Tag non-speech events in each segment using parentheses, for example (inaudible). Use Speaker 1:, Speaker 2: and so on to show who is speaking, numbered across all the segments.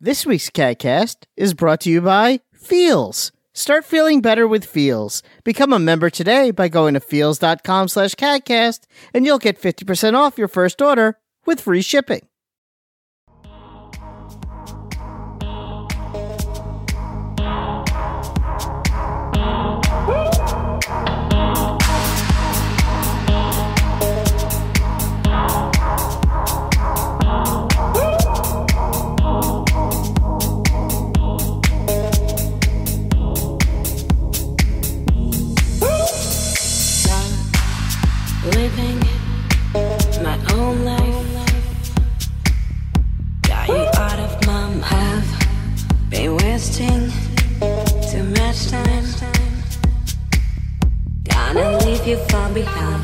Speaker 1: This week's CatCast is brought to you by Feels. Start feeling better with Feels. Become a member today by going to feels.com slash CatCast and you'll get 50% off your first order with free shipping.
Speaker 2: living my own life. Got you out of my mind. Been wasting too much time. Gonna leave you far behind.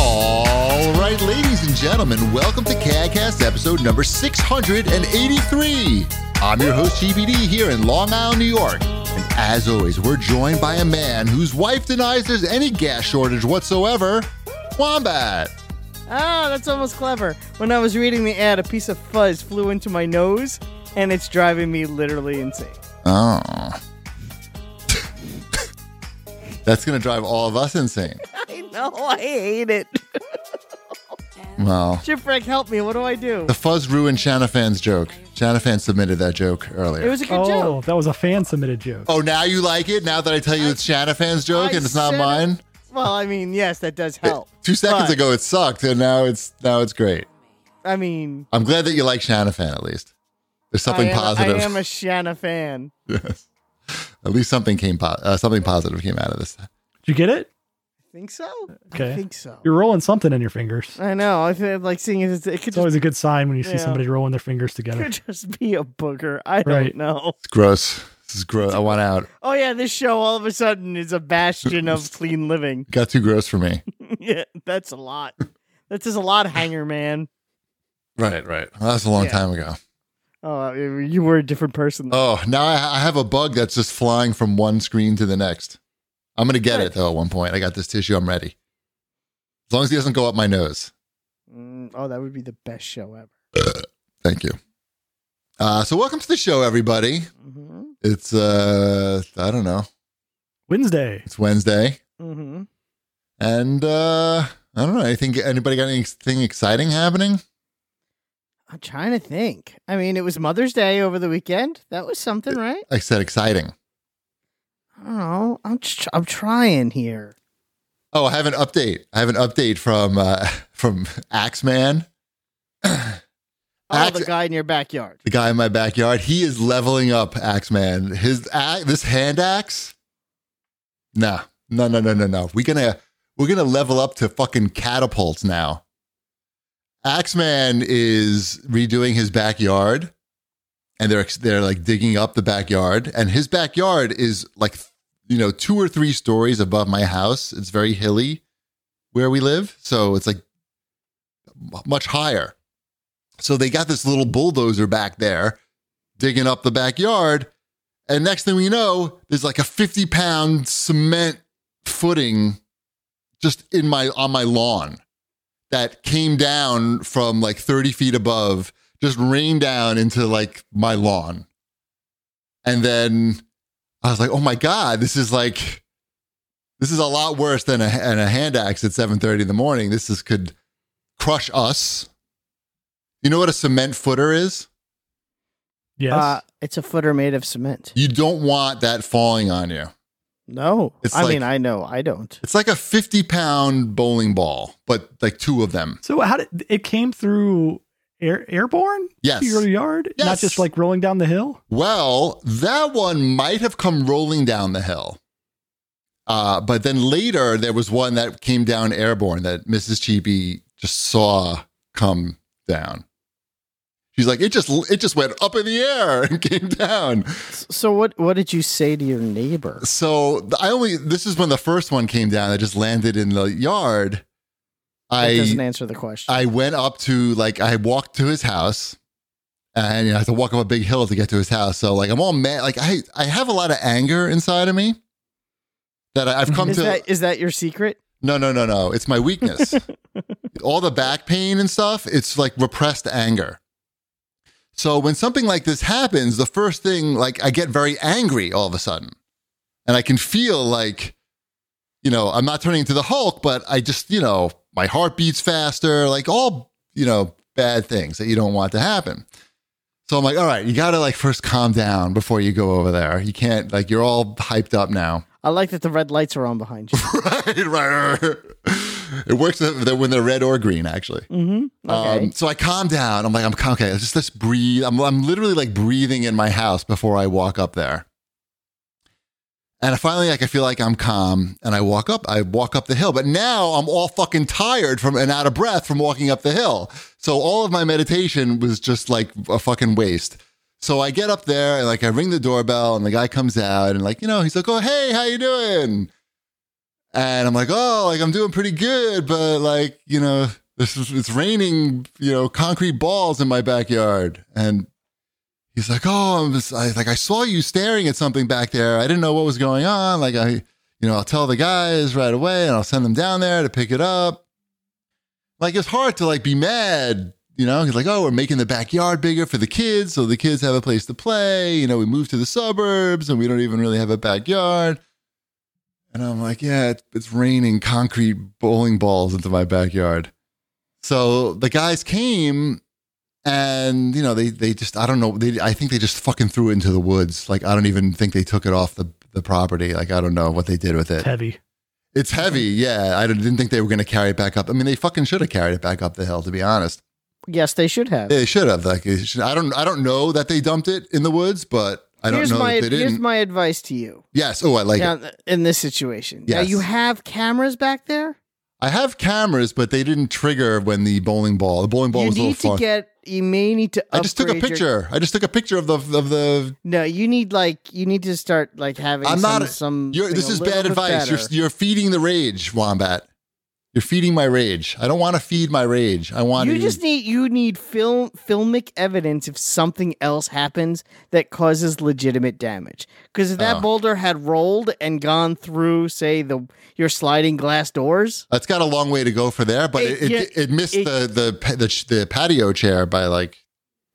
Speaker 3: All right, ladies and gentlemen, welcome to CADcast episode number 683. I'm your host, GBD, here in Long Island, New York. And as always, we're joined by a man whose wife denies there's any gas shortage whatsoever Wombat.
Speaker 1: Ah, that's almost clever. When I was reading the ad, a piece of fuzz flew into my nose and it's driving me literally insane. (laughs)
Speaker 3: Oh. (laughs) That's going to drive all of us insane.
Speaker 1: I know, I hate it.
Speaker 3: Well,
Speaker 1: Shipwreck, help me. What do I do?
Speaker 3: the fuzz ruined Shanafan's joke. Shanafan submitted that joke
Speaker 1: It
Speaker 3: earlier.
Speaker 1: was a good
Speaker 4: Oh,
Speaker 1: joke.
Speaker 4: that was a fan submitted joke.
Speaker 3: Oh, now you like it? Now that I tell you it's Shanafan's joke
Speaker 1: I
Speaker 3: and it's not
Speaker 1: said it.
Speaker 3: mine?
Speaker 1: Well, I mean, yes, that does help.
Speaker 3: Two seconds
Speaker 1: But,
Speaker 3: ago, it sucked, and now it's now it's great.
Speaker 1: I mean,
Speaker 3: I'm glad that you like Shanafan at least. There's something
Speaker 1: I am,
Speaker 3: positive.
Speaker 1: I am a Shanna fan.
Speaker 3: Yes. At least something came. Po- uh, something positive came out of this.
Speaker 4: Did you get it?
Speaker 1: Think so? I
Speaker 4: Uh, Okay.
Speaker 1: think so.
Speaker 4: You're rolling something in your fingers.
Speaker 1: I know. I feel like seeing it. It could
Speaker 4: It's always
Speaker 1: just,
Speaker 4: a good sign when you see
Speaker 1: Yeah.
Speaker 4: somebody rolling their fingers together.
Speaker 1: could just be a booger. I
Speaker 4: Right.
Speaker 1: don't know.
Speaker 3: It's gross. This is gross. I want out.
Speaker 1: Oh yeah, this show all of a sudden is a bastion
Speaker 4: (laughs)
Speaker 1: of clean living. (laughs)
Speaker 3: It got too gross for me.
Speaker 1: yeah, that's a lot. That says a lot, Hanger Man.
Speaker 3: (laughs) Right, right. Well, that's a long
Speaker 1: Yeah.
Speaker 3: time ago.
Speaker 1: Oh, you were a different person.
Speaker 3: Oh, now I, I have a bug that's just flying from one screen to the next. I'm gonna get
Speaker 1: Good.
Speaker 3: it though. At one point, I got this tissue. I'm ready. As long as it doesn't go up my nose.
Speaker 1: Mm, oh, that would be the best show ever.
Speaker 3: Thank you. Uh, so welcome to the show, everybody.
Speaker 1: Mm-hmm.
Speaker 3: It's uh, I don't know.
Speaker 4: Wednesday.
Speaker 3: It's Wednesday,
Speaker 1: Mm-hmm.
Speaker 3: and uh, I don't know. I think anybody got anything exciting happening?
Speaker 1: I'm trying to think. I mean, it was Mother's Day over the weekend. That was something, right?
Speaker 3: I said exciting.
Speaker 1: I don't know. I'm tr- I'm trying here.
Speaker 3: Oh, I have an update. I have an update from uh, (laughs) from Axeman,
Speaker 1: Oh,
Speaker 3: Ax-
Speaker 1: the guy in your backyard.
Speaker 3: the guy in my backyard. He is leveling up Axeman. His a- this hand axe. Nah, no, no, no, no, no. We're gonna we're gonna level up to fucking catapults now. Axeman is redoing his backyard, and they're they're like digging up the backyard, and his backyard is like you know two or three stories above my house. It's very hilly where we live, so it's like much higher. So they got this little bulldozer back there digging up the backyard, and next thing we know, there's like a fifty pound cement footing just in my on my lawn that came down from like 30 feet above just rained down into like my lawn and then i was like oh my god this is like this is a lot worse than a, and a hand axe at 7.30 in the morning this is could crush us you know what a cement footer is
Speaker 4: Yes.
Speaker 1: Uh, it's a footer made of cement.
Speaker 3: you don't want that falling on you
Speaker 1: No,
Speaker 3: It's
Speaker 1: I
Speaker 3: like-
Speaker 1: mean I know I don't.
Speaker 3: it's like a 50 pound bowling ball but like two of them
Speaker 4: so how did it came through air, airborne?
Speaker 3: Yes.
Speaker 4: To your yard? Not
Speaker 3: Yes. Uh,
Speaker 4: just like rolling down the hill?
Speaker 3: Well, that one might have come rolling down the hill. Uh, but then later, there was one that came down airborne that Mrs. Chibi just saw come down. She's like, it just it just went up in the air (laughs) and came down.
Speaker 1: S- So what what did you say to your neighbor?
Speaker 3: So th- I only this is when the first one came down that just landed in the yard.
Speaker 1: That doesn't
Speaker 3: I
Speaker 1: answer the question.
Speaker 3: I went up to like I walked to his house and you know, I had to walk up a big hill to get to his house. So like I'm all mad. Like I I have a lot of anger inside of me that I, I've come
Speaker 1: is
Speaker 3: to.
Speaker 1: that is that your secret?
Speaker 3: no, no, no, no. It's my weakness. all the back pain and stuff, it's like repressed anger. So when something like this happens, the first thing, like I get very angry all of a sudden. And I can feel like, you know, I'm not turning into the Hulk, but I just, you know, my heart beats faster, like all, you know, bad things that you don't want to happen. So I'm like, all right, you got to like first calm down before you go over there. You can't, like, you're all hyped up now.
Speaker 1: I like that the red lights are on behind
Speaker 3: (laughs)
Speaker 1: you.
Speaker 3: right, right, right. It works when they're red or green, actually.
Speaker 1: Mm-hmm. Okay.
Speaker 3: Um, so I calm down. I'm like, I'm calm. Okay, let's just let's breathe. I'm, I'm literally like breathing in my house before I walk up there. And finally, like I feel like I'm calm, and I walk up. I walk up the hill, but now I'm all fucking tired from and out of breath from walking up the hill. So all of my meditation was just like a fucking waste. So I get up there and like I ring the doorbell, and the guy comes out, and like you know he's like, "Oh hey, how you doing?" And I'm like, "Oh, like I'm doing pretty good, but like you know this is it's raining, you know, concrete balls in my backyard. And he's like, "Oh, I'm just, I, like I saw you staring at something back there. I didn't know what was going on. Like I, you know, I'll tell the guys right away, and I'll send them down there to pick it up." Like it's hard to like be mad, you know. He's like, "Oh, we're making the backyard bigger for the kids, so the kids have a place to play. You know, we moved to the suburbs, and we don't even really have a backyard." And I'm like, "Yeah, it's, it's raining concrete bowling balls into my backyard." So the guys came and you know they they just I don't know they I think they just fucking threw it into the woods. Like I don't even think they took it off the the property. Like I don't know what they did with
Speaker 4: It's
Speaker 3: it.
Speaker 4: heavy.
Speaker 3: It's heavy. Yeah, I didn't think they were going to carry it back up. I mean, they fucking should have carried it back up the hill to be honest.
Speaker 1: yes, they should have.
Speaker 3: They should have. Like it should, I don't I don't know that they dumped it in the woods, but I don't
Speaker 1: here's
Speaker 3: know
Speaker 1: my
Speaker 3: that they
Speaker 1: here's
Speaker 3: didn't.
Speaker 1: my advice to you.
Speaker 3: yes. Oh, I like it.
Speaker 1: Now, in this situation, now
Speaker 3: Yes.
Speaker 1: you have cameras back there.
Speaker 3: I have cameras, but they didn't trigger when the bowling ball. The bowling ball
Speaker 1: you
Speaker 3: was a little
Speaker 1: need to
Speaker 3: far.
Speaker 1: get. You may need to.
Speaker 3: I just took a
Speaker 1: upgrade your-
Speaker 3: picture. I just took a picture of the of the
Speaker 1: no, you need like you need to start like having.
Speaker 3: I'm
Speaker 1: some,
Speaker 3: not-
Speaker 1: some.
Speaker 3: You're, this
Speaker 1: thing a
Speaker 3: is
Speaker 1: little
Speaker 3: bad
Speaker 1: bit
Speaker 3: advice. You're,
Speaker 1: better.
Speaker 3: you're feeding the rage, Wombat. You're feeding my rage. I don't want to feed my rage. I want
Speaker 1: You
Speaker 3: to.
Speaker 1: just need you need film filmic evidence if something else happens that causes legitimate damage. Because if that
Speaker 3: Oh.
Speaker 1: boulder had rolled and gone through, say the your sliding glass doors,
Speaker 3: that's got a long way to go for there, but
Speaker 1: It-
Speaker 3: it it,
Speaker 1: yeah,
Speaker 3: it, missed
Speaker 1: it-
Speaker 3: the, the pa- the ch- the patio chair by like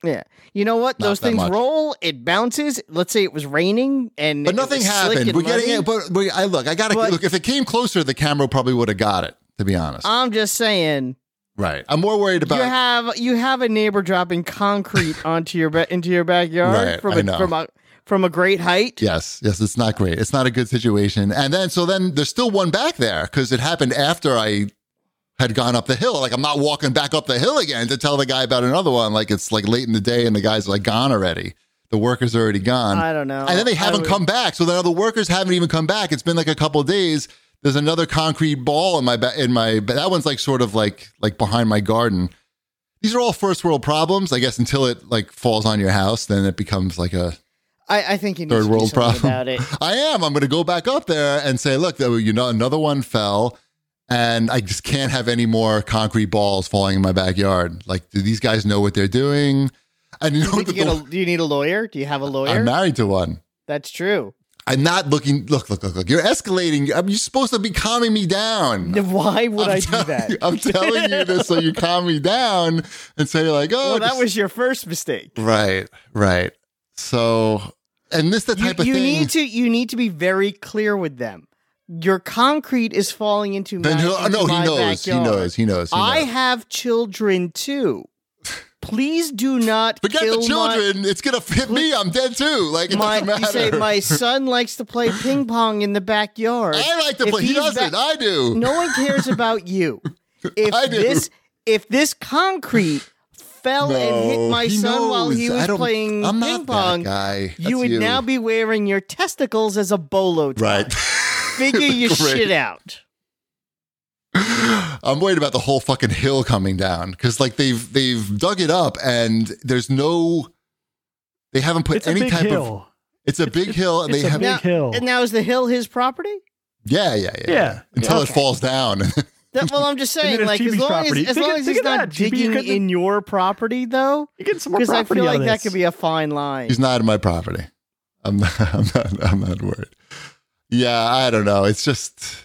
Speaker 1: yeah, you know what?
Speaker 3: Not
Speaker 1: Those
Speaker 3: that
Speaker 1: things
Speaker 3: much.
Speaker 1: roll. It bounces. Let's say it was raining and
Speaker 3: but
Speaker 1: it
Speaker 3: nothing
Speaker 1: was slick
Speaker 3: happened.
Speaker 1: and
Speaker 3: We're getting
Speaker 1: muddy.
Speaker 3: it, but we, I look. I gotta
Speaker 1: But-
Speaker 3: look. If it came closer, the camera probably would have got it. To be honest,
Speaker 1: I'm just saying,
Speaker 3: right? I'm more worried about
Speaker 1: Uh, you have you have a neighbor dropping
Speaker 3: (laughs)
Speaker 1: concrete onto your ba- into your backyard
Speaker 3: Right,
Speaker 1: from
Speaker 3: I
Speaker 1: a,
Speaker 3: know.
Speaker 1: from a from a great height.
Speaker 3: Yes, yes, it's not great. It's not a good situation. And then, so then there's still one back there because it happened after I had gone up the hill. Like, I'm not walking back up the hill again to tell the guy about another one. Like, it's like late in the day and the guy's like gone already. The worker's are already gone.
Speaker 1: I don't know.
Speaker 3: And then
Speaker 1: I
Speaker 3: they haven't
Speaker 1: would-
Speaker 3: come back. So now the workers haven't even come back. It's been like a couple of days. There's another concrete ball in my ba- in my but that one's like sort of like like behind my garden. These are all first world problems, I guess. Until it like falls on your house, then it becomes like a
Speaker 1: I, I think you need
Speaker 3: Third
Speaker 1: to do
Speaker 3: world
Speaker 1: something
Speaker 3: problem.
Speaker 1: about it.
Speaker 3: I am. I'm going to go back up there and say, look, though, you know, another one fell, and I just can't have any more concrete balls falling in my backyard. Like, do these guys know what they're doing? And you
Speaker 1: Do you,
Speaker 3: know, what
Speaker 1: think
Speaker 3: the,
Speaker 1: you get a- do you need a lawyer? Do you have a lawyer?
Speaker 3: (laughs) I'm married to one.
Speaker 1: That's true.
Speaker 3: I'm not looking. Look, look, look, look. You're escalating. I mean, you're supposed to be calming me down.
Speaker 1: Then (laughs) Why would
Speaker 3: I'm
Speaker 1: i do
Speaker 3: telling
Speaker 1: that?
Speaker 3: you- (laughs) I'm telling you this so you calm me down and say like, oh,
Speaker 1: well, that
Speaker 3: just-
Speaker 1: was your first mistake.
Speaker 3: right, right. So, and this the
Speaker 1: You,
Speaker 3: type of
Speaker 1: you
Speaker 3: thing.
Speaker 1: need to you need to be very clear with them. Your concrete is falling into
Speaker 3: then
Speaker 1: my,
Speaker 3: he'll-
Speaker 1: into
Speaker 3: no, he
Speaker 1: my
Speaker 3: knows, he
Speaker 1: backyard.
Speaker 3: knows. He knows. He knows.
Speaker 1: I have children too. Please do not
Speaker 3: Forget
Speaker 1: kill
Speaker 3: the children. it's gonna fit me. I'm dead too. Like it
Speaker 1: My, my
Speaker 3: doesn't
Speaker 1: you
Speaker 3: matter.
Speaker 1: say my son likes to play ping pong in the backyard.
Speaker 3: (laughs) I like to
Speaker 1: If
Speaker 3: play. He
Speaker 1: he's
Speaker 3: doesn't.
Speaker 1: ba-
Speaker 3: I do.
Speaker 1: No one cares about
Speaker 3: (laughs)
Speaker 1: you. If
Speaker 3: I do.
Speaker 1: this if this concrete fell and hit
Speaker 3: No,
Speaker 1: my
Speaker 3: he
Speaker 1: son while he
Speaker 3: knows. I
Speaker 1: was
Speaker 3: don't-
Speaker 1: playing
Speaker 3: I'm
Speaker 1: ping
Speaker 3: not
Speaker 1: pong,
Speaker 3: That guy.
Speaker 1: you
Speaker 3: That's
Speaker 1: would now be wearing your testicles as a bolo tie.
Speaker 3: right. (laughs)
Speaker 1: Figure your
Speaker 3: Great.
Speaker 1: shit out.
Speaker 3: I'm worried about the whole fucking hill coming down because like they've they've dug it up and there's no. They haven't put
Speaker 4: It's a
Speaker 3: any
Speaker 4: big
Speaker 3: type of.
Speaker 4: hill.
Speaker 3: It's a big hill, and
Speaker 4: it's
Speaker 3: they
Speaker 4: a
Speaker 3: have.
Speaker 4: big
Speaker 1: Now-
Speaker 4: hill.
Speaker 1: And now is the hill his property?
Speaker 3: Yeah, yeah, yeah.
Speaker 4: Yeah.
Speaker 3: Until
Speaker 1: Okay.
Speaker 3: it falls down.
Speaker 1: That, well, I'm just
Speaker 4: And then
Speaker 1: saying,
Speaker 4: it's
Speaker 1: like as
Speaker 4: GB's
Speaker 1: long
Speaker 4: property.
Speaker 1: as as
Speaker 4: Think
Speaker 1: long
Speaker 4: it-
Speaker 1: as
Speaker 4: think
Speaker 1: he's
Speaker 4: of
Speaker 1: not
Speaker 4: that, GB, you
Speaker 1: digging
Speaker 4: couldn't-
Speaker 1: in your property though,
Speaker 4: you get some more
Speaker 1: because I
Speaker 4: property
Speaker 1: feel like
Speaker 4: out of
Speaker 1: that
Speaker 4: this.
Speaker 1: could be a fine line.
Speaker 3: He's not in my property. (laughs) I'm not, I'm not. I'm not worried. Yeah, I don't know. It's just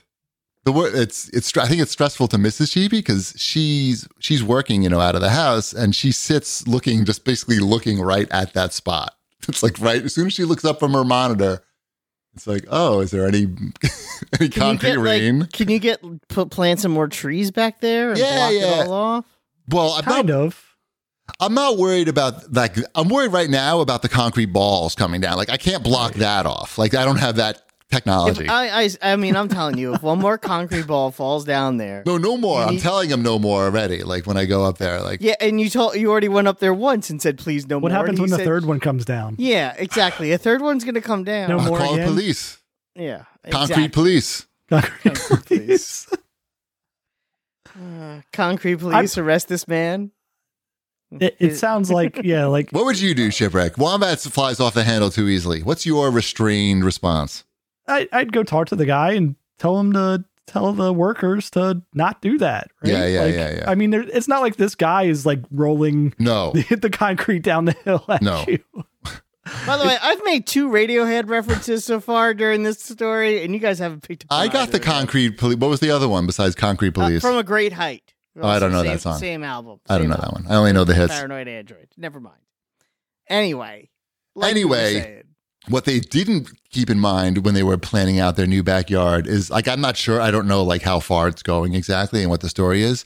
Speaker 3: the word it's it's I think it's stressful to Mrs. Sheeby because she's she's working you know out of the house and she sits looking just basically looking right at that spot. (laughs) It's like right as soon as she looks up from her monitor, it's like oh is there any (laughs) any
Speaker 1: Can you
Speaker 3: concrete
Speaker 1: get, like,
Speaker 3: rain?
Speaker 1: can you get put plant some more trees back there and
Speaker 3: Yeah,
Speaker 1: block
Speaker 3: yeah.
Speaker 1: it all off?
Speaker 3: well, I'm not,
Speaker 4: Kind of.
Speaker 3: I'm not worried about like I'm worried right now about the concrete balls coming down. Like I can't block that off. Like I don't have that technology.
Speaker 1: If I, I I mean, I'm telling you, if one more concrete ball falls down there,
Speaker 3: no, no more. I'm telling him no more already. Like when I go up there, like
Speaker 1: yeah, and you told you already went up there once and said, "Please, no more."
Speaker 4: What happens
Speaker 1: and he
Speaker 4: when the
Speaker 1: said-
Speaker 4: third one comes down?
Speaker 1: Yeah, exactly. A third one's gonna come down.
Speaker 4: No
Speaker 3: I'll
Speaker 4: more
Speaker 3: call the
Speaker 4: again?
Speaker 3: police.
Speaker 1: Yeah,
Speaker 3: Concrete
Speaker 1: exactly.
Speaker 3: police.
Speaker 1: (laughs) Concrete police. Uh, concrete police arrest this man.
Speaker 4: (laughs) It, it sounds like
Speaker 1: (laughs)
Speaker 4: yeah, like
Speaker 3: What would you do, Shipwreck? Wombat flies off the handle too easily. What's your restrained response?
Speaker 4: I, I'd go talk to the guy and tell him to tell the workers to not do that. Right?
Speaker 3: Yeah, yeah,
Speaker 4: Like,
Speaker 3: yeah, yeah.
Speaker 4: I mean, there, it's not like this guy is like rolling
Speaker 1: (laughs)
Speaker 3: No.
Speaker 4: the, (laughs) the concrete down the hill at
Speaker 3: No.
Speaker 4: you.
Speaker 1: By
Speaker 3: (laughs)
Speaker 1: the way, I've made two Radiohead references so far during this story, and you guys haven't picked up. on
Speaker 3: I got
Speaker 1: either
Speaker 3: the
Speaker 1: of them.
Speaker 3: concrete police. What was the other one besides concrete
Speaker 1: Uh,
Speaker 3: police?
Speaker 1: from a great height.
Speaker 3: Oh, I don't know
Speaker 1: Same-
Speaker 3: that song.
Speaker 1: Same album.
Speaker 3: I don't
Speaker 1: Same
Speaker 3: know
Speaker 1: album.
Speaker 3: that one. I only know the hits.
Speaker 1: Paranoid android. Never mind. Anyway. like we were
Speaker 3: Anyway.
Speaker 1: saying,
Speaker 3: What they didn't keep in mind when they were planning out their new backyard is like I'm not sure. I don't know like how far it's going exactly and what the story is.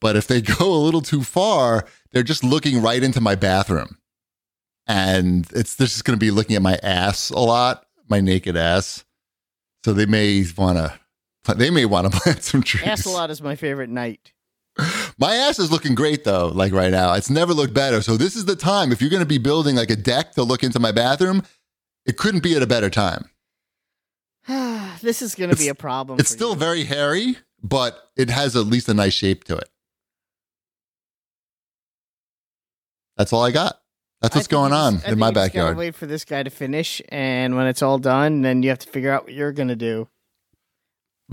Speaker 3: But if they (laughs) go a little too far, they're just looking right into my bathroom. And it's they're just gonna be looking at my ass a lot, my naked ass. So they may wanna they may want to (laughs) plant some trees.
Speaker 1: Ashelot is my favorite night.
Speaker 3: My ass is looking great though, like right now. It's never looked better. So this is the time. If you're going to be building like a deck to look into my bathroom, it couldn't be at a better time.
Speaker 1: (sighs) this is going to be a problem.
Speaker 3: It's
Speaker 1: for
Speaker 3: still
Speaker 1: you.
Speaker 3: very hairy, but it has at least a nice shape to it. That's all I got. That's
Speaker 1: I
Speaker 3: what's
Speaker 1: think
Speaker 3: going
Speaker 1: you just-
Speaker 3: on
Speaker 1: I think
Speaker 3: in my
Speaker 1: you just gotta
Speaker 3: backyard.
Speaker 1: Wait for this guy to finish, and when it's all done, then you have to figure out what you're going to do.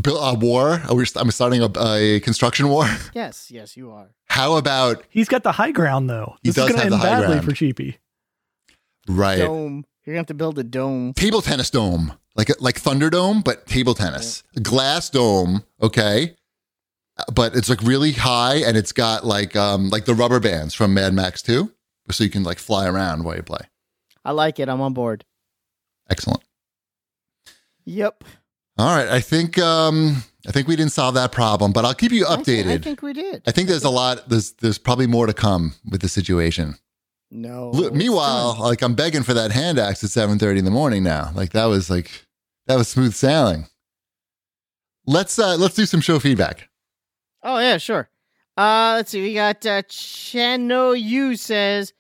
Speaker 3: Build a war. Are we, I'm starting a, a construction war. (laughs)
Speaker 1: Yes, yes, you are.
Speaker 3: How about
Speaker 4: He's got the high ground though.
Speaker 3: He
Speaker 4: this
Speaker 3: does
Speaker 4: is gonna
Speaker 3: have the
Speaker 4: end
Speaker 3: high
Speaker 4: badly
Speaker 3: ground.
Speaker 4: for Cheapy.
Speaker 3: right
Speaker 1: Dome. You're going to have to build a dome.
Speaker 3: table tennis dome, like like Thunderdome, but table tennis, glass dome. Okay, but it's like really high, and it's got like um like the rubber bands from Mad Max Two, so you can like fly around while you play.
Speaker 1: I like it. I'm on board.
Speaker 3: Excellent.
Speaker 1: Yep.
Speaker 3: All right, I think um I think we didn't solve that problem, but I'll keep you
Speaker 1: I thi-
Speaker 3: updated.
Speaker 1: I, think we did.
Speaker 3: I think there's a lot. There's there's probably more to come with the situation.
Speaker 1: No.
Speaker 3: Look, meanwhile, like I'm begging for that hand axe at 7:30 in the morning now. Like that was like that was smooth sailing. Let's uh let's do some show feedback.
Speaker 1: Oh yeah, sure. Uh, let's see. We got uh, Chano Yu says,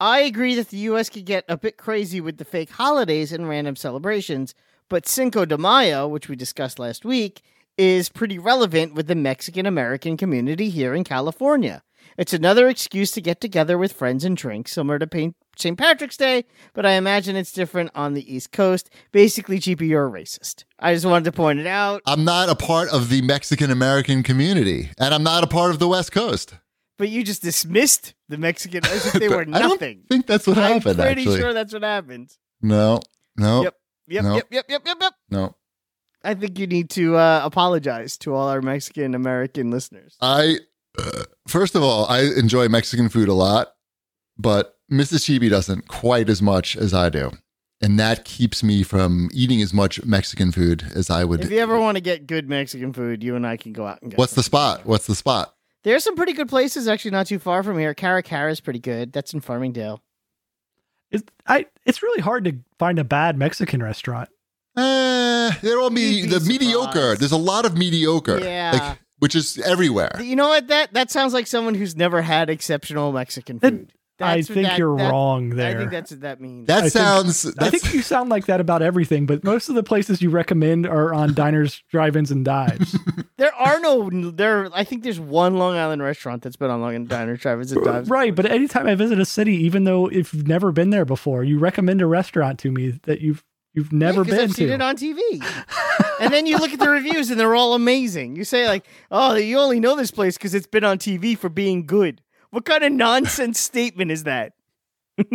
Speaker 1: "I agree that the U.S. could get a bit crazy with the fake holidays and random celebrations, but Cinco de Mayo, which we discussed last week, is pretty relevant with the Mexican American community here in California. It's another excuse to get together with friends and drink, similar to Pain- St. Patrick's Day, but I imagine it's different on the East Coast. Basically, GP, you're a racist. I just wanted to point it out.
Speaker 3: I'm not a part of the Mexican American community and I'm not a part of the West Coast.
Speaker 1: but you just dismissed the Mexican as if
Speaker 3: (laughs)
Speaker 1: they were
Speaker 3: I don't
Speaker 1: nothing.
Speaker 3: think that's what
Speaker 1: I'm
Speaker 3: happened
Speaker 1: pretty
Speaker 3: actually.
Speaker 1: sure that's what happened.
Speaker 3: No. No.
Speaker 1: Yep. Yep,
Speaker 3: No.
Speaker 1: yep, yep, yep, yep, yep.
Speaker 3: No.
Speaker 1: I think you need to uh, apologize to all our Mexican American listeners.
Speaker 3: I uh, first of all, I enjoy Mexican food a lot, but Mrs. Chibi doesn't quite as much as I do. And that keeps me from eating as much Mexican food as I would.
Speaker 1: If you ever want to get good Mexican food, you and I can go out and get.
Speaker 3: What's
Speaker 1: some.
Speaker 3: the spot? What's the spot?
Speaker 1: There's some pretty good places actually not too far from here. Caracara is pretty good. That's in Farmingdale.
Speaker 4: It's I it's really hard to find a bad Mexican restaurant.
Speaker 3: Uh, they're all me-
Speaker 1: You'd be
Speaker 3: the mediocre.
Speaker 1: surprised.
Speaker 3: There's a lot of mediocre.
Speaker 1: Yeah.
Speaker 3: Like, which is everywhere.
Speaker 1: You know what? That that sounds like someone who's never had exceptional Mexican
Speaker 4: That-
Speaker 1: food.
Speaker 4: I
Speaker 1: That's what
Speaker 4: think
Speaker 1: that-
Speaker 4: you're
Speaker 1: that-
Speaker 4: wrong
Speaker 1: I
Speaker 4: there.
Speaker 1: think that's what that means.
Speaker 3: That
Speaker 4: I think-
Speaker 3: sounds.
Speaker 4: I
Speaker 3: that's,
Speaker 4: think you sound like that about everything, but most of the places you recommend
Speaker 3: (laughs)
Speaker 4: are on diners, drive-ins, and dives.
Speaker 1: There are no there. I think there's one Long Island restaurant that's been on Long Island Diner Travis and Dives.
Speaker 4: right, but anytime I visit a city, even though if you've never been there before, you recommend a restaurant to me that you've you've never
Speaker 1: Yeah, 'cause
Speaker 4: been
Speaker 1: I've seen
Speaker 4: to.
Speaker 1: it on TV. and then you look at the reviews and they're all amazing. You say like, "Oh, you only know this place because it's been on TV for being good." What kind of nonsense statement is that? (laughs)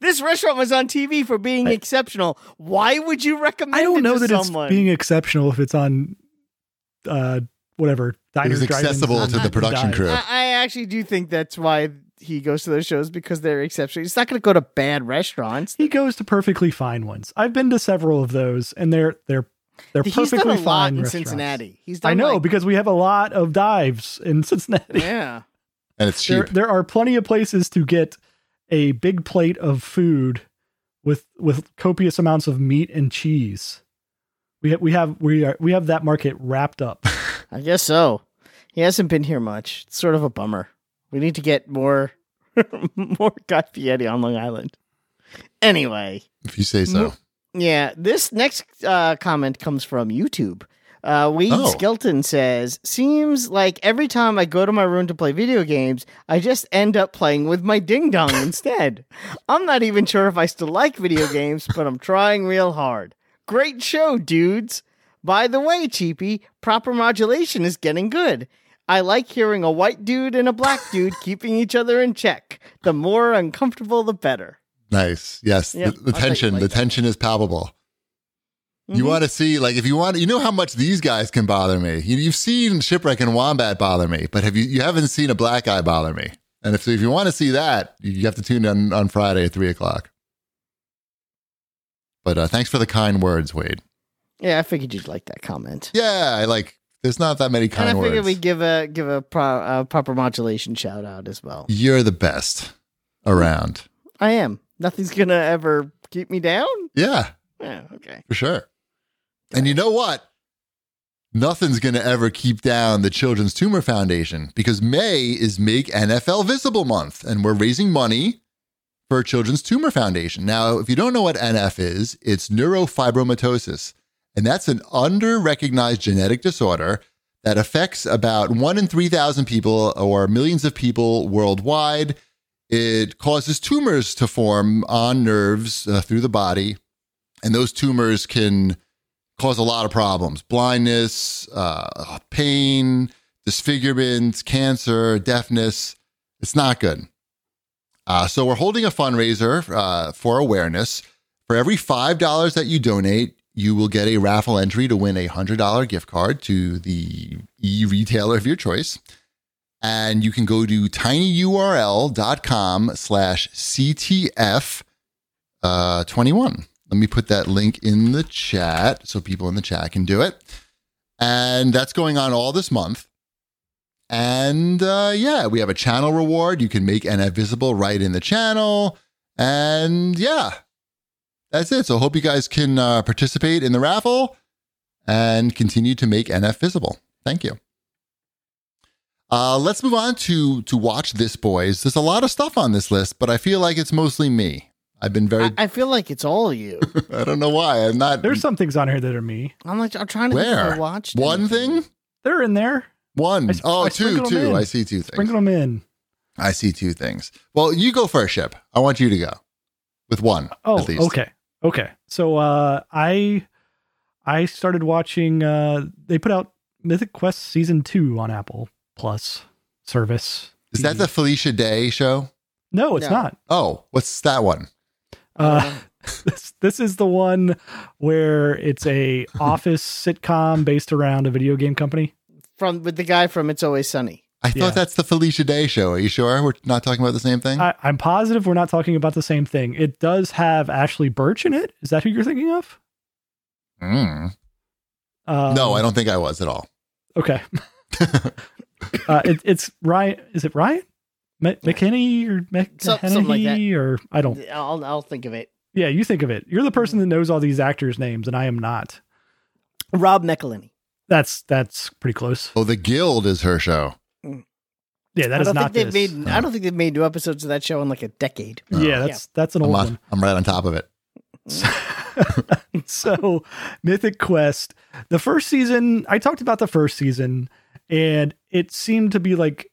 Speaker 1: this restaurant was on TV for being exceptional. Why would you recommend?
Speaker 4: I
Speaker 1: it
Speaker 4: don't know
Speaker 1: to
Speaker 4: that
Speaker 1: someone?
Speaker 4: it's being exceptional if it's on uh, whatever
Speaker 3: It
Speaker 4: diners,
Speaker 3: was
Speaker 4: drive-ins,
Speaker 3: accessible to the
Speaker 4: and
Speaker 3: production
Speaker 4: dives.
Speaker 3: crew.
Speaker 1: I, I actually do think that's why he goes to those shows because they're exceptional. He's not going to go to bad restaurants.
Speaker 4: He goes to perfectly fine ones. I've been to several of those, and they're they're they're
Speaker 1: He's
Speaker 4: perfectly
Speaker 1: done a
Speaker 4: fine.
Speaker 1: lot in
Speaker 4: restaurants.
Speaker 1: Cincinnati. He's done
Speaker 4: I know
Speaker 1: like-
Speaker 4: because (laughs) we have a lot of dives in (laughs) Cincinnati.
Speaker 1: yeah.
Speaker 3: And it's cheap.
Speaker 4: There, there are plenty of places to get a big plate of food with with copious amounts of meat and cheese. We have we have we are we have that market wrapped
Speaker 3: (laughs)
Speaker 4: up.
Speaker 1: I guess so. He hasn't been here much. It's sort of a bummer. We need to get more (laughs) more Guy Fieri on Long Island. Anyway,
Speaker 3: if you say so.
Speaker 1: yeah, this next uh, comment comes from YouTube. Uh, Wade
Speaker 3: Oh.
Speaker 1: Skelton says, "Seems like every time I go to my room to play video games, I just end up playing with my ding dong instead. I'm not even sure if I still like video games, but I'm trying real hard. Great show, dudes. By the way, Cheapy, proper modulation is getting good. I like hearing a white dude and a black dude keeping each other in check. The more uncomfortable, the better."
Speaker 3: Nice. Yes.
Speaker 1: Yeah,
Speaker 3: the,
Speaker 1: I
Speaker 3: the
Speaker 1: thought you
Speaker 3: tension.
Speaker 1: liked
Speaker 3: the
Speaker 1: that. Mm-hmm.
Speaker 3: tension is palpable. You want to see, like, if you want, you know how much these guys can bother me. You, you've seen Shipwreck and Wombat bother me, but have you? You haven't seen a black guy bother me. And if, if you want to see that, you- you have to tune in on Friday at three o'clock. But uh, thanks for the kind words, Wade.
Speaker 1: Yeah, I figured you'd like that comment.
Speaker 3: Yeah, I like. There's not that many kind
Speaker 1: and I figured
Speaker 3: words.
Speaker 1: we'd give a give a, pro, a proper modulation shout out as well.
Speaker 3: You're the best around.
Speaker 1: I am. Nothing's gonna ever keep me down.
Speaker 3: Yeah,
Speaker 1: Yeah, okay.
Speaker 3: for sure. And you know what? Nothing's going to ever keep down the Children's Tumor Foundation because May is Make NFL Visible Month, and we're raising money for Children's Tumor Foundation. Now, if you don't know what NF is, it's neurofibromatosis, and that's an under-recognized genetic disorder that affects about one in 3,000 people or millions of people worldwide. It causes tumors to form on nerves uh, through the body, and those tumors can cause a lot of problems blindness uh, pain disfigurement cancer deafness it's not good uh, so we're holding a fundraiser uh, for awareness for every $5 that you donate you will get a raffle entry to win a $100 gift card to the e-retailer of your choice and you can go to tinyurl.com slash ctf uh, 21. Let me put that link in the chat so people in the chat can do it. And that's going on all this month. And uh, yeah, we have a channel reward. You can make NF visible right in the channel. And yeah, that's it. So hope you guys can uh, participate in the raffle and continue to make NF visible. Thank you. Uh, let's move on to to watch this, boys. There's a lot of stuff on this list, but I feel like it's mostly me. I've been very
Speaker 1: I, I feel like it's all
Speaker 3: (laughs)
Speaker 1: you.
Speaker 3: I don't know why. I'm not.
Speaker 4: There's some things on here that are me.
Speaker 1: I'm like I'm trying to think if I
Speaker 3: where
Speaker 1: watched
Speaker 3: one
Speaker 1: anything.
Speaker 3: thing.
Speaker 4: They're in there.
Speaker 3: One.
Speaker 4: I sp-
Speaker 3: oh,
Speaker 4: I
Speaker 3: two,
Speaker 4: sprinkled 'em
Speaker 3: two.
Speaker 4: in.
Speaker 3: I see two
Speaker 4: Sprinkle
Speaker 3: things.
Speaker 4: them in.
Speaker 3: I see two things. Well, you go first, ship. I want you to go with one.
Speaker 4: Oh,
Speaker 3: at least.
Speaker 4: okay, okay. So uh, I I started watching. Uh, they put out Mythic Quest season two on Apple Plus service.
Speaker 3: Is that the Felicia Day show?
Speaker 4: No, it's
Speaker 1: No.
Speaker 4: not.
Speaker 3: Oh, what's that one?
Speaker 4: Uh, (laughs) this, this is the one where it's a
Speaker 1: (laughs)
Speaker 4: office sitcom based around a video game company.
Speaker 1: From with the guy from It's Always Sunny.
Speaker 3: I thought
Speaker 4: Yeah.
Speaker 3: that's the Felicia Day show. Are you sure we're not talking about the same
Speaker 1: Mm-hmm.
Speaker 3: thing?
Speaker 4: I, I'm positive we're not talking about the same thing. It does have Ashley Birch in it. Is that who you're thinking of?
Speaker 3: Mm.
Speaker 4: Uh,
Speaker 3: no, I don't think I was at all.
Speaker 1: (laughs)
Speaker 4: Okay. uh, it, it's Ryan. Is it Ryan? M- McKinney or
Speaker 1: Some- something like that.
Speaker 4: McKinney or I don't.
Speaker 1: I'll I'll think of it.
Speaker 4: Yeah, you think of it. You're the person that
Speaker 1: Mm-hmm.
Speaker 4: knows all these actors' names, and I am not.
Speaker 1: Rob McElhenney.
Speaker 4: That's that's pretty close.
Speaker 3: Oh, the Guild is her show.
Speaker 4: Yeah, that
Speaker 1: I
Speaker 4: is
Speaker 1: don't
Speaker 4: not
Speaker 1: think they've Oh.
Speaker 4: this.
Speaker 1: made I don't think they've made new episodes of that show in like a decade.
Speaker 4: yeah, that's that's an
Speaker 3: I'm,
Speaker 4: old
Speaker 3: on-
Speaker 4: one.
Speaker 3: I'm right on top of it.
Speaker 4: (laughs) so mythic quest the first season i talked about the first season and it seemed to be like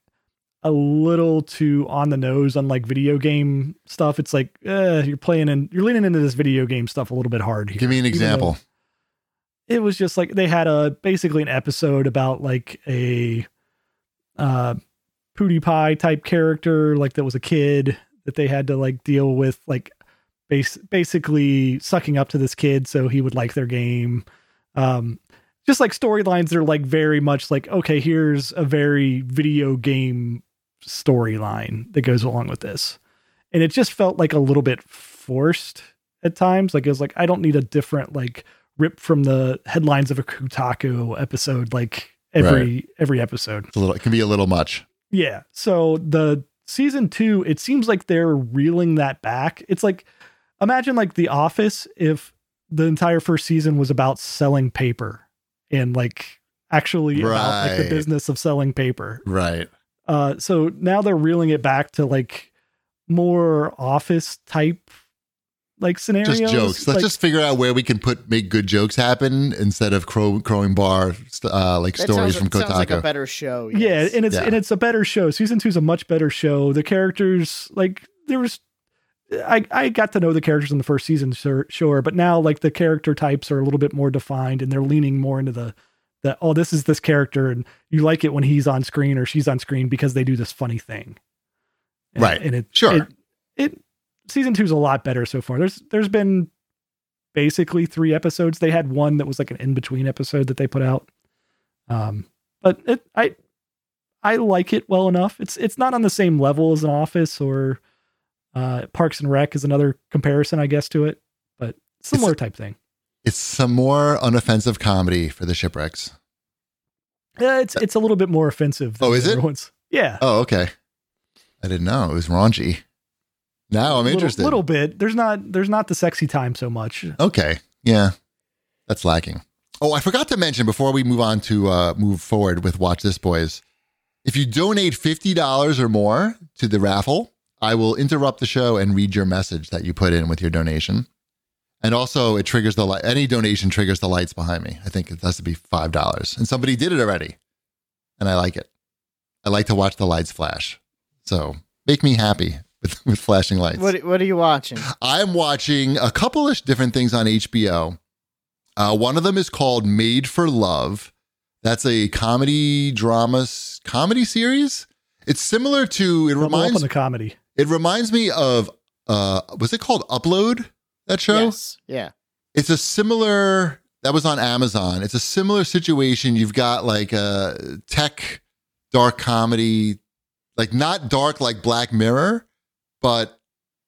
Speaker 4: a little too on the nose on like video game stuff it's like uh, you're playing and you're leaning into this video game stuff a little bit hard here
Speaker 3: Give me an
Speaker 4: even though
Speaker 3: example.
Speaker 4: it was just like they had a basically an episode about like a uh PewDiePie type character, like that was a kid that they had to like deal with, like base basically sucking up to this kid so he would like their game. Um, just like storylines that are like very much like okay, here's a very video game storyline that goes along with this, and it just felt like a little bit forced at times. Like it was like I don't need a different like rip from the headlines of a Kutaku episode like every every episode.
Speaker 3: It's a little, it can be a little much.
Speaker 4: Yeah. So the season two, it seems like they're reeling that back. It's like imagine like The Office if the entire first season was about selling paper and like actually about like
Speaker 3: Right.
Speaker 4: the business of selling paper.
Speaker 3: Right.
Speaker 4: Uh so now they're reeling it back to like more office type like scenarios.
Speaker 3: Just jokes. Let's
Speaker 4: Like,
Speaker 3: just figure out where we can put make good jokes happen instead of crow, crowing bar st- uh, like
Speaker 1: That
Speaker 3: stories
Speaker 1: sounds,
Speaker 3: from
Speaker 1: sounds like a
Speaker 3: Kotaku.
Speaker 1: better show.
Speaker 4: Yeah,
Speaker 1: yes.
Speaker 4: and it's
Speaker 3: Yeah.
Speaker 4: and it's a better show. Season two is a much better show. The characters, like there was, I I got to know the characters in the first season, sure, sure, but now like the character types are a little bit more defined, and they're leaning more into the that oh this is this character, and you like it when he's on screen or she's on screen because they do this funny thing, And-
Speaker 3: Right.
Speaker 4: And it
Speaker 3: Sure.
Speaker 4: it, it season two's a lot better so far. There's there's been basically three episodes. They had one that was like an in between episode that they put out. Um, but it, I I like it well enough. It's it's not on the same level as an Office or uh, Parks and Rec is another comparison, I guess, to it. But similar type thing.
Speaker 3: it's some more unoffensive comedy for the shipwrecks.
Speaker 4: Uh, it's it's a little bit more offensive. than
Speaker 3: Oh, is
Speaker 4: the
Speaker 3: it?
Speaker 4: other ones. Yeah,
Speaker 3: Oh, okay. I didn't know it was raunchy. Now I'm
Speaker 4: little,
Speaker 3: interested.
Speaker 4: Little bit. There's not there's not the sexy time so much.
Speaker 3: Okay. Yeah. That's lacking. Oh, I forgot to mention before we move on to uh, move forward with Watch This Boys. If you donate $50 or more to the raffle, I will interrupt the show and read your message that you put in with your donation. And also, it triggers the light. Any donation triggers the lights behind me. I think it has to be $5. And somebody did it already. And I like it. I like to watch the lights flash. So make me happy with, (laughs) with flashing lights.
Speaker 1: What What are you watching?
Speaker 3: I'm watching a couple of different things on HBO. Uh, one of them is called Made for Love. That's a comedy drama s- comedy series. It's similar to it
Speaker 4: Double up on
Speaker 3: reminds
Speaker 4: the comedy.
Speaker 3: it reminds me of uh was it called Upload that show?
Speaker 1: Yes. Yeah.
Speaker 3: it's a similar that was on Amazon. It's a similar situation. You've got like a tech dark comedy, like not dark like Black Mirror, but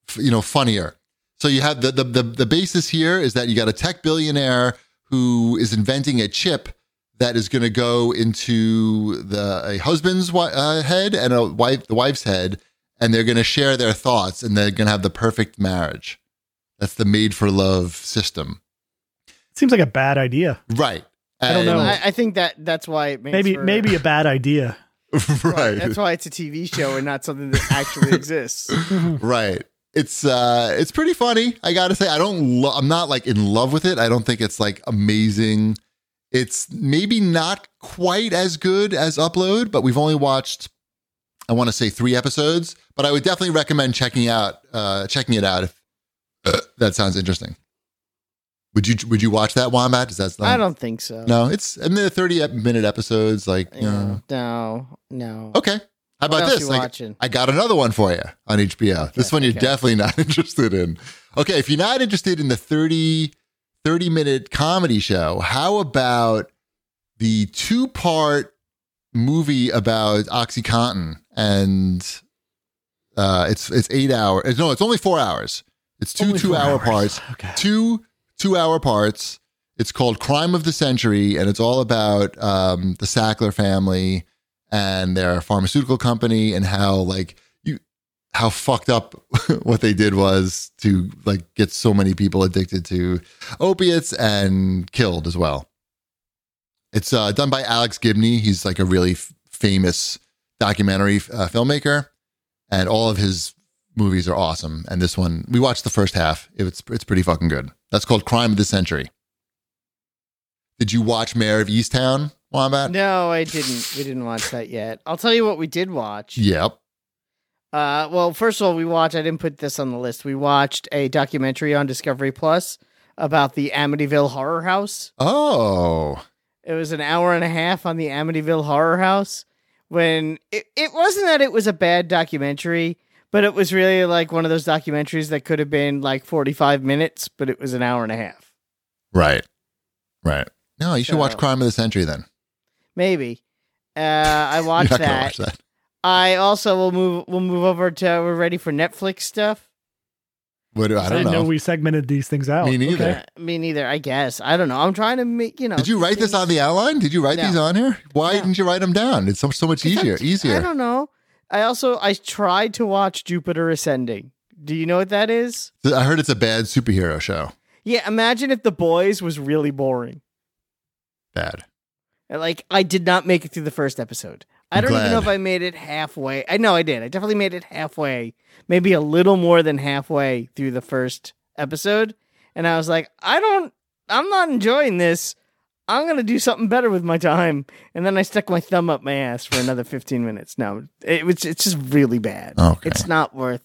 Speaker 3: f- you know funnier. So you have the the the, the basis here is that you got a tech billionaire who is inventing a chip that is going to go into the a husband's wi- uh, head and a wife the wife's head, and they're going to share their thoughts, and they're going to have the perfect marriage. That's the made for love system.
Speaker 4: Seems like a bad idea.
Speaker 3: Right.
Speaker 4: I don't know.
Speaker 1: I, I think that that's why it makes
Speaker 4: Maybe
Speaker 1: for-
Speaker 4: maybe a bad idea.
Speaker 1: Right,
Speaker 3: right.
Speaker 1: That's why it's a TV show and not something that
Speaker 3: (laughs)
Speaker 1: actually exists.
Speaker 3: Right. It's uh it's pretty funny. I got to say I don't lo- I'm not like in love with it. I don't think it's like amazing. It's maybe not quite as good as Upload, but we've only watched I want to say 3 episodes, but I would definitely recommend checking out uh checking it out if (clears throat) that sounds interesting. Would you would you watch that Wombat? Does that sound-
Speaker 1: I don't think so.
Speaker 3: No, it's and the 30 ep- minute episodes like, you know.
Speaker 1: Yeah, No. No.
Speaker 3: Okay. How
Speaker 1: What
Speaker 3: about
Speaker 1: else
Speaker 3: this?
Speaker 1: you
Speaker 3: I-
Speaker 1: watching?
Speaker 3: I got another one for you on HBO. this one you're
Speaker 1: okay.
Speaker 3: definitely not (laughs) interested in. Okay, if you're not interested in the 30, 30 minute comedy show, how about the two part movie about OxyContin and uh, it's it's eight hours. No, it's only four hours. It's (laughs) two
Speaker 4: Only
Speaker 3: two
Speaker 4: four
Speaker 3: hour
Speaker 4: hours.
Speaker 3: parts.
Speaker 4: Okay.
Speaker 3: Two two hour parts. It's called Crime of the Century, and it's all about um, the Sackler family and their pharmaceutical company and how like you how fucked up (laughs) what they did was to like get so many people addicted to opiates and killed as well. It's uh, done by Alex Gibney. He's like a really f- famous documentary uh, filmmaker, and all of his movies are awesome. And this one, we watched the first half. It's it's pretty fucking good. That's called Crime of the Century. Did you watch Mayor of Easttown, Wombat?
Speaker 1: No, I didn't. We didn't watch that yet. I'll tell you what we did watch.
Speaker 3: Yep.
Speaker 1: Uh, well, first of all, we watched. I didn't put this on the list. We watched a documentary on Discovery Plus about the Amityville Horror House.
Speaker 3: Oh,
Speaker 1: It was an hour and a half on the Amityville Horror House. When it, it wasn't that it was a bad documentary, but it was really like one of those documentaries that could have been like forty five minutes, but it was an hour and a half.
Speaker 3: right, right. No, you should watch
Speaker 1: So-
Speaker 3: Crime of the Century then. (laughs)
Speaker 1: Maybe. Uh, I watched
Speaker 3: You're not gonna
Speaker 1: that.
Speaker 3: watch that.
Speaker 1: I also will move. We'll move over to we're ready for Netflix stuff.
Speaker 3: What do, I don't
Speaker 4: didn't
Speaker 3: know.
Speaker 4: know. we segmented these things out.
Speaker 3: Me neither.
Speaker 4: Okay.
Speaker 3: Yeah.
Speaker 1: Uh, me neither. I guess I don't know. I'm trying to make you know.
Speaker 3: Did you write this
Speaker 1: things-
Speaker 3: on the outline? Did you write
Speaker 1: No.
Speaker 3: these on here? Why
Speaker 1: No.
Speaker 3: didn't you write them down? It's so, so much easier.
Speaker 1: I
Speaker 3: Easier.
Speaker 1: don't know. I also I tried to watch Jupiter Ascending. Do you know what that is?
Speaker 3: I, heard it's a bad superhero show.
Speaker 1: Yeah. Imagine if The Boys was really boring.
Speaker 3: Bad.
Speaker 1: Like I did not make it through the first episode. I
Speaker 3: I'm
Speaker 1: don't even know
Speaker 3: glad.
Speaker 1: if I made it halfway. I know I did. I definitely made it halfway, maybe a little more than halfway through the first episode, and I was like, I don't. I'm not enjoying this. I'm gonna do something better with my time. And then I stuck my thumb up my ass for another 15 minutes. No, it was. It's just really bad.
Speaker 3: Okay.
Speaker 1: It's not worth.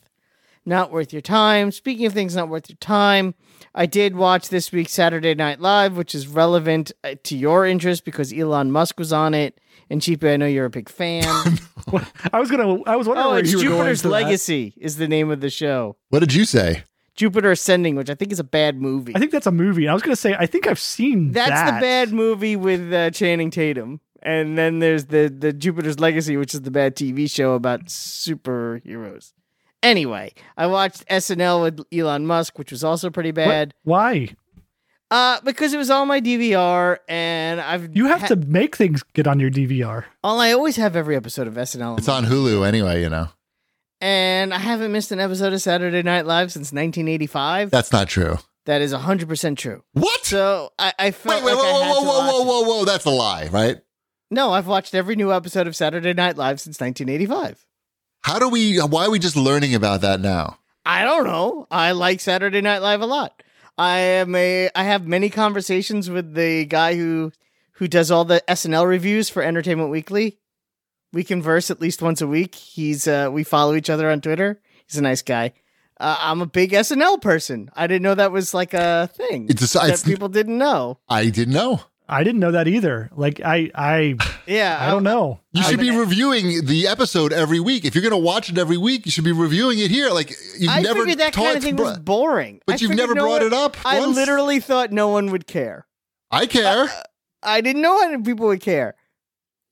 Speaker 1: Not worth your time. Speaking of things not worth your time, I did watch this week's Saturday Night Live, which is relevant uh, to your interest because Elon Musk was on it. And Cheapy, I know you're a big fan.
Speaker 4: What- (laughs) I was gonna. I was wondering
Speaker 1: oh,
Speaker 4: where
Speaker 1: it's
Speaker 4: you were going
Speaker 1: Jupiter's
Speaker 4: to that.
Speaker 1: Legacy is the name of the show.
Speaker 3: What did you say?
Speaker 1: Jupiter Ascending, which I think is a bad movie.
Speaker 4: I think that's a movie. I was gonna say. I think I've seen
Speaker 1: That's
Speaker 4: that.
Speaker 1: the bad movie with uh, Channing Tatum. And then there's the the Jupiter's Legacy, which is the bad TV show about superheroes. Anyway, I watched SNL with Elon Musk, which was also pretty
Speaker 4: What-
Speaker 1: bad.
Speaker 4: Why?
Speaker 1: Uh, because it was on my DVR, and I've
Speaker 4: You have
Speaker 1: ha-
Speaker 4: to make things get on your DVR.
Speaker 1: All I always have every episode of SNL,
Speaker 3: It's on Hulu anyway, you know.
Speaker 1: and I haven't missed an episode of Saturday Night Live since 1985.
Speaker 3: That's not true.
Speaker 1: that is 100 percent true.
Speaker 3: What?
Speaker 1: So I, I felt
Speaker 3: wait,
Speaker 1: like
Speaker 3: wait, whoa,
Speaker 1: I had
Speaker 3: whoa, whoa,
Speaker 1: to
Speaker 3: whoa,
Speaker 1: watch
Speaker 3: whoa,
Speaker 1: it.
Speaker 3: whoa, whoa. That's a lie, right?
Speaker 1: No, I've watched every new episode of Saturday Night Live since 1985.
Speaker 3: How do we, why are we just learning about that now?
Speaker 1: I don't know. I like Saturday Night Live a lot. I am a I have many conversations with the guy who who does all the SNL reviews for Entertainment Weekly. We converse at least once a week. He's uh we follow each other on Twitter. He's a nice guy. Uh, I'm a big SNL person. I didn't know that was like a thing
Speaker 3: It's, a,
Speaker 1: that
Speaker 3: it's
Speaker 1: people didn't know.
Speaker 3: I didn't know.
Speaker 4: I didn't know that either. Like I,
Speaker 1: (laughs)
Speaker 4: I,
Speaker 1: Yeah,
Speaker 4: I don't know.
Speaker 3: You
Speaker 1: I'm
Speaker 3: should be
Speaker 1: an-
Speaker 3: reviewing the episode every week. If you're going to watch it every week, you should be reviewing it here. Like you've
Speaker 1: I
Speaker 3: never
Speaker 1: figured that kind
Speaker 3: talked-
Speaker 1: of thing was
Speaker 3: bro-
Speaker 1: boring.
Speaker 3: But
Speaker 1: I
Speaker 3: you've
Speaker 1: figured
Speaker 3: never
Speaker 1: no
Speaker 3: brought
Speaker 1: one-
Speaker 3: it up.
Speaker 1: I
Speaker 3: once.
Speaker 1: literally thought no one would care.
Speaker 3: I care.
Speaker 1: I didn't know any people would care.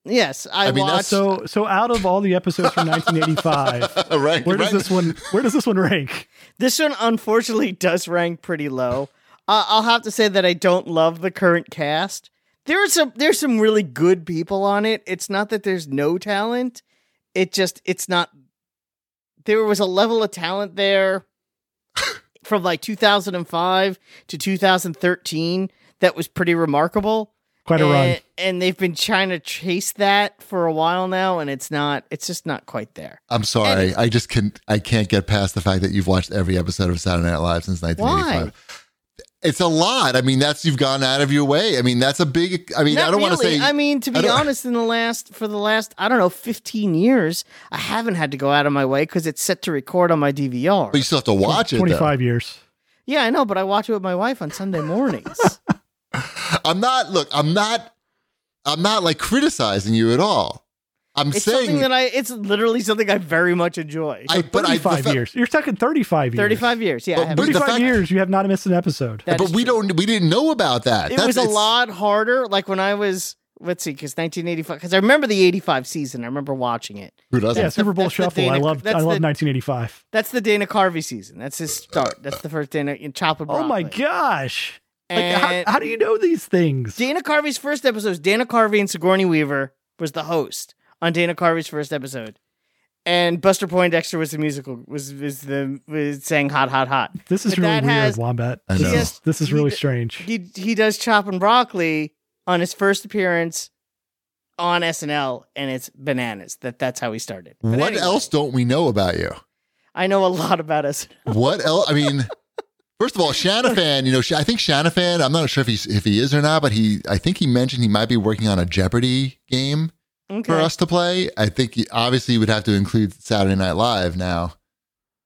Speaker 1: Yes, I,
Speaker 3: I mean,
Speaker 1: watched.
Speaker 3: that's-
Speaker 4: So, so out of all the episodes
Speaker 1: (laughs)
Speaker 4: from 1985,
Speaker 1: uh,
Speaker 3: (laughs) right.
Speaker 4: where
Speaker 3: right.
Speaker 4: does this one? Where does this one rank?
Speaker 1: This one unfortunately (laughs) does rank pretty low. Uh, I'll have to say that I don't love the current cast. There's some there's some really good people on it. It's not that there's no talent. It just it's not. There was a level of talent
Speaker 3: (laughs)
Speaker 1: there from like 2005 to 2013 that was pretty remarkable.
Speaker 4: Quite a run.
Speaker 1: and, and they've been trying to chase that for a while now, and it's not. It's just not quite there.
Speaker 3: I'm sorry. I just can I can't get past the fact that you've watched every episode of Saturday Night Live since 1985. It's a lot. I mean, that's you've gone out of your way. I mean, that's a big. I mean,
Speaker 1: Not
Speaker 3: I don't want to
Speaker 1: really.
Speaker 3: say.
Speaker 1: I mean, to
Speaker 3: I
Speaker 1: be
Speaker 3: don't-
Speaker 1: honest, in the last for the last I don't know 15 years, I haven't had to go out of my way because it's set to record on my DVR.
Speaker 3: but you still have to watch it. though.
Speaker 4: 25 years.
Speaker 1: yeah, I know, but I watch it with my wife on Sunday
Speaker 3: (laughs)
Speaker 1: mornings.
Speaker 3: I'm not. Look, I'm not. I'm not like criticizing you at all. I'm
Speaker 1: it's something
Speaker 3: saying.
Speaker 1: that I. It's literally something I very much enjoy.
Speaker 3: I, but I, the
Speaker 4: 35
Speaker 3: fa-
Speaker 4: years. You're talking 35 years.
Speaker 1: 35 years. Yeah, I
Speaker 3: But-
Speaker 1: haven't-
Speaker 3: but the
Speaker 4: 35
Speaker 3: fact-
Speaker 4: years. You have not missed an episode.
Speaker 1: that
Speaker 3: but
Speaker 1: is
Speaker 3: we
Speaker 1: true.
Speaker 3: don't. We didn't know about that.
Speaker 1: It was a
Speaker 3: it's-
Speaker 1: lot harder. Like when I was. Let's see, because 1985. Because I remember the 85 season. I remember watching it.
Speaker 3: Who doesn't?
Speaker 4: Yeah, Super Bowl
Speaker 1: that's the
Speaker 4: Shuffle. I
Speaker 1: Dana-
Speaker 4: loved. I
Speaker 1: that's
Speaker 4: loved
Speaker 1: the-
Speaker 4: 1985.
Speaker 1: That's the Dana Carvey season. That's his start. That's the first Dana in Chopped
Speaker 4: Oh my
Speaker 1: Broccoli.
Speaker 4: gosh! Like,
Speaker 1: And-
Speaker 4: how, how do you know these things?
Speaker 1: Dana Carvey's first episode is Dana Carvey and Sigourney Weaver was the host on Dana Carvey's first episode. And Buster Poindexter was the musical was was the was saying hot hot hot.
Speaker 4: This is
Speaker 1: But
Speaker 4: really
Speaker 1: that
Speaker 4: weird,
Speaker 1: has-
Speaker 4: Wombat.
Speaker 3: I
Speaker 4: This
Speaker 3: know.
Speaker 4: is, this is
Speaker 1: He
Speaker 4: really
Speaker 1: d-
Speaker 4: strange.
Speaker 1: He he does chop and broccoli on his first appearance on SNL and it's bananas that that's how he started. But
Speaker 3: What
Speaker 1: anyway,
Speaker 3: else don't we know about you?
Speaker 1: I know a lot about us.
Speaker 3: What else? I mean, first of all, Shanafan. You know, Sh- I think Shanafan. I'm not sure if he's if he is or not, but he. I think he mentioned he might be working on a Jeopardy game
Speaker 1: Okay.
Speaker 3: for us to play. I think he, obviously you would have to include Saturday Night Live now,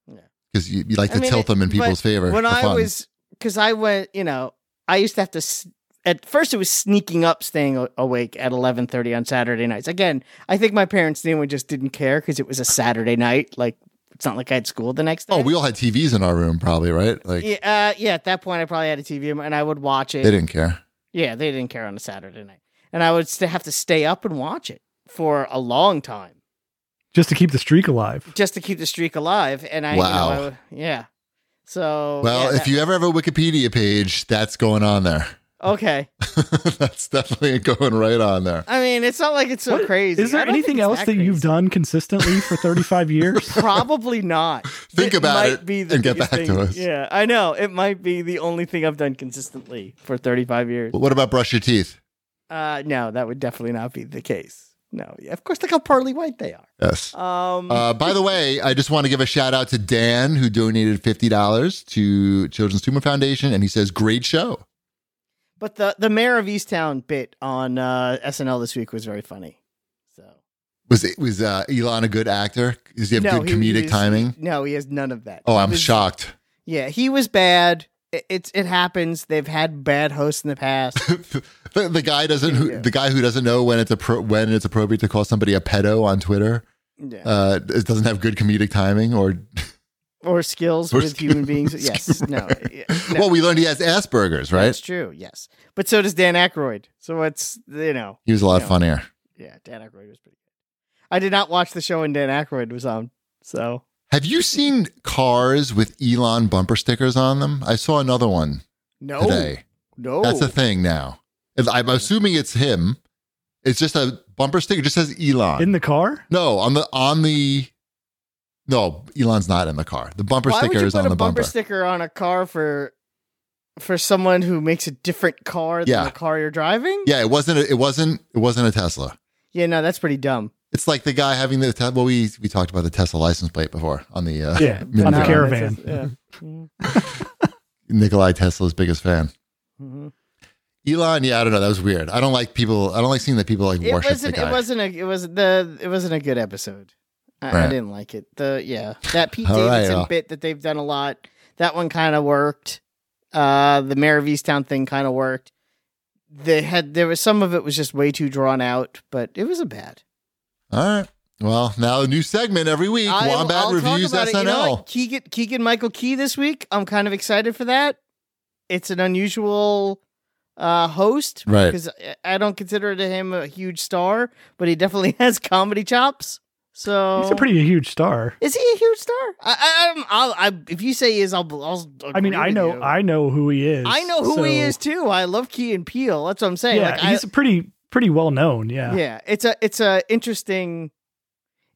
Speaker 1: Yeah.
Speaker 3: because you, you like
Speaker 1: I
Speaker 3: to
Speaker 1: mean,
Speaker 3: tilt them in
Speaker 1: but
Speaker 3: people's favor.
Speaker 1: when
Speaker 3: for
Speaker 1: I
Speaker 3: fun.
Speaker 1: was, because I went, you know, I used to have to. s- At first, it was sneaking up, staying a- awake at eleven thirty on Saturday nights. Again, I think my parents knew and just didn't care because it was a Saturday night. Like it's not like I had school the next day.
Speaker 3: oh, we all had TVs in our room, probably right? Like
Speaker 1: yeah, uh, yeah. At that point, I probably had a TV and I would watch it.
Speaker 3: they didn't care.
Speaker 1: Yeah, they didn't care on a Saturday night, and I would st- have to stay up and watch it for a long time
Speaker 4: just to keep the streak alive.
Speaker 1: just to keep the streak alive. And I, you know,
Speaker 3: Wow.
Speaker 1: I would- yeah. So
Speaker 3: Well,
Speaker 1: yeah,
Speaker 3: if
Speaker 1: that-
Speaker 3: you ever have a Wikipedia page, that's going on there. (laughs)
Speaker 1: okay,
Speaker 3: that's definitely going right on there.
Speaker 1: I mean, it's not like it's so
Speaker 4: What-
Speaker 1: crazy.
Speaker 4: Is
Speaker 1: I
Speaker 4: there
Speaker 1: don't think
Speaker 4: anything
Speaker 1: it's
Speaker 4: else that you've
Speaker 1: crazy.
Speaker 4: done consistently (laughs) for 35 years?
Speaker 1: Probably not.
Speaker 3: (laughs) Think
Speaker 1: That
Speaker 3: about
Speaker 1: might
Speaker 3: it
Speaker 1: be the
Speaker 3: and get
Speaker 1: biggest
Speaker 3: back to
Speaker 1: thing-
Speaker 3: us.
Speaker 1: Yeah, I know. It might be the only thing I've done consistently for 35 years.
Speaker 3: But what about brush your teeth?
Speaker 1: Uh, no, that would definitely not be the case. No, yeah, of course, look how pearly white they are.
Speaker 3: Yes.
Speaker 1: Um,
Speaker 3: Uh, by the way, I just want to give a shout out to Dan who donated fifty dollars to Children's Tumor Foundation, and he says, "Great show."
Speaker 1: (laughs) but the the mayor of Easttown bit on uh, SNL this week was very funny. So
Speaker 3: Was it was uh, Elon a good actor? Does he have
Speaker 1: No,
Speaker 3: good
Speaker 1: he-
Speaker 3: comedic
Speaker 1: he's-
Speaker 3: timing?
Speaker 1: no, he has none of that.
Speaker 3: Hmm? Oh,
Speaker 1: He
Speaker 3: I'm
Speaker 1: was-
Speaker 3: shocked. (laughs)
Speaker 1: Yeah, he was bad. It, it's it happens. They've had bad hosts in the past.
Speaker 3: (laughs) the, the guy doesn't. Who,
Speaker 1: Yeah.
Speaker 3: The guy who doesn't know when it's appro- when it's appropriate to call somebody a pedo on Twitter
Speaker 1: Yeah.
Speaker 3: uh, it doesn't have good comedic timing. Or (laughs)
Speaker 1: or skills
Speaker 3: or
Speaker 1: with human
Speaker 3: skill-
Speaker 1: beings. Yes,
Speaker 3: (laughs)
Speaker 1: no, yeah, no.
Speaker 3: well, we learned he has Asperger's, right?
Speaker 1: That's true. Yes, but so does Dan Aykroyd. So it's you know,
Speaker 3: He was a lot
Speaker 1: No.
Speaker 3: funnier.
Speaker 1: yeah, Dan Aykroyd was pretty good. I did not watch the show when Dan Aykroyd was on. So
Speaker 3: Have you seen cars with Elon bumper stickers on them? I saw another one
Speaker 1: no,
Speaker 3: today.
Speaker 1: no,
Speaker 3: That's a thing now. And I'm assuming it's him. It's just a bumper sticker. It just says Elon.
Speaker 4: In the car?
Speaker 3: no, on the on the no, Elon's not in the car. The bumper
Speaker 1: Why would
Speaker 3: sticker
Speaker 1: you
Speaker 3: is
Speaker 1: put
Speaker 3: on
Speaker 1: a
Speaker 3: the
Speaker 1: bumper
Speaker 3: bumper.
Speaker 1: sticker on a car for for someone who makes a different car than
Speaker 3: Yeah.
Speaker 1: the car you're driving?
Speaker 3: yeah, it wasn't. A, it wasn't. It wasn't a Tesla.
Speaker 1: yeah, no, that's pretty dumb.
Speaker 3: It's like the guy having the Tesla. Well, we we talked about the Tesla license plate before on the uh,
Speaker 4: Yeah.
Speaker 3: Mini van.
Speaker 4: on the
Speaker 1: that's
Speaker 4: caravan.
Speaker 1: just- yeah. Mhm.
Speaker 3: Nikolai Tesla's biggest fan.
Speaker 1: Mhm.
Speaker 3: Elon, yeah, I don't know. That was weird. I don't like people. I don't like seeing that people like
Speaker 1: It
Speaker 3: worship the
Speaker 1: wasn't.
Speaker 3: guy.
Speaker 1: It wasn't a. It was the. It wasn't a good episode. I, I
Speaker 3: Right.
Speaker 1: didn't like it. The yeah, that Pete
Speaker 3: (laughs) All right,
Speaker 1: Davidson
Speaker 3: well.
Speaker 1: bit that they've done a lot. That one kind of worked. Uh, the mayor of Easttown thing kind of worked. They had there was some of it was just way too drawn out, but it wasn't bad.
Speaker 3: All right. Well, now a new segment every week.
Speaker 1: I-
Speaker 3: Wombat
Speaker 1: I'll talk
Speaker 3: reviews
Speaker 1: about
Speaker 3: SNL.
Speaker 1: It. You know what? Keegan Keegan Michael Key this week. I'm kind of excited for that. It's an unusual uh, host,
Speaker 3: Right.
Speaker 1: Because I don't consider him a huge star, but he definitely (laughs) has comedy chops. So
Speaker 4: He's a pretty huge star.
Speaker 1: Is he a huge star? I, I, I'll, I, if you say he is, I'll. I'll
Speaker 4: I mean,
Speaker 1: agree
Speaker 4: I
Speaker 1: with
Speaker 4: know
Speaker 1: you.
Speaker 4: I know who he is.
Speaker 1: I know who he
Speaker 4: so-
Speaker 1: is too. I love Key and Peele. That's what I'm saying.
Speaker 4: Yeah,
Speaker 1: like, I,
Speaker 4: he's pretty pretty well known. Yeah.
Speaker 1: yeah, it's a, it's a interesting,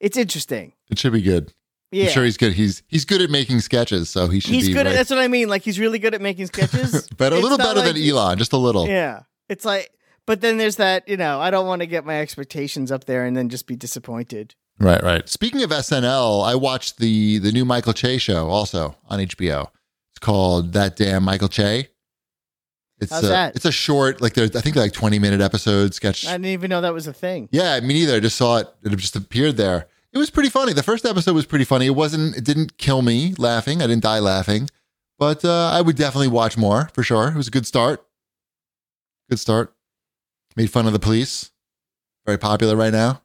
Speaker 1: it's interesting.
Speaker 3: It should be good.
Speaker 1: Yeah,
Speaker 3: I'm sure he's good. He's he's good at making sketches, so he should
Speaker 1: he's
Speaker 3: be
Speaker 1: good at.
Speaker 3: right-
Speaker 1: That's what I mean. Like he's really good at making sketches,
Speaker 3: (laughs) but a
Speaker 1: It's
Speaker 3: little
Speaker 1: not
Speaker 3: better
Speaker 1: like-
Speaker 3: than Elon, just a little.
Speaker 1: Yeah, it's like. But then there's that, you know, I don't want to get my expectations up there and then just be disappointed.
Speaker 3: Right, right. Speaking of SNL, I watched the the new Michael Che show also on HBO. It's called That Damn Michael Che. It's
Speaker 1: How's
Speaker 3: a,
Speaker 1: that?
Speaker 3: it's a short like there's I think like 20 minute episode sketch.
Speaker 1: I didn't even know that was a thing.
Speaker 3: Yeah, me neither. I just saw it. It just appeared there. It was pretty funny. The first episode was pretty funny. It wasn't. It didn't kill me laughing. I didn't die laughing. But uh, I would definitely watch more for sure. It was a good start. Good start. Made fun of the police. Very popular right now.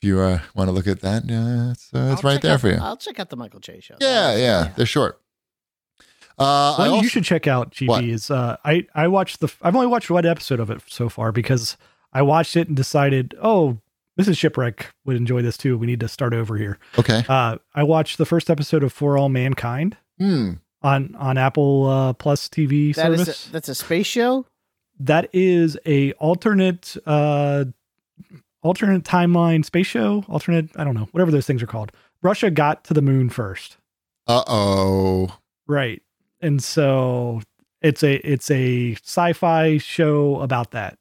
Speaker 3: If you uh, want to look at that, uh, it's, uh, it's
Speaker 1: I'll
Speaker 3: right
Speaker 1: check
Speaker 3: there
Speaker 1: out-
Speaker 3: for you.
Speaker 1: I'll check out the Michael Che show.
Speaker 3: yeah, yeah, They're short. Uh, I
Speaker 4: One
Speaker 3: also-
Speaker 4: you should check out, GB,
Speaker 3: What?
Speaker 4: is uh, I I watched the I've only watched one episode of it so far because I watched it and decided, oh, Mrs. Shipwreck would enjoy this too. We need to start over here.
Speaker 3: okay.
Speaker 4: Uh, I watched the first episode of For All Mankind
Speaker 3: Hmm.
Speaker 4: on on Apple uh, Plus TV
Speaker 1: That
Speaker 4: service.
Speaker 1: is a, that's a space show.
Speaker 4: that is a alternate uh alternate timeline space show alternate i don't know whatever those things are called russia got to the moon first
Speaker 3: Uh oh.
Speaker 4: right and so it's a it's a sci-fi show about that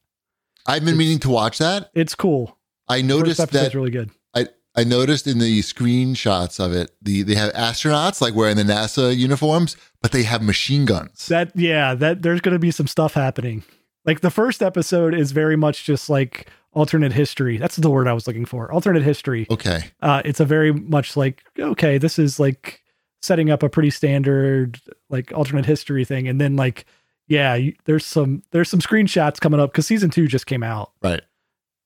Speaker 3: I've been meaning to watch that.
Speaker 4: it's cool
Speaker 3: I
Speaker 4: First
Speaker 3: noticed
Speaker 4: episode's
Speaker 3: that
Speaker 4: really good
Speaker 3: I I noticed in the screenshots of it, the they have astronauts like wearing the NASA uniforms, but they have machine guns.
Speaker 4: that yeah that there's gonna be some stuff happening like the first episode is very much just like alternate history that's the word i was looking for alternate history
Speaker 3: Okay,
Speaker 4: uh, it's a very much like okay this is like setting up a pretty standard like alternate history thing and then like yeah you, there's some there's some screenshots coming up because season two just came out
Speaker 3: right.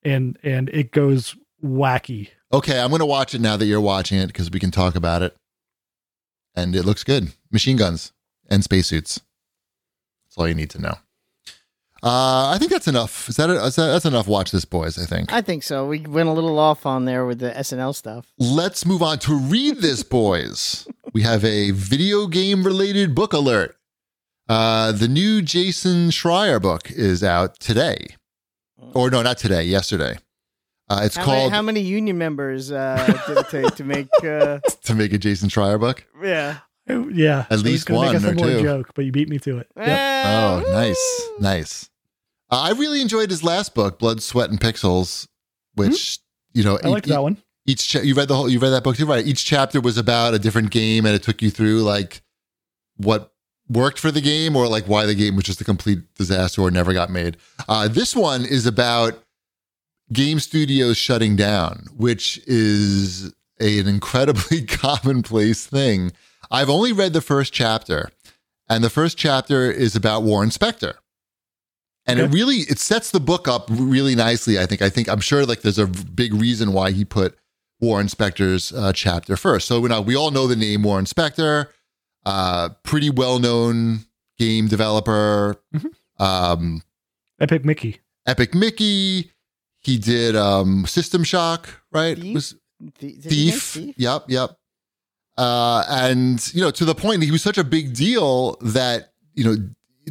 Speaker 4: and and it goes wacky
Speaker 3: Okay, I'm gonna watch it now that you're watching it because we can talk about it. And it looks good. Machine guns and spacesuits. That's all you need to know. Uh, I think that's enough. Is that, a, is that that's enough? Watch this, boys. I think.
Speaker 1: I think so. We went a little off on there with the SNL stuff.
Speaker 3: Let's move on to read this, boys. we have a video game related book alert. Uh, the new Jason Schreier book is out today, or no, not today. Yesterday. Uh, it's
Speaker 1: How, many,
Speaker 3: called
Speaker 1: how many union members uh, did it take to make?
Speaker 3: (laughs)
Speaker 1: Uh,
Speaker 3: to make a Jason Schreier book.
Speaker 1: yeah.
Speaker 4: Oh, Yeah.
Speaker 3: At
Speaker 4: I was
Speaker 3: least
Speaker 4: gonna
Speaker 3: one
Speaker 4: make a
Speaker 3: or
Speaker 4: similar
Speaker 3: two.
Speaker 4: joke, but you beat me to it. Yep.
Speaker 3: Oh,
Speaker 1: Eh,
Speaker 3: nice,
Speaker 1: woo.
Speaker 3: nice. Uh, I really enjoyed his last book, Blood, Sweat, and Pixels, which you know
Speaker 4: I liked
Speaker 3: e-
Speaker 4: that one.
Speaker 3: each cha- you read the whole you read that book too right each chapter was about a different game and it took you through like what worked for the game or like why the game was just a complete disaster or never got made uh, this one is about game studios shutting down which is a- an incredibly (laughs) commonplace thing i've only read the first chapter and the first chapter is about warren spector and it
Speaker 4: Okay.
Speaker 3: really it sets the book up really nicely i think i think i'm sure like there's a v- big reason why he put warren spector's uh, chapter first so we know we all know the name warren spector uh, pretty well-known game developer
Speaker 1: Mm-hmm.
Speaker 3: um,
Speaker 4: Epic Mickey.
Speaker 3: epic mickey he did um, system shock right
Speaker 1: Thief?
Speaker 3: Was-
Speaker 1: Th- did you make
Speaker 3: Thief. Yep, yep. Uh, and you know, to the point, he was such a big deal that you know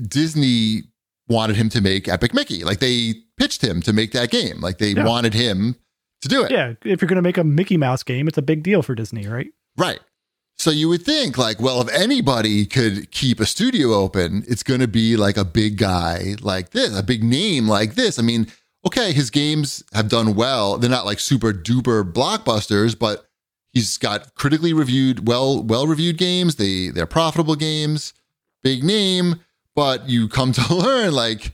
Speaker 3: Disney wanted him to make Epic Mickey. Like they pitched him to make that game. Like they
Speaker 4: Yeah.
Speaker 3: wanted him to do it.
Speaker 4: Yeah. If you're going to make a Mickey Mouse game, it's a big deal for Disney, right?
Speaker 3: Right. So you would think like, well, if anybody could keep a studio open, it's going to be like a big guy like this, a big name like this. I mean, okay, his games have done well. They're not like super duper blockbusters, but he's got critically reviewed, well well reviewed games. They they're profitable games, big name. But you come to (laughs) learn like,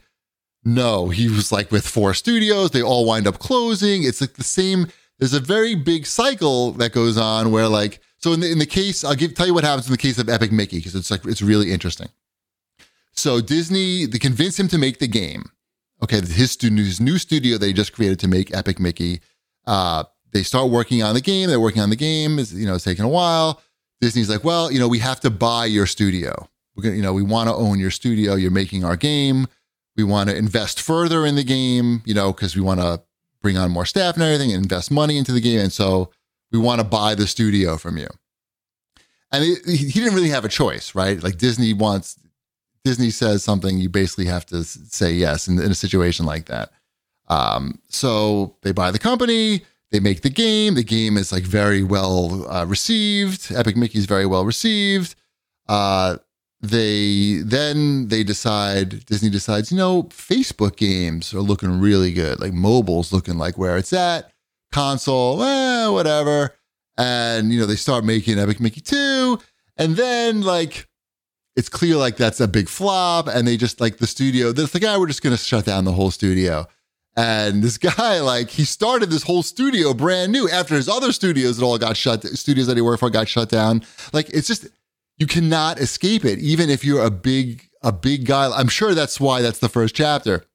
Speaker 3: no, he was like with four studios. They all wind up closing. It's like the same. There's a very big cycle that goes on where like so in the in the case I'll give tell you what happens in the case of Epic Mickey because it's like it's really interesting. So Disney they convince him to make the game. Okay, his, stu- his new studio they just created to make Epic Mickey. Uh, they start working on the game. They're working on the game. It's, you know, it's taking a while. Disney's like, well, you know, we have to buy your studio. We're gonna, you know, we want to own your studio. You're making our game. We want to invest further in the game. You know, because we want to bring on more staff and everything, and invest money into the game. And so we want to buy the studio from you. And it, he he didn't really have a choice, right? Like Disney wants, Disney says something, you basically have to s- say yes in, in a situation like that. Um, so they buy the company, they make the game. The game is like very well uh, received. Epic Mickey's very well received. Uh, they then they decide Disney decides, you know, Facebook games are looking really good. Like mobile's looking like where it's at. Console, eh, whatever. And you know, they start making Epic Mickey 2. And then like it's clear like that's a big flop. And they just like the studio, they're like, ah, we're just gonna shut down the whole studio. And this (laughs) guy, like, he started this whole studio brand new after his other studios that all got shut, studios that he worked for got shut down. Like, it's just you cannot escape it, even if you're a big a big guy. I'm sure that's why that's the first chapter.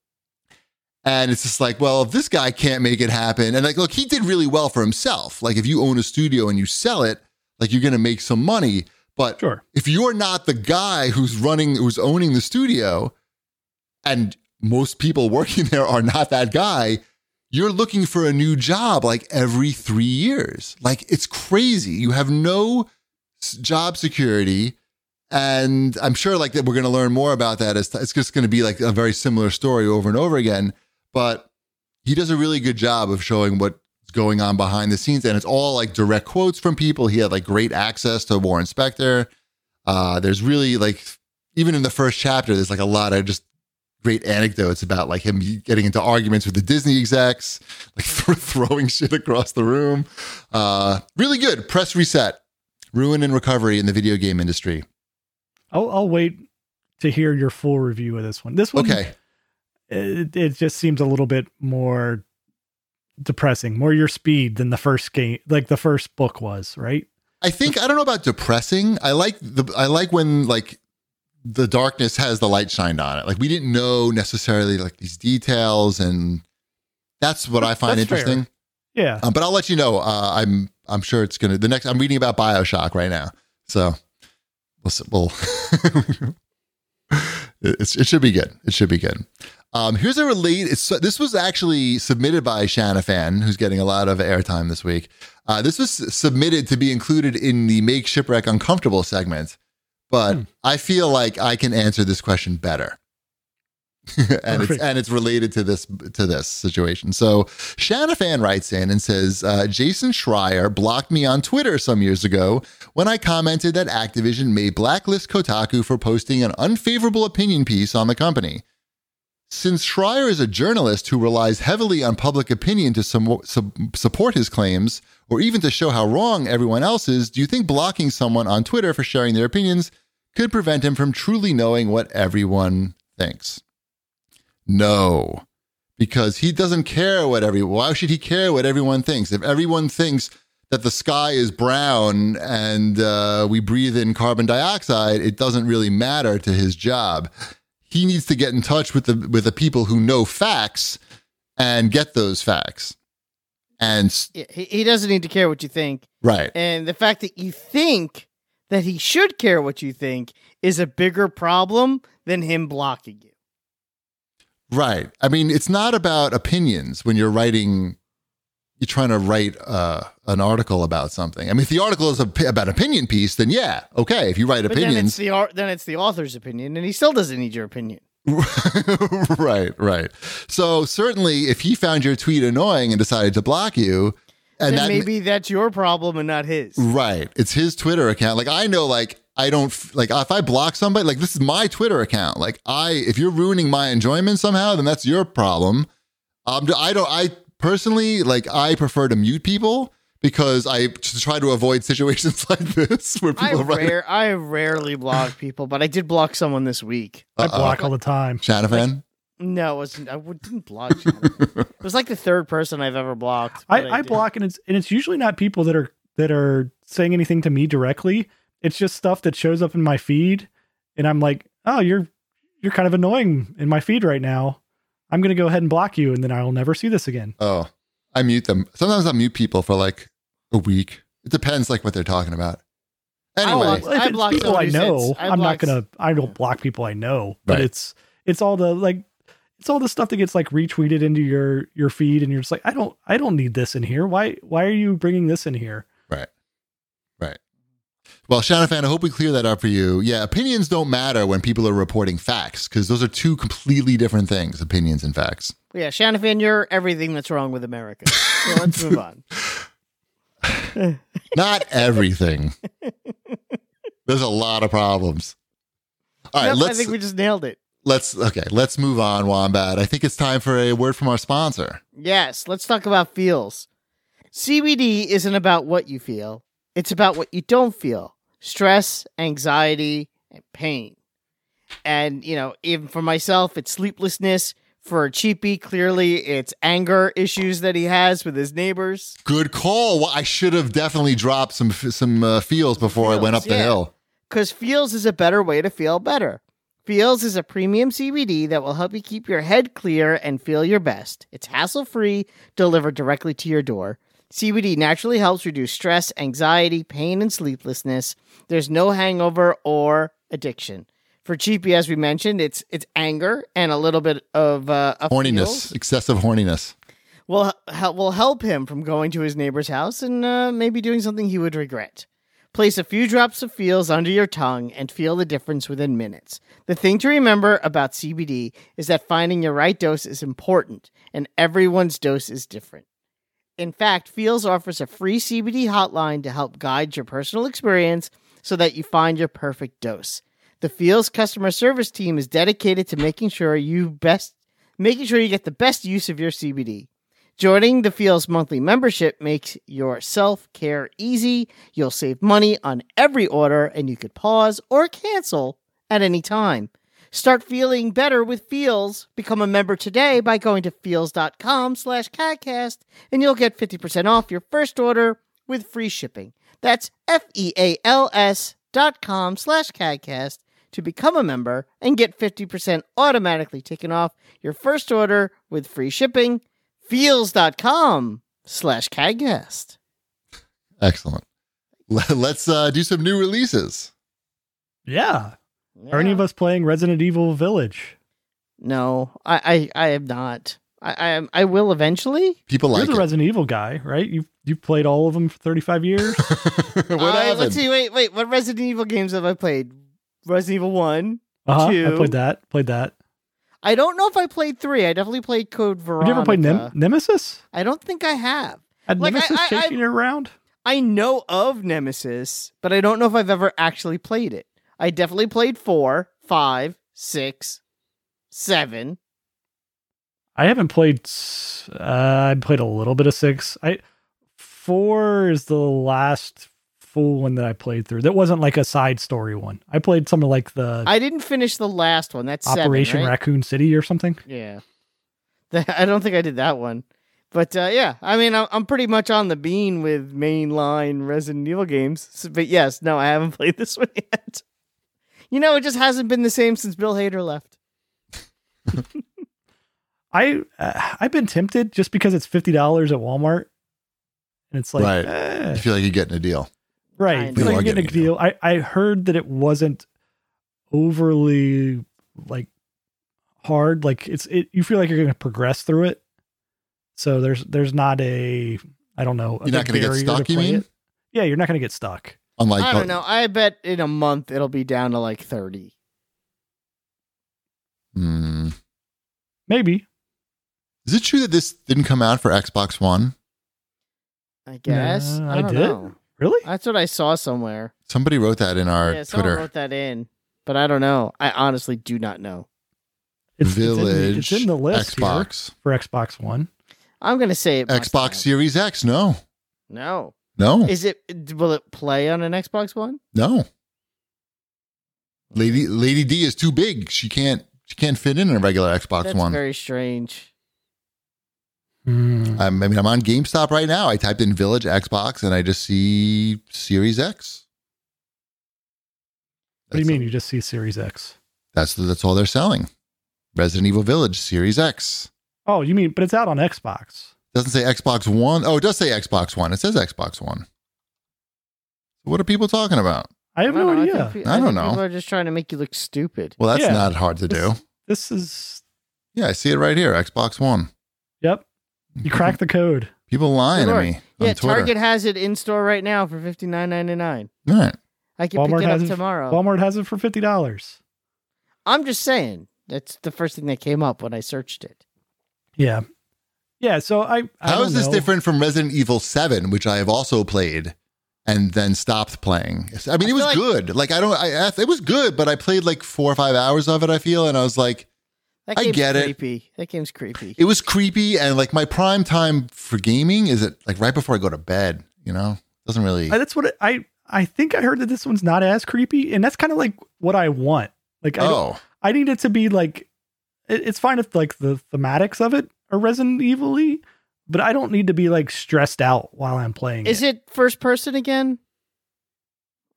Speaker 3: And it's just like, well, if this guy can't make it happen, and like, look, he did really well for himself. Like, if you own a studio and you sell it, like, you're gonna make some money. But
Speaker 4: Sure.
Speaker 3: if you're not the guy who's running, who's owning the studio, and most people (laughs) working there are not that guy, you're looking for a new job like every three years. Like it's crazy. You have no s- job security. And I'm sure like that we're going to learn more about that. As it's just going to be like a very similar story over and over again. But he does a really good job of showing what's going on behind the scenes. And it's all like direct quotes from people. He had like great access to Warren Spector. Uh, there's really like, even in the first chapter, there's like a lot of just great anecdotes about like him getting into arguments with the Disney execs, like (laughs) th- throwing shit across the room. Uh, really good. Press reset, ruin and recovery in the video game industry.
Speaker 4: I'll, I'll wait to hear your full review of this one. This one,
Speaker 3: Okay,
Speaker 4: it, it just seems a little bit more depressing, more your speed than the first game, like the first book was, right?
Speaker 3: I think I don't know about depressing. I like the I like when like the darkness has the light shined on it. Like we didn't know necessarily like these details, and that's what I find
Speaker 4: That's fair.
Speaker 3: interesting.
Speaker 4: Yeah.
Speaker 3: Um, but I'll let you know. Uh, I'm I'm sure it's gonna. The next I'm reading about Bioshock right now, so (laughs) we'll s- we'll. it's, it should be good. It should be good. Um, here's a relate. It's, so this was actually submitted by Shanafan, who's getting a lot of airtime this week. Uh, this was submitted to be included in the Make Shipwreck Uncomfortable segment, but I feel like I can answer this question better. (laughs) and it's
Speaker 4: Perfect.
Speaker 3: and it's related to this to this situation. So Shanafan writes in and says, uh, Jason Schreier blocked me on Twitter some years ago when I commented that Activision may blacklist Kotaku for posting an unfavorable opinion piece on the company. Since Schreier is a journalist who relies heavily on public opinion to some, su- support his claims, or even to show how wrong everyone else is, do you think blocking someone on Twitter for sharing their opinions could prevent him from truly knowing what everyone thinks? No, because he doesn't care what every. Why should he care what everyone thinks? If everyone thinks that the sky is brown and uh, we breathe in carbon dioxide, it doesn't really matter to his job. He needs to get in touch with the with the people who know facts and get those facts. And s-
Speaker 1: Yeah, He, he doesn't need to care what you think.
Speaker 3: right,
Speaker 1: And the fact that you think that he should care what you think is a bigger problem than him blocking you.
Speaker 3: Right. I mean, it's not about opinions when you're writing, you're trying to write uh, an article about something. I mean, if the article is op- about opinion piece, then yeah, okay. If you write
Speaker 1: But then it's
Speaker 3: opinions,
Speaker 1: the au- then it's the author's opinion, and he still doesn't need your opinion.
Speaker 3: (laughs) right, right. So certainly, if he found your tweet annoying and decided to block you, and
Speaker 1: Then
Speaker 3: that
Speaker 1: maybe that's your problem and not his.
Speaker 3: Right. It's his Twitter account. Like I know like I don't f- like if I block somebody, like this is my Twitter account. Like I if you're ruining my enjoyment somehow, then that's your problem. Um I don't I personally like I prefer to mute people because I to try to avoid (laughs) situations like this where
Speaker 1: I
Speaker 3: people write
Speaker 1: rare I rarely block people, but I did block someone this week.
Speaker 4: I
Speaker 3: Uh-oh.
Speaker 4: block all the time.
Speaker 3: Shanafan.
Speaker 1: No, it wasn't. I would- didn't block. Jonathan. it was like the third person I've ever blocked.
Speaker 4: I,
Speaker 1: but
Speaker 4: I
Speaker 1: did.
Speaker 4: block and it's and it's usually not people that are that are saying anything to me directly. It's just stuff that shows up in my feed and I'm like, "Oh, you're you're kind of annoying in my feed right now. I'm going to go ahead and block you and then I'll never see this again."
Speaker 3: Oh. I mute them. Sometimes I mute people for like a week. It depends like what they're talking about. Anyway,
Speaker 1: block-
Speaker 4: Well, if
Speaker 1: I
Speaker 4: it's
Speaker 1: block
Speaker 4: people I
Speaker 1: somebody who
Speaker 4: know,
Speaker 1: sits- I
Speaker 4: I'm
Speaker 1: block-
Speaker 4: not going to I don't block people I know, but
Speaker 3: Right.
Speaker 4: it's it's all the like it's all the stuff that gets like retweeted into your your feed and you're just like, "I don't I don't need this in here. Why why are you bringing this in here?"
Speaker 3: Right. Right. Well, Shanafan, I hope we clear that up for you. Yeah, opinions don't matter when people are reporting facts because those are two completely different things opinions and facts.
Speaker 1: Yeah, Shanafan, you're everything that's wrong with America. So let's
Speaker 3: (laughs)
Speaker 1: move on. (laughs)
Speaker 3: Not everything. There's a lot of problems. All right,
Speaker 1: Nope, I
Speaker 3: let's
Speaker 1: think we just nailed it.
Speaker 3: let's okay, let's move on, Wombat. I think it's time for a word from our sponsor.
Speaker 1: Yes, let's talk about feels. CBD isn't about what you feel, it's about what you don't feel stress, anxiety, and pain. And, you know, even for myself, it's sleeplessness. For Cheapy, clearly it's anger issues that he has with his neighbors.
Speaker 3: Good call. Well, I should have definitely dropped some some uh, feels before I went up
Speaker 1: Feels,
Speaker 3: the
Speaker 1: yeah.
Speaker 3: hill.
Speaker 1: because Feels is a better way to feel better. Feels is a premium CBD that will help you keep your head clear and feel your best. It's hassle free, delivered directly to your door. CBD naturally helps reduce stress, anxiety, pain, and sleeplessness. There's no hangover or addiction. For cheapy, as we mentioned, it's it's anger and a little bit of, uh, of
Speaker 3: Horniness,
Speaker 1: feels
Speaker 3: excessive horniness.
Speaker 1: will hel- will help him from going to his neighbor's house and uh, maybe doing something he would regret. Place a few drops of feels under your tongue and feel the difference within minutes. The thing to remember about CBD is that finding your right dose is important, and everyone's dose is different. In fact, Feels offers a free CBD hotline to help guide your personal experience so that you find your perfect dose. The Feels customer service team is dedicated to making sure you best making sure you get the best use of your CBD. Joining the Feels monthly membership makes your self care easy. You'll save money on every order and you could pause or cancel at any time. Start feeling better with Feels. Become a member today by going to feels.com slash catcast and you'll get 50% off your first order with free shipping. That's E F-E-A-L-S dot com slash catcast to become a member and get 50% automatically taken off your first order with free shipping feels.com slash cadcast.
Speaker 3: Excellent. Let's uh, do some new releases.
Speaker 4: Yeah. Are any of us playing Resident Evil Village?
Speaker 1: No, I, I, I am not. I, I, I will eventually.
Speaker 3: People like
Speaker 4: You're the
Speaker 3: it.
Speaker 4: Resident Evil guy, right? You've you've played all of them for
Speaker 3: (laughs)
Speaker 4: 35 years.
Speaker 3: what
Speaker 1: All right,
Speaker 3: happened?
Speaker 1: Uh, let's see. Wait, wait. What Resident Evil games have I played? Resident Evil One.
Speaker 4: Uh-huh. I
Speaker 1: Two.
Speaker 4: played that. Played that.
Speaker 1: I don't know if I played three. I definitely played Code
Speaker 4: Have
Speaker 1: Veronica.
Speaker 4: you ever played Nem- Nemesis?
Speaker 1: I don't think I have.
Speaker 4: Had
Speaker 1: Like, I-
Speaker 4: Nemesis
Speaker 1: I-
Speaker 4: chasing you around?
Speaker 1: I know of Nemesis, but I don't know if I've ever actually played it. I definitely played four, five, six, seven.
Speaker 4: I haven't played. s- Uh, I played a little bit of six. I four is the last full one that I played through. That wasn't like a side story one. I played something like the
Speaker 1: I didn't finish the last one. That's
Speaker 4: Operation
Speaker 1: seven, right?
Speaker 4: Raccoon City or something.
Speaker 1: Yeah. (laughs) I don't think I did that one. But uh, yeah, I mean, I'm I'm pretty much on the bean with mainline Resident Evil games. S- But yes, no, I haven't (laughs) played this one yet. You know, it just hasn't been the same since Bill Hader left.
Speaker 4: I uh, I've been tempted just because it's fifty dollars at Walmart, and it's like
Speaker 3: Right.
Speaker 4: eh,
Speaker 3: You feel like you're getting a deal.
Speaker 1: Kind
Speaker 4: right.
Speaker 1: of.
Speaker 4: It's like
Speaker 1: We
Speaker 3: are
Speaker 4: you're getting a
Speaker 3: getting a
Speaker 4: deal. I I heard that it wasn't overly like hard. Like it's it. You feel like you're going to progress through it. So there's there's not a I don't know. a
Speaker 3: You're not going to
Speaker 4: big
Speaker 3: get
Speaker 4: barrier
Speaker 3: stuck, you
Speaker 4: play
Speaker 3: mean?
Speaker 4: it. Yeah, you're not going to get stuck.
Speaker 3: Unlike
Speaker 1: I don't know. I bet in a month it'll be down to like 30.
Speaker 3: Hmm.
Speaker 4: Maybe
Speaker 3: Is it true that this didn't come out for Xbox One?
Speaker 1: I guess.
Speaker 4: No,
Speaker 1: I
Speaker 4: I
Speaker 1: don't
Speaker 4: did?
Speaker 1: know.
Speaker 4: really.
Speaker 1: That's what I saw somewhere.
Speaker 3: Somebody wrote that in our
Speaker 1: yeah, someone
Speaker 3: Twitter.
Speaker 1: wrote that in, but I don't know. I honestly do not know.
Speaker 4: It's, it's in the-
Speaker 3: Village.
Speaker 4: It's in, the list here
Speaker 3: Xbox.
Speaker 4: for Xbox One.
Speaker 1: I'm gonna say it. must
Speaker 3: Xbox
Speaker 1: have.
Speaker 3: Series X. No.
Speaker 1: No.
Speaker 3: No.
Speaker 1: Is it? Will it play on an Xbox One?
Speaker 3: no. Lady Lady D is too big. She can't she can't fit in a regular Xbox
Speaker 1: That's
Speaker 3: One.
Speaker 1: very strange.
Speaker 4: Hmm.
Speaker 3: I'm, I mean, I'm on GameStop right now. I typed in Village Xbox and I just see Series X.
Speaker 4: What do you
Speaker 3: That's-
Speaker 4: mean? You just see Series X?
Speaker 3: That's that's all they're selling. Resident Evil Village Series X
Speaker 4: Oh, you mean? But it's out on Xbox.
Speaker 3: doesn't say Xbox One. Oh, it does say Xbox One. It says Xbox One. What are people talking about?
Speaker 4: I have no
Speaker 1: don't know.
Speaker 4: idea.
Speaker 1: think pe-
Speaker 3: I don't
Speaker 1: think
Speaker 3: know.
Speaker 1: People are just trying to make you look stupid.
Speaker 3: Well, that's
Speaker 4: Yeah.
Speaker 3: not hard to do.
Speaker 4: It's- This is
Speaker 3: Yeah, I see it right here. Xbox One.
Speaker 4: yep. You cracked the code.
Speaker 3: People lying
Speaker 1: Good
Speaker 3: to
Speaker 1: lord.
Speaker 3: me on
Speaker 1: yeah,
Speaker 3: Twitter.
Speaker 1: Target has it in store right now for fifty nine ninety nine.
Speaker 3: All right.
Speaker 1: I can
Speaker 4: Walmart
Speaker 1: pick it up
Speaker 4: has it-
Speaker 1: tomorrow.
Speaker 4: Walmart has it for fifty dollars.
Speaker 1: I'm just saying. That's the first thing that came up when I searched it.
Speaker 4: Yeah, yeah. So I, I
Speaker 3: How
Speaker 4: don't
Speaker 3: is this
Speaker 4: know.
Speaker 3: different from Resident Evil 7, which I have also played and then stopped playing? I mean,
Speaker 1: I
Speaker 3: it was
Speaker 1: feel like-
Speaker 3: good. Like, I don't, I, I- it was good, but I played like four or five hours of it, I feel. And I was like,
Speaker 1: That
Speaker 3: I
Speaker 1: game's
Speaker 3: get it.
Speaker 1: creepy. That game's creepy.
Speaker 3: it was creepy. And like, my prime time for gaming is it like right before I go to bed, you know? Doesn't really.
Speaker 4: I, that's what it, I I think I heard that this one's not as creepy, and that's kind of like what I want. Like I, don't
Speaker 3: oh,
Speaker 4: I need it to be like it, it's fine if like the thematics of it are Resident Evil-y, but I don't need to be like stressed out while I'm playing.
Speaker 1: Is it first person again?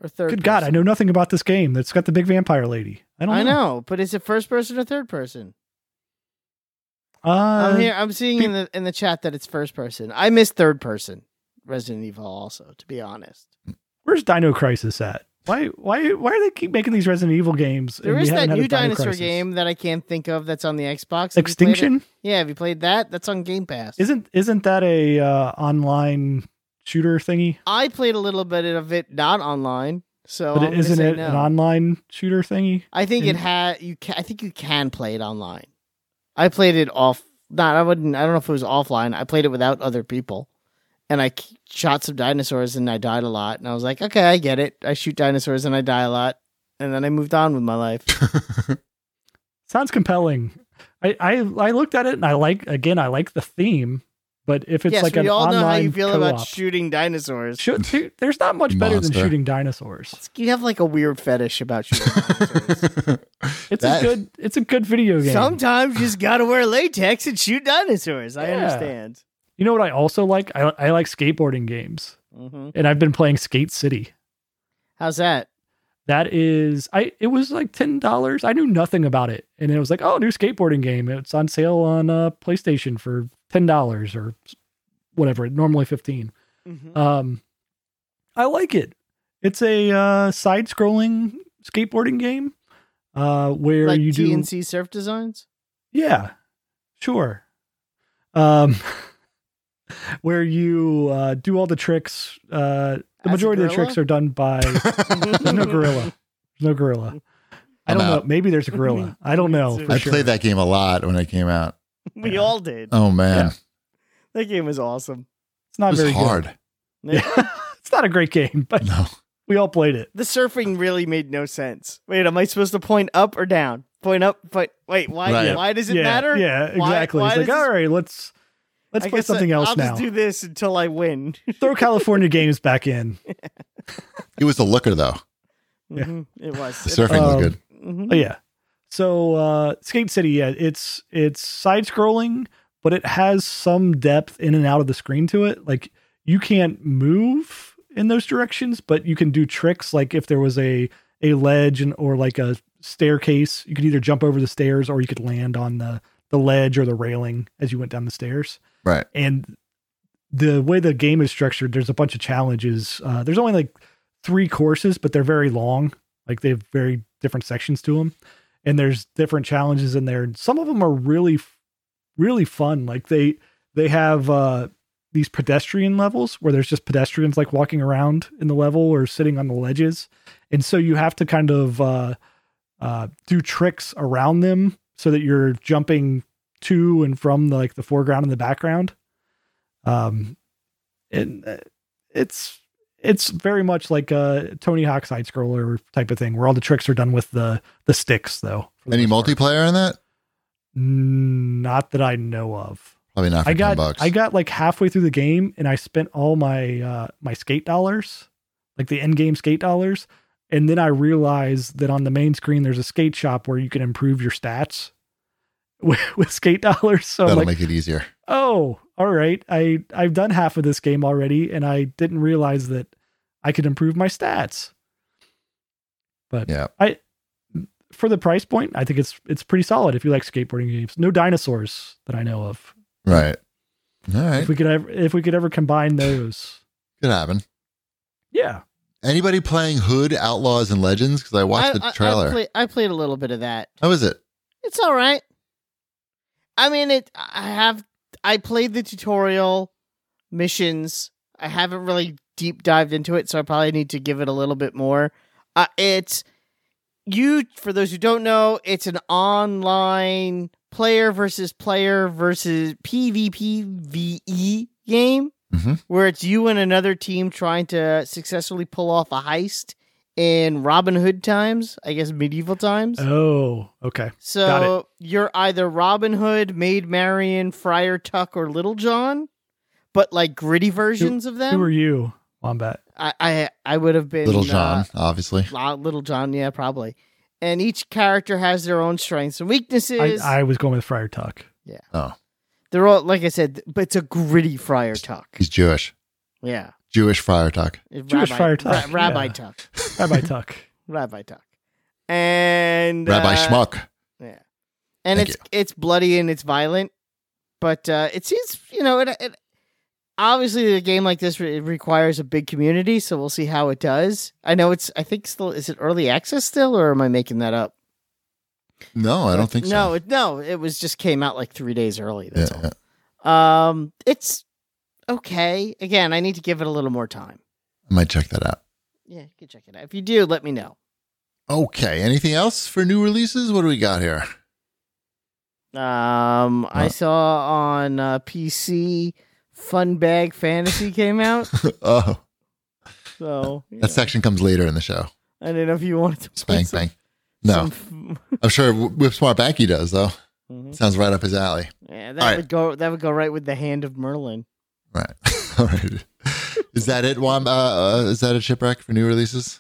Speaker 1: Or third?
Speaker 4: Good God, I
Speaker 1: person?
Speaker 4: know nothing about this game. That's got the big vampire lady. I don't.
Speaker 1: I
Speaker 4: know.
Speaker 1: know, but is it first person or third person?
Speaker 4: Uh,
Speaker 1: I'm here. I'm seeing
Speaker 4: pe-
Speaker 1: in the in the chat that it's first person. I miss third person Resident Evil also, to be honest.
Speaker 4: Where's Dino Crisis at? Why why why are they keep making these Resident Evil games? and
Speaker 1: There
Speaker 4: we
Speaker 1: is that
Speaker 4: haven't had a
Speaker 1: new
Speaker 4: Dino
Speaker 1: dinosaur
Speaker 4: Crisis?
Speaker 1: game that I can't think of that's on the Xbox. Have you played it?
Speaker 4: Extinction
Speaker 1: Yeah, have you played that? That's on Game Pass.
Speaker 4: isn't isn't that a uh, online shooter thingy?
Speaker 1: I played a little bit of it not online, so
Speaker 4: but
Speaker 1: I'm gonna
Speaker 4: isn't
Speaker 1: say
Speaker 4: it
Speaker 1: no.
Speaker 4: an online shooter thingy?
Speaker 1: I think it
Speaker 4: in-
Speaker 1: had you. Can, I think you can play it online. I played it off. Not I wouldn't. I don't know if it was offline. I played it without other people, and I k- shot some dinosaurs and I died a lot. And I was like, okay, I get it. I shoot dinosaurs and I die a lot, and then I moved on with my life.
Speaker 4: Sounds compelling. I, I I looked at it and I like again I like the theme, but if (laughs) it's
Speaker 1: yes,
Speaker 4: like
Speaker 1: we
Speaker 4: an
Speaker 1: all
Speaker 4: online
Speaker 1: know how you feel about
Speaker 4: co-op-
Speaker 1: shooting dinosaurs.
Speaker 4: Shoot- dude, there's not much better
Speaker 3: Monster.
Speaker 4: than shooting dinosaurs.
Speaker 1: you have like a weird fetish about shooting
Speaker 4: (laughs)
Speaker 1: dinosaurs.
Speaker 3: (laughs)
Speaker 4: It's
Speaker 3: That-
Speaker 4: a good it's a good video game.
Speaker 1: Sometimes you just gotta wear latex and shoot dinosaurs. I
Speaker 4: Yeah.
Speaker 1: understand.
Speaker 4: you know what I also like? I I like skateboarding games,
Speaker 1: hmm
Speaker 4: and I've been playing Skate City.
Speaker 1: How's that?
Speaker 4: that is i it was like $10 i knew nothing about it and it was like oh new skateboarding game it's on sale on uh playstation for $10 or whatever normally 15
Speaker 1: Mm-hmm.
Speaker 4: um i like it it's a uh side scrolling skateboarding game uh where
Speaker 1: Like
Speaker 4: you do
Speaker 1: TNC Surf Designs.
Speaker 4: Yeah, sure. Um, (laughs) where you uh, do all the tricks. Uh,
Speaker 1: As a
Speaker 4: the majority of the
Speaker 1: gorilla?
Speaker 4: tricks are done by.
Speaker 1: (laughs)
Speaker 4: There's (laughs) no gorilla. There's no gorilla. I
Speaker 3: I'm
Speaker 4: don't know.
Speaker 3: out.
Speaker 4: Maybe there's a gorilla. I don't know.
Speaker 1: too.
Speaker 4: For
Speaker 3: I
Speaker 4: sure.
Speaker 3: played that game a lot when it came out.
Speaker 1: we
Speaker 4: Yeah.
Speaker 1: all did.
Speaker 3: Oh man,
Speaker 4: Yeah.
Speaker 1: That game was awesome.
Speaker 4: It's not
Speaker 3: it
Speaker 4: very
Speaker 3: was
Speaker 4: good.
Speaker 3: hard.
Speaker 4: (laughs) Yeah. it's not a great game, but
Speaker 3: No,
Speaker 4: we all played it.
Speaker 1: (laughs) The surfing really made no sense. Wait, am I supposed to point up or down? Point up, but wait, why?
Speaker 3: Right.
Speaker 1: Why does it
Speaker 4: yeah,
Speaker 1: matter?
Speaker 4: Yeah,
Speaker 1: Why-
Speaker 4: exactly.
Speaker 1: why
Speaker 4: it's like,
Speaker 1: does this-
Speaker 4: all right, let's let's
Speaker 1: I
Speaker 4: play
Speaker 1: guess I-
Speaker 4: something else
Speaker 1: I'll
Speaker 4: now.
Speaker 1: just do this until I win. (laughs)
Speaker 4: Throw California games back in.
Speaker 3: it was the looker though.
Speaker 4: Yeah.
Speaker 1: Mhm, It
Speaker 3: The
Speaker 1: was.
Speaker 3: surfing
Speaker 4: Um,
Speaker 3: was good.
Speaker 1: Mhm.
Speaker 4: Oh yeah. So uh Skate City, yeah, it's it's side scrolling, but it has some depth in and out of the screen to it. Like you can't move in those directions, but you can do tricks like if there was a a ledge and or like a staircase, you could either jump over the stairs or you could land on the the ledge or the railing as you went down the stairs.
Speaker 3: Right.
Speaker 4: And the way the game is structured, there's a bunch of challenges. Uh, there's only like three courses, but they're very long. Like they have very different sections to them, and there's different challenges in there. And some of them are really, really fun. Like they they have uh, these pedestrian levels where there's just pedestrians like walking around in the level or sitting on the ledges, and so you have to kind of uh, uh, do tricks around them so that you're jumping to and from the, like the foreground and the background. Um, and uh, it's it's very much like a Tony Hawk side scroller type of thing, where all the tricks are done with the the sticks, though. for the
Speaker 3: Any
Speaker 4: most part.
Speaker 3: multiplayer in that?
Speaker 4: Mm, Not that I know of.
Speaker 3: Probably not for
Speaker 4: I got
Speaker 3: ten bucks.
Speaker 4: I got like halfway through the game, and I spent all my uh, my skate dollars, like the end game skate dollars, and then I realized that on the main screen there's a skate shop where you can improve your stats (laughs) with, with skate dollars. So I'm
Speaker 3: That'll
Speaker 4: like,
Speaker 3: make it
Speaker 4: (laughs)
Speaker 3: easier.
Speaker 4: oh all right i i've done half of this game already and i didn't realize that i could improve my stats but
Speaker 3: Yeah.
Speaker 4: i for the price point i think it's it's pretty solid if you like skateboarding games no dinosaurs that i know of
Speaker 3: Right. All right.
Speaker 4: if we could ever if we could ever combine those
Speaker 3: Could happen.
Speaker 4: yeah
Speaker 3: Anybody playing Hood, Outlaws, and Legends? Because I watched
Speaker 1: I- I-
Speaker 3: the trailer.
Speaker 1: I, play- I played a little bit of that.
Speaker 3: How is it?
Speaker 1: It's all right. I mean, it. I have. I played the tutorial missions. I haven't really deep dived into it, so I probably need to give it a little bit more. Uh, it's you. For those who don't know, it's an online player versus player versus PvPVE E game
Speaker 3: Mhm.
Speaker 1: where it's you and another team trying to successfully pull off a heist in Robin Hood times, I guess medieval times.
Speaker 4: oh okay Got
Speaker 1: So you're either Robin Hood, Maid Marian, Friar Tuck, or Little John, but like gritty versions of them.
Speaker 4: who are you wombat
Speaker 1: I, I I would have been
Speaker 3: Little
Speaker 1: uh,
Speaker 3: John, obviously.
Speaker 1: La- Little John, yeah, probably. And each character has their own strengths and weaknesses.
Speaker 4: I, I was going with friar tuck
Speaker 1: They're all like I said, but it's a gritty Friar Tuck.
Speaker 3: He's Jewish.
Speaker 1: Yeah,
Speaker 3: Jewish Friar Tuck.
Speaker 4: Jewish Friar Tuck,
Speaker 1: Ra- Rabbi
Speaker 4: yeah.
Speaker 1: Tuck, (laughs)
Speaker 4: rabbi tuck
Speaker 1: Rabbi Tuck, and
Speaker 3: Rabbi
Speaker 1: uh,
Speaker 3: Schmuck.
Speaker 1: Yeah, and
Speaker 3: Thank
Speaker 1: it's it's bloody and it's violent, but uh, it seems you know it, it. Obviously, a game like this re- it requires a big community, so we'll see how it does. I know it's. I think still is it early access still, or am I making that up?
Speaker 3: No, I don't think so.
Speaker 1: No, it, no, it was just came out like three days early.
Speaker 3: Yeah,
Speaker 1: That's all. Um, it's okay. Again, I need to give it a little more time.
Speaker 3: I might check that out.
Speaker 1: Yeah, you can check it out. If you do, let me know.
Speaker 3: Okay. Anything else for new releases? What do we got here? (laughs)
Speaker 1: Um, I
Speaker 3: Uh.
Speaker 1: saw on uh, PC, Fun Bag Fantasy came out.
Speaker 3: oh,
Speaker 1: So you
Speaker 3: that
Speaker 1: know.
Speaker 3: section comes later in the show.
Speaker 1: I don't know if you wanted to play
Speaker 3: Spank
Speaker 1: some-
Speaker 3: Bank. No,
Speaker 1: some-
Speaker 3: I'm sure Whip Smart Banky does, though.
Speaker 1: Mhm.
Speaker 3: Sounds right up his alley.
Speaker 1: yeah, that
Speaker 3: All right.
Speaker 1: would go. That would go right with the hand of Merlin.
Speaker 3: Right. (laughs) All right. Is that it, Wom? Uh, uh, is that a shipwreck for new releases?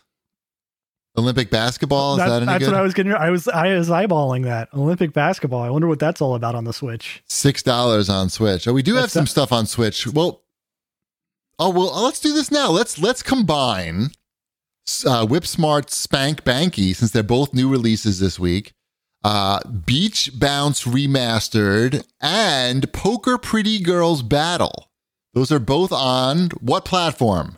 Speaker 3: Olympic basketball? Is
Speaker 4: That-
Speaker 3: that, any
Speaker 4: that's
Speaker 3: good?
Speaker 4: what i was getting i was i was eyeballing that olympic basketball i wonder what that's all about on the switch
Speaker 3: Six dollars on Switch. Oh, we do have
Speaker 4: That's
Speaker 3: some
Speaker 4: not-
Speaker 3: stuff on Switch. Well, oh well, let's do this now. Let's let's combine uh, Whip Smart Spank Banky since they're both new releases this week. Uh, Beach Bounce Remastered and Poker Pretty Girls Battle. Those are both on what platform?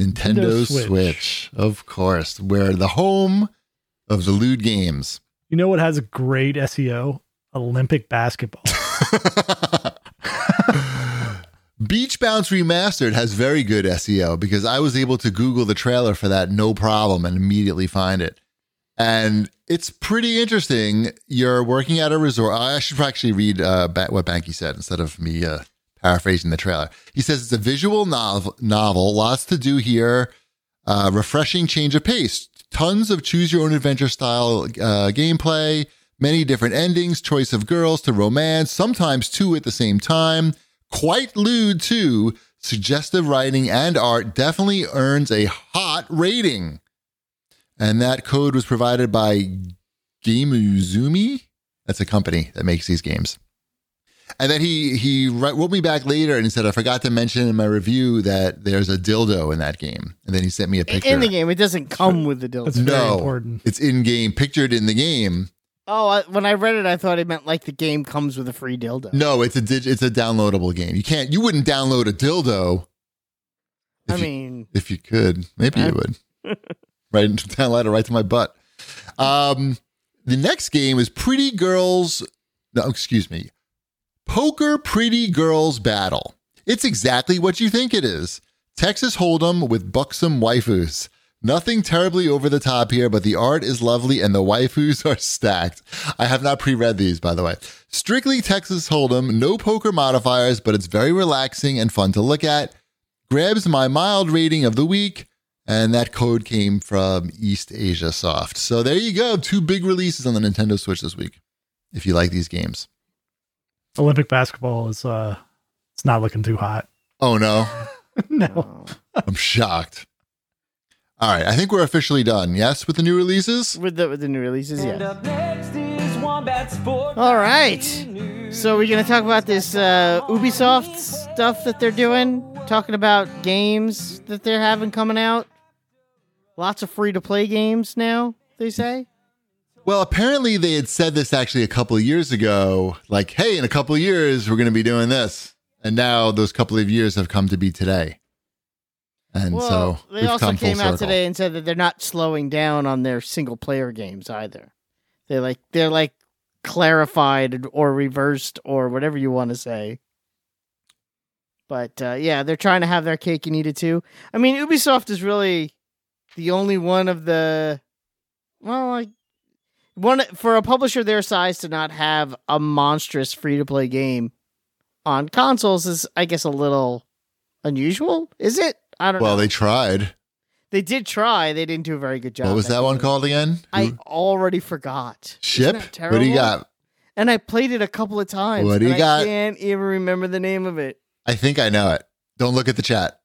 Speaker 3: Nintendo
Speaker 4: Nintendo
Speaker 3: Switch.
Speaker 4: Switch.
Speaker 3: of course. We're the home of the lewd games.
Speaker 4: You know what has a great SEO? Olympic basketball.
Speaker 3: Beach Bounce Remastered has very good SEO because I was able to Google the trailer for that no problem and immediately find it. And it's pretty interesting. You're working at a resort. I should actually read uh, ba- what Banky said instead of me uh, paraphrasing the trailer. He says it's a visual novel, novel lots to do here, uh, refreshing change of pace, tons of choose your own adventure style uh, gameplay, many different endings, choice of girls to romance, sometimes two at the same time, quite lewd too. Suggestive writing and art definitely earns a hot rating. And that code was provided by Gamuzumi. That's a company that makes these games. And then he he wrote wrote me back later and he said I forgot to mention in my review that there's a dildo in that game. And then he sent me a picture.
Speaker 1: In the game, it doesn't come with the dildo.
Speaker 4: That's very
Speaker 3: No.
Speaker 4: important.
Speaker 3: It's in game, pictured in the game.
Speaker 1: Oh, I, when I read it, I thought it meant like the game comes with a free dildo.
Speaker 3: No, it's a dig, it's a downloadable game. You can't you wouldn't download a dildo
Speaker 1: I
Speaker 3: if you-
Speaker 1: mean,
Speaker 3: if you could. Maybe you would. (laughs) right download it right to my butt. Um, the next game is Pretty Girls. No, excuse me. Poker Pretty Girls Battle. It's exactly what you think it is. Texas Hold'em with buxom waifus. Nothing terribly over the top here, but the art is lovely and the waifus (laughs) are stacked. I have not pre read these, by the way. Strictly Texas Hold'em, no poker modifiers, but it's very relaxing and fun to look at. Grabs my mild rating of the week, and that code came from East Asia Soft. So there you go. Two big releases on the Nintendo Switch this week, if you like these games.
Speaker 4: Olympic basketball is uh it's not looking
Speaker 1: (laughs)
Speaker 4: too hot.
Speaker 3: Oh, no.
Speaker 4: no.
Speaker 3: I'm shocked. All right. I think we're officially done. Yes, with the new releases?
Speaker 1: with the with the new releases,
Speaker 5: And
Speaker 1: yeah.
Speaker 5: up next is Wombat Sport.
Speaker 1: All right. So we're gonna talk about this uh, Ubisoft stuff that they're doing, talking about games that they're having coming out. Lots of free to play games now. They say.
Speaker 3: Well, apparently they had said this actually a couple of years ago like, hey, in a couple of years, we're going to be doing this. And now those couple of years have come to be today. And
Speaker 1: well,
Speaker 3: so
Speaker 1: they
Speaker 3: we've
Speaker 1: also
Speaker 3: come full
Speaker 1: came out
Speaker 3: circle.
Speaker 1: today and said that they're not slowing down on their single player games either. They like they're like clarified or reversed or whatever you want to say. But uh, yeah, they're trying to have their cake and eat it too. I mean, Ubisoft is really the only one of the well, like one for a publisher their size to not have a monstrous free to play game on consoles is, I guess, a little unusual. Is it? I don't know.
Speaker 3: Well, they tried.
Speaker 1: They did try. They didn't do a very good job.
Speaker 3: What was
Speaker 1: I
Speaker 3: that one
Speaker 1: think.
Speaker 3: called again?
Speaker 1: I
Speaker 3: Who-
Speaker 1: already forgot.
Speaker 3: Ship?
Speaker 1: that
Speaker 3: What do
Speaker 1: terrible?
Speaker 3: you got?
Speaker 1: And I played it a couple of times.
Speaker 3: What do you
Speaker 1: and
Speaker 3: got?
Speaker 1: I can't even remember the name of it.
Speaker 3: I think I know it. Don't look at the chat.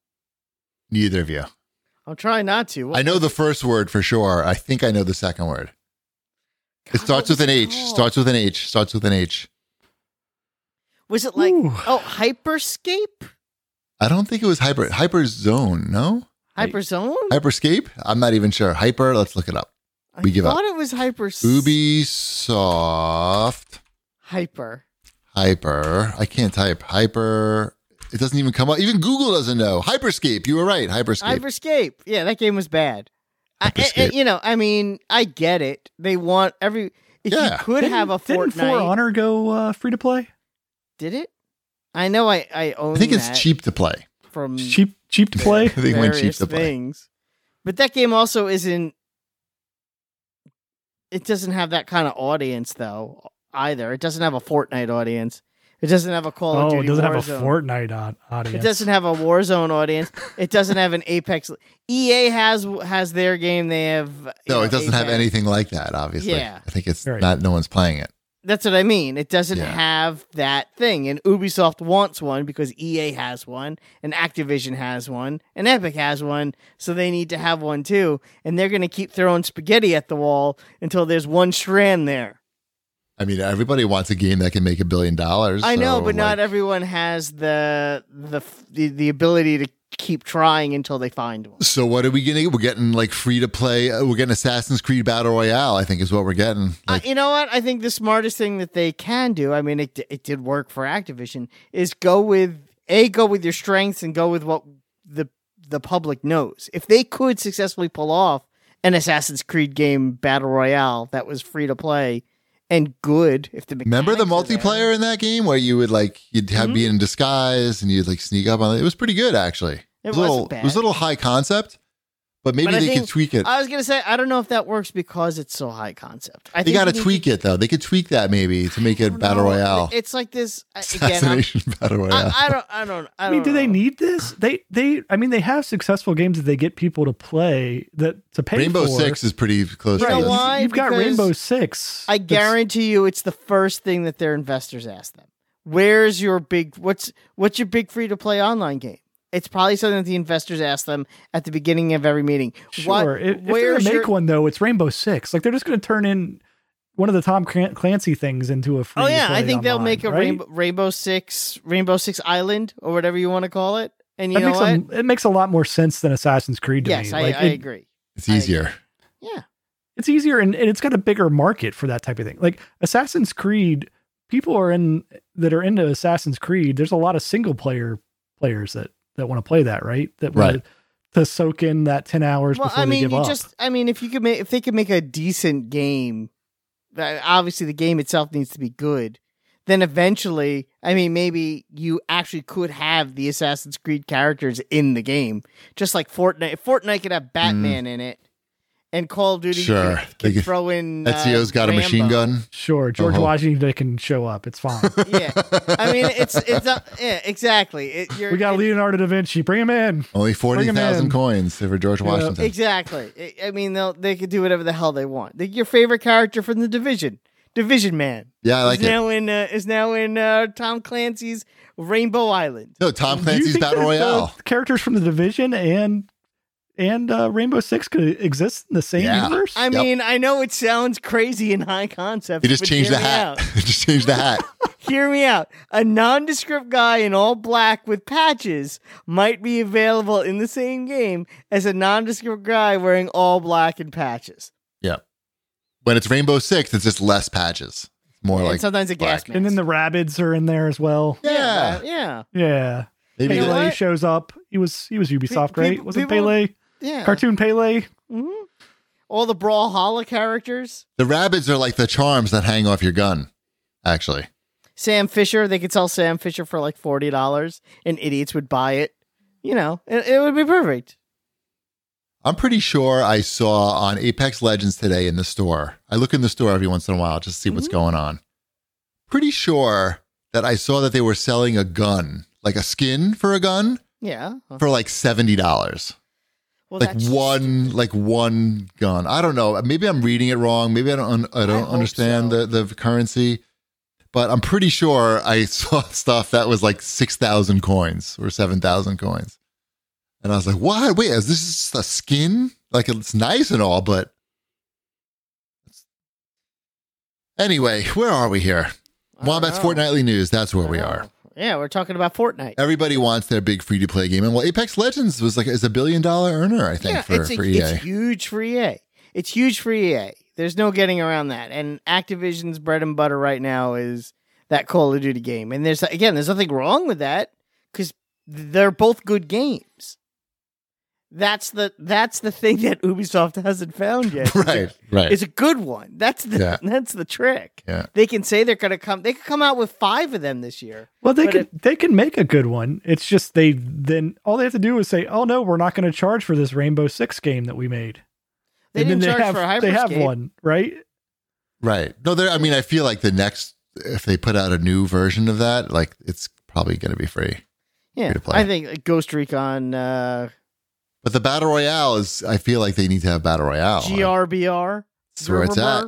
Speaker 3: Neither of you.
Speaker 1: I'll try not to.
Speaker 3: I know the first word for sure. I think I know the second word. It starts with an H. Starts with an H. Starts with an H.
Speaker 1: Was it like
Speaker 4: Ooh.
Speaker 1: oh Hyperscape?
Speaker 3: I don't think it was hyper hyper zone. No
Speaker 1: Hyperzone?
Speaker 3: hyperscape. I'm not even sure. Hyper. Let's look it up. we give
Speaker 1: I
Speaker 3: up.
Speaker 1: thought it was Hyper.
Speaker 3: Ubisoft
Speaker 1: Hyper.
Speaker 3: hyper. I can't type hyper. It doesn't even come up. Even Google doesn't know hyperscape. You were right. Hyperscape.
Speaker 1: Hyperscape. Yeah, that game was bad. I, I- I-
Speaker 3: Hyperscape.
Speaker 1: you know, I mean, I get it. They want every. If
Speaker 3: Yeah.
Speaker 1: you could have a
Speaker 4: Didn't
Speaker 1: Fortnite,
Speaker 4: For Honor go uh, free to play?
Speaker 1: did it? I know. I I own.
Speaker 3: I think it's
Speaker 1: that
Speaker 3: cheap to play.
Speaker 1: from (laughs)
Speaker 4: Cheap cheap to play?
Speaker 3: I think it went cheap
Speaker 1: various
Speaker 3: to play.
Speaker 1: things. But that game also isn't. It doesn't have that kind of audience though either. It doesn't have a Fortnite audience. It doesn't have a Call of
Speaker 4: Oh,
Speaker 1: Duty.
Speaker 4: it doesn't have a
Speaker 1: Warzone.
Speaker 4: Fortnite on audience.
Speaker 1: It doesn't have a Warzone audience. It doesn't have
Speaker 4: (laughs)
Speaker 1: an Apex. EA has has their game. They have you
Speaker 3: No,
Speaker 1: know,
Speaker 3: it doesn't have
Speaker 1: Apex.
Speaker 3: anything like that. Obviously,
Speaker 1: Yeah.
Speaker 3: I think it's
Speaker 4: Right.
Speaker 3: not. No one's playing it.
Speaker 1: That's what I mean. It doesn't
Speaker 3: Yeah.
Speaker 1: have that thing. And Ubisoft wants one because EA has one, and Activision has one, and Epic has one. So they need to have one too. And they're going to keep throwing spaghetti at the wall until there's one strand there.
Speaker 3: I mean, everybody wants a game that can make a billion dollars.
Speaker 1: I know,
Speaker 3: so,
Speaker 1: but not
Speaker 3: like,
Speaker 1: everyone has the, the f- the the ability to keep trying until they find one.
Speaker 3: So what are we getting? We're getting like free to play. uh, We're getting Assassin's Creed Battle Royale. I think is what we're getting. Like,
Speaker 1: I, you know what? I think the smartest thing that they can do, I mean, it, d- it did work for Activision, is go with a go with your strengths and go with what the the public knows. If they could successfully pull off an Assassin's Creed game battle royale that was free to play and good if the mechanics
Speaker 3: Remember the
Speaker 1: are there.
Speaker 3: multiplayer in that game where you would like you'd
Speaker 1: Mm-hmm.
Speaker 3: have be in disguise and you'd like sneak up on it. It was pretty good actually.
Speaker 1: It
Speaker 3: a little,
Speaker 1: wasn't bad.
Speaker 3: It was a little high concept, but maybe
Speaker 1: But I
Speaker 3: they
Speaker 1: think-
Speaker 3: could tweak it.
Speaker 1: I was gonna say I don't know if that works because it's so high concept. I
Speaker 3: they got to tweak
Speaker 1: it
Speaker 3: it though. They could tweak that maybe to make it battle royale,
Speaker 1: It's like this I- again. I'm-
Speaker 3: assassination battle royale.
Speaker 1: I, I don't. I don't. I,
Speaker 4: I
Speaker 1: don't
Speaker 4: mean, do they
Speaker 1: know.
Speaker 4: need this? They they I mean they have successful games that they get people to play that to pay
Speaker 3: Rainbow
Speaker 4: for.
Speaker 3: Six is pretty close.
Speaker 1: You
Speaker 3: to
Speaker 1: know
Speaker 3: this.
Speaker 1: why?
Speaker 4: You've got
Speaker 1: Because
Speaker 4: Rainbow Six.
Speaker 1: I
Speaker 4: That's-
Speaker 1: guarantee you, it's the first thing that their investors ask them. Where's your big? What's what's your big free to play online game? It's probably something that the investors ask them at the beginning of every meeting. What-
Speaker 4: Sure. if, if they're gonna make
Speaker 1: your-
Speaker 4: one though, it's Rainbow Six. Like they're just gonna turn in one of the Tom Clan- Clancy things into a free.
Speaker 1: Oh yeah, I think they'll
Speaker 4: online,
Speaker 1: make a
Speaker 4: right?
Speaker 1: rainbow, rainbow six, Rainbow Six Island, or whatever you want to call it. And you
Speaker 4: That
Speaker 1: know
Speaker 4: makes
Speaker 1: what?
Speaker 4: a, it makes a lot more sense than Assassin's Creed to
Speaker 1: yes,
Speaker 4: me.
Speaker 1: I,
Speaker 4: Like,
Speaker 1: I
Speaker 4: it-
Speaker 1: agree.
Speaker 3: It's easier.
Speaker 1: Yeah,
Speaker 4: it's easier and, and it's got a bigger market for that type of thing. Like Assassin's Creed, people are in that are into Assassin's Creed. There's a lot of single player players that that want to play that, right? That want
Speaker 3: Right.
Speaker 4: to soak in that ten hours
Speaker 1: well,
Speaker 4: before
Speaker 1: I
Speaker 4: they
Speaker 1: mean,
Speaker 4: give
Speaker 1: you
Speaker 4: up.
Speaker 1: just, I mean, if you could make, if they could make a decent game, that- obviously the game itself needs to be good. Then eventually, I mean, maybe you actually could have the Assassin's Creed characters in the game, just like Fortnite. If Fortnite could have Batman in it, and Call of Duty
Speaker 3: Mm.
Speaker 1: could,
Speaker 3: Sure. They
Speaker 1: could
Speaker 3: could-
Speaker 1: throw in. uh,
Speaker 3: Ezio's E got a machine
Speaker 1: Rambo.
Speaker 3: gun.
Speaker 4: sure, George
Speaker 3: Uh-huh.
Speaker 4: Washington can show up.
Speaker 1: (laughs)
Speaker 4: It's fine.
Speaker 1: Yeah, I mean,
Speaker 3: (laughs)
Speaker 1: it's it's not, yeah, exactly. It, you're,
Speaker 4: we got
Speaker 1: it-
Speaker 4: Leonardo da Vinci. Bring him in.
Speaker 3: Only forty
Speaker 4: 'em in.
Speaker 3: thousand coins for George Washington.
Speaker 1: Exactly. I- I mean, they'll they could do whatever the hell they want. Like your favorite character from the Division, Division Man,
Speaker 3: Yeah, I like
Speaker 1: is
Speaker 3: it.
Speaker 1: now in uh, is now in uh, Tom Clancy's Rainbow Island.
Speaker 3: No, Tom
Speaker 4: Do you
Speaker 3: Clancy's
Speaker 4: think
Speaker 3: battle
Speaker 4: that the
Speaker 3: royale.
Speaker 4: characters from the Division and and uh, Rainbow Six could exist in the same
Speaker 3: Yeah.
Speaker 4: universe.
Speaker 1: I mean, I know it sounds crazy and high concept.
Speaker 3: He just
Speaker 1: but
Speaker 3: changed
Speaker 1: hear
Speaker 3: the
Speaker 1: me
Speaker 3: hat.
Speaker 1: out.
Speaker 3: (laughs) He just changed
Speaker 1: (laughs)
Speaker 3: the hat.
Speaker 1: Hear me out. A nondescript guy in all black with patches might be available in the same game as a nondescript guy wearing all black and patches.
Speaker 3: yeah. When it's Rainbow Six, it's just less patches. It's More like
Speaker 1: and sometimes a gas
Speaker 3: black.
Speaker 1: mask.
Speaker 4: and then the Rabbids are in there as well.
Speaker 1: yeah,
Speaker 3: yeah.
Speaker 1: yeah,
Speaker 4: Yeah.
Speaker 3: Maybe
Speaker 1: You know
Speaker 4: Pele
Speaker 1: what?
Speaker 4: shows up. He was he was Ubisoft,
Speaker 1: Pe-
Speaker 4: right?
Speaker 1: people-
Speaker 4: Wasn't
Speaker 1: people-
Speaker 4: Pele
Speaker 1: yeah.
Speaker 4: cartoon Pele?
Speaker 1: hmm All the Brawlhalla characters.
Speaker 3: the rabbits are like the charms that hang off your gun. Actually,
Speaker 1: Sam Fisher, they could sell Sam Fisher for like $40 and idiots would buy it. You know, it, it would be perfect.
Speaker 3: I'm pretty sure I saw on Apex Legends today in the store. I look in the store every once in a while just to see what's going on. Pretty sure that I saw that they were selling a gun, like a skin for a gun,
Speaker 1: Yeah.
Speaker 3: for like seventy dollars.
Speaker 1: Well,
Speaker 3: like
Speaker 1: that's-
Speaker 3: one like one gun i don't know maybe i'm reading it wrong maybe i don't un- i don't
Speaker 1: hope
Speaker 3: understand
Speaker 1: so.
Speaker 3: the, the currency but i'm pretty sure i (laughs) saw stuff that was like 6000 coins or 7000 coins and i was like what wait is this just a skin like it's nice and all but anyway where are we here
Speaker 1: I don't
Speaker 3: wombat's
Speaker 1: know.
Speaker 3: fortnightly news that's where we
Speaker 1: I don't
Speaker 3: are
Speaker 1: know. Yeah, we're talking about Fortnite.
Speaker 3: Everybody wants their big free to play game, and well, Apex Legends was like is a billion dollar earner, I think,
Speaker 1: yeah,
Speaker 3: for,
Speaker 1: it's, a-
Speaker 3: for E EA.
Speaker 1: it's huge for EA. It's huge for EA. There's no getting around that. And Activision's bread and butter right now is that Call of Duty game. And there's again, there's nothing wrong with that because they're both good games. That's the that's the thing (laughs) that Ubisoft hasn't found
Speaker 3: (laughs)
Speaker 1: yet.
Speaker 3: right, right.
Speaker 1: It's a good one. That's the
Speaker 3: Yeah.
Speaker 1: (laughs) that's the trick.
Speaker 3: Yeah.
Speaker 1: They can say they're gonna come. They could come out with five of them this year.
Speaker 4: Well, they
Speaker 1: But
Speaker 4: can they can make a good one. It's just they then all they have to do is say, "Oh no, we're not going to charge for this Rainbow Six game that we made."
Speaker 1: They
Speaker 4: and
Speaker 1: didn't
Speaker 4: then
Speaker 1: charge
Speaker 4: they have,
Speaker 1: for Hyperscape.
Speaker 4: They have one, right?
Speaker 3: right. No, there. I mean, I feel like the next, if they put out a new version of that, like it's probably going to be free.
Speaker 1: Yeah,
Speaker 3: free to play.
Speaker 1: I think like, Ghost Recon uh,
Speaker 3: But the battle royale is. I feel like they need to have battle royale.
Speaker 1: GRBR.
Speaker 3: That's where it's at.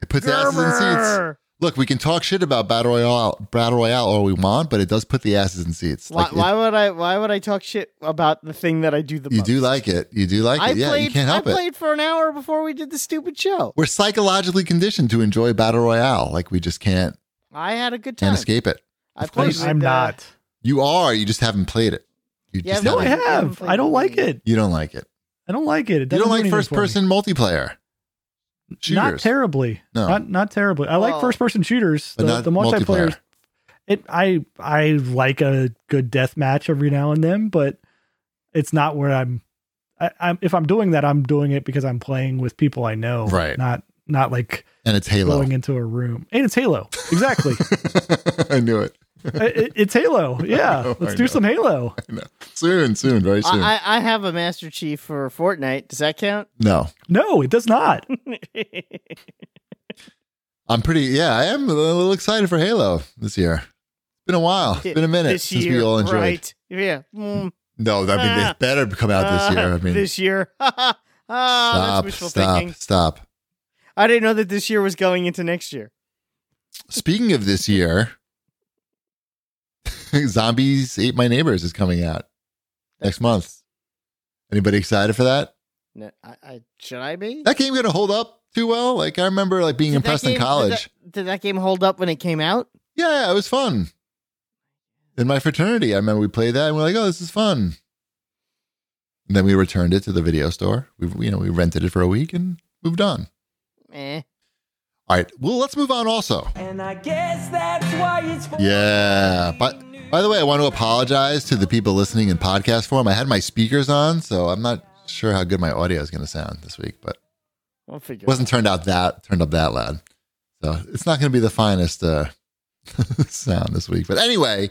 Speaker 3: It puts asses in seats.
Speaker 1: Gerber.
Speaker 3: Look, we can talk shit about battle royale, battle royale, all we want, but it does put the asses in seats.
Speaker 1: Why,
Speaker 3: Like, it-
Speaker 1: why would I? Why would I talk shit about the thing that I do the
Speaker 3: you
Speaker 1: most?
Speaker 3: do like it. You do like
Speaker 1: I
Speaker 3: it. Yeah,
Speaker 1: played.
Speaker 3: you can't help
Speaker 1: I
Speaker 3: it.
Speaker 1: played for an hour before we did the stupid show.
Speaker 3: We're psychologically conditioned to enjoy battle royale. Like we just can't
Speaker 1: I had a good time.
Speaker 3: can't escape it.
Speaker 1: I
Speaker 3: Of
Speaker 1: played.
Speaker 3: course.
Speaker 1: with,
Speaker 4: I'm
Speaker 1: uh,
Speaker 4: not.
Speaker 3: You are. You just haven't played it. You
Speaker 1: Yeah,
Speaker 3: just
Speaker 1: no,
Speaker 4: No, I
Speaker 3: haven't.
Speaker 4: Oh, have. I don't like it.
Speaker 3: You don't like it.
Speaker 4: I don't like it. it
Speaker 3: You
Speaker 4: doesn't
Speaker 3: don't
Speaker 4: do
Speaker 3: like
Speaker 4: anything
Speaker 3: first
Speaker 4: for me.
Speaker 3: person multiplayer.
Speaker 4: Not
Speaker 3: Shooters.
Speaker 4: terribly.
Speaker 3: No.
Speaker 4: Not not terribly. I like
Speaker 1: Well-
Speaker 4: first person shooters.
Speaker 3: But
Speaker 4: the,
Speaker 3: not
Speaker 4: the
Speaker 3: multiplayer.
Speaker 4: multiplayer. It I I like a good death match every now and then, but it's not where I'm. I, I'm if I'm doing that, I'm doing it because I'm playing with people I know.
Speaker 3: Right.
Speaker 4: Not not like
Speaker 3: and it's Halo. (laughs)
Speaker 4: going into a room. And it's Halo. Exactly.
Speaker 3: I knew it.
Speaker 4: I- I- it's Halo. Yeah.
Speaker 3: know,
Speaker 4: Let's
Speaker 3: I
Speaker 4: do
Speaker 3: know.
Speaker 4: some Halo.
Speaker 3: Soon, soon, very soon.
Speaker 1: I, I I have a Master Chief for Fortnite. Does that count?
Speaker 3: no,
Speaker 4: No, it does not.
Speaker 3: I'm pretty. Yeah, I am a little excited for Halo this year. It's been a while. It's been a minute
Speaker 1: This
Speaker 3: since
Speaker 1: year,
Speaker 3: we all enjoyed.
Speaker 1: Right. Yeah. Mm,
Speaker 3: No, I mean
Speaker 1: Ah.
Speaker 3: they better come out this year. I
Speaker 1: uh,
Speaker 3: mean,
Speaker 1: this year. (laughs) oh, that's
Speaker 3: stop,
Speaker 1: wishful
Speaker 3: stop,
Speaker 1: thinking.
Speaker 3: stop.
Speaker 1: I didn't know that this year was going into next year.
Speaker 3: Speaking of this year, (laughs) Zombies Ate My Neighbors is coming out next month. Anybody excited for that?
Speaker 1: No, I, I, should I be?
Speaker 3: That game gonna hold up too well? Like I remember like being
Speaker 1: Did that
Speaker 3: impressed
Speaker 1: game-
Speaker 3: in
Speaker 1: did
Speaker 3: college.
Speaker 1: that- did that game hold up when it came out?
Speaker 3: Yeah, it was fun. In my fraternity, I remember we played that and we're like, oh, this is fun. And then we returned it to the video store. We we- you know, we rented it for a week and moved on.
Speaker 1: Eh.
Speaker 3: All right. Well, let's move on also.
Speaker 5: And I guess that's why it's for
Speaker 3: Yeah. But by the way, I want to apologize to the people listening in podcast form. I had my speakers on, so I'm not sure how good my audio is going to sound this week, but
Speaker 1: We'll figure
Speaker 3: it wasn't turned out that turned up that loud. So it's not going to be the finest uh, (laughs) sound this week. But anyway,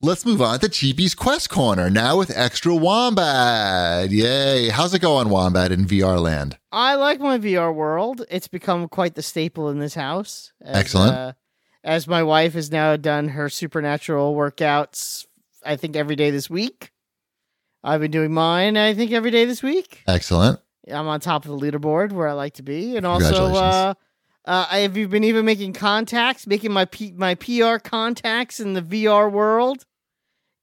Speaker 3: let's move on to Cheapy's Quest Corner now with Extra Wombat. Yay! How's it going, Wombat in VR land?
Speaker 1: I like my VR world. It's become quite the staple in this house. As,
Speaker 3: Excellent.
Speaker 1: uh, as my wife has now done her supernatural workouts, I think every day this week. I've been doing mine, I think, every day this week.
Speaker 3: Excellent.
Speaker 1: I'm on top of the leaderboard where I like to be, and also,
Speaker 3: Congratulations.
Speaker 1: uh, uh, I have been even making contacts, making my P- my PR contacts in the VR world,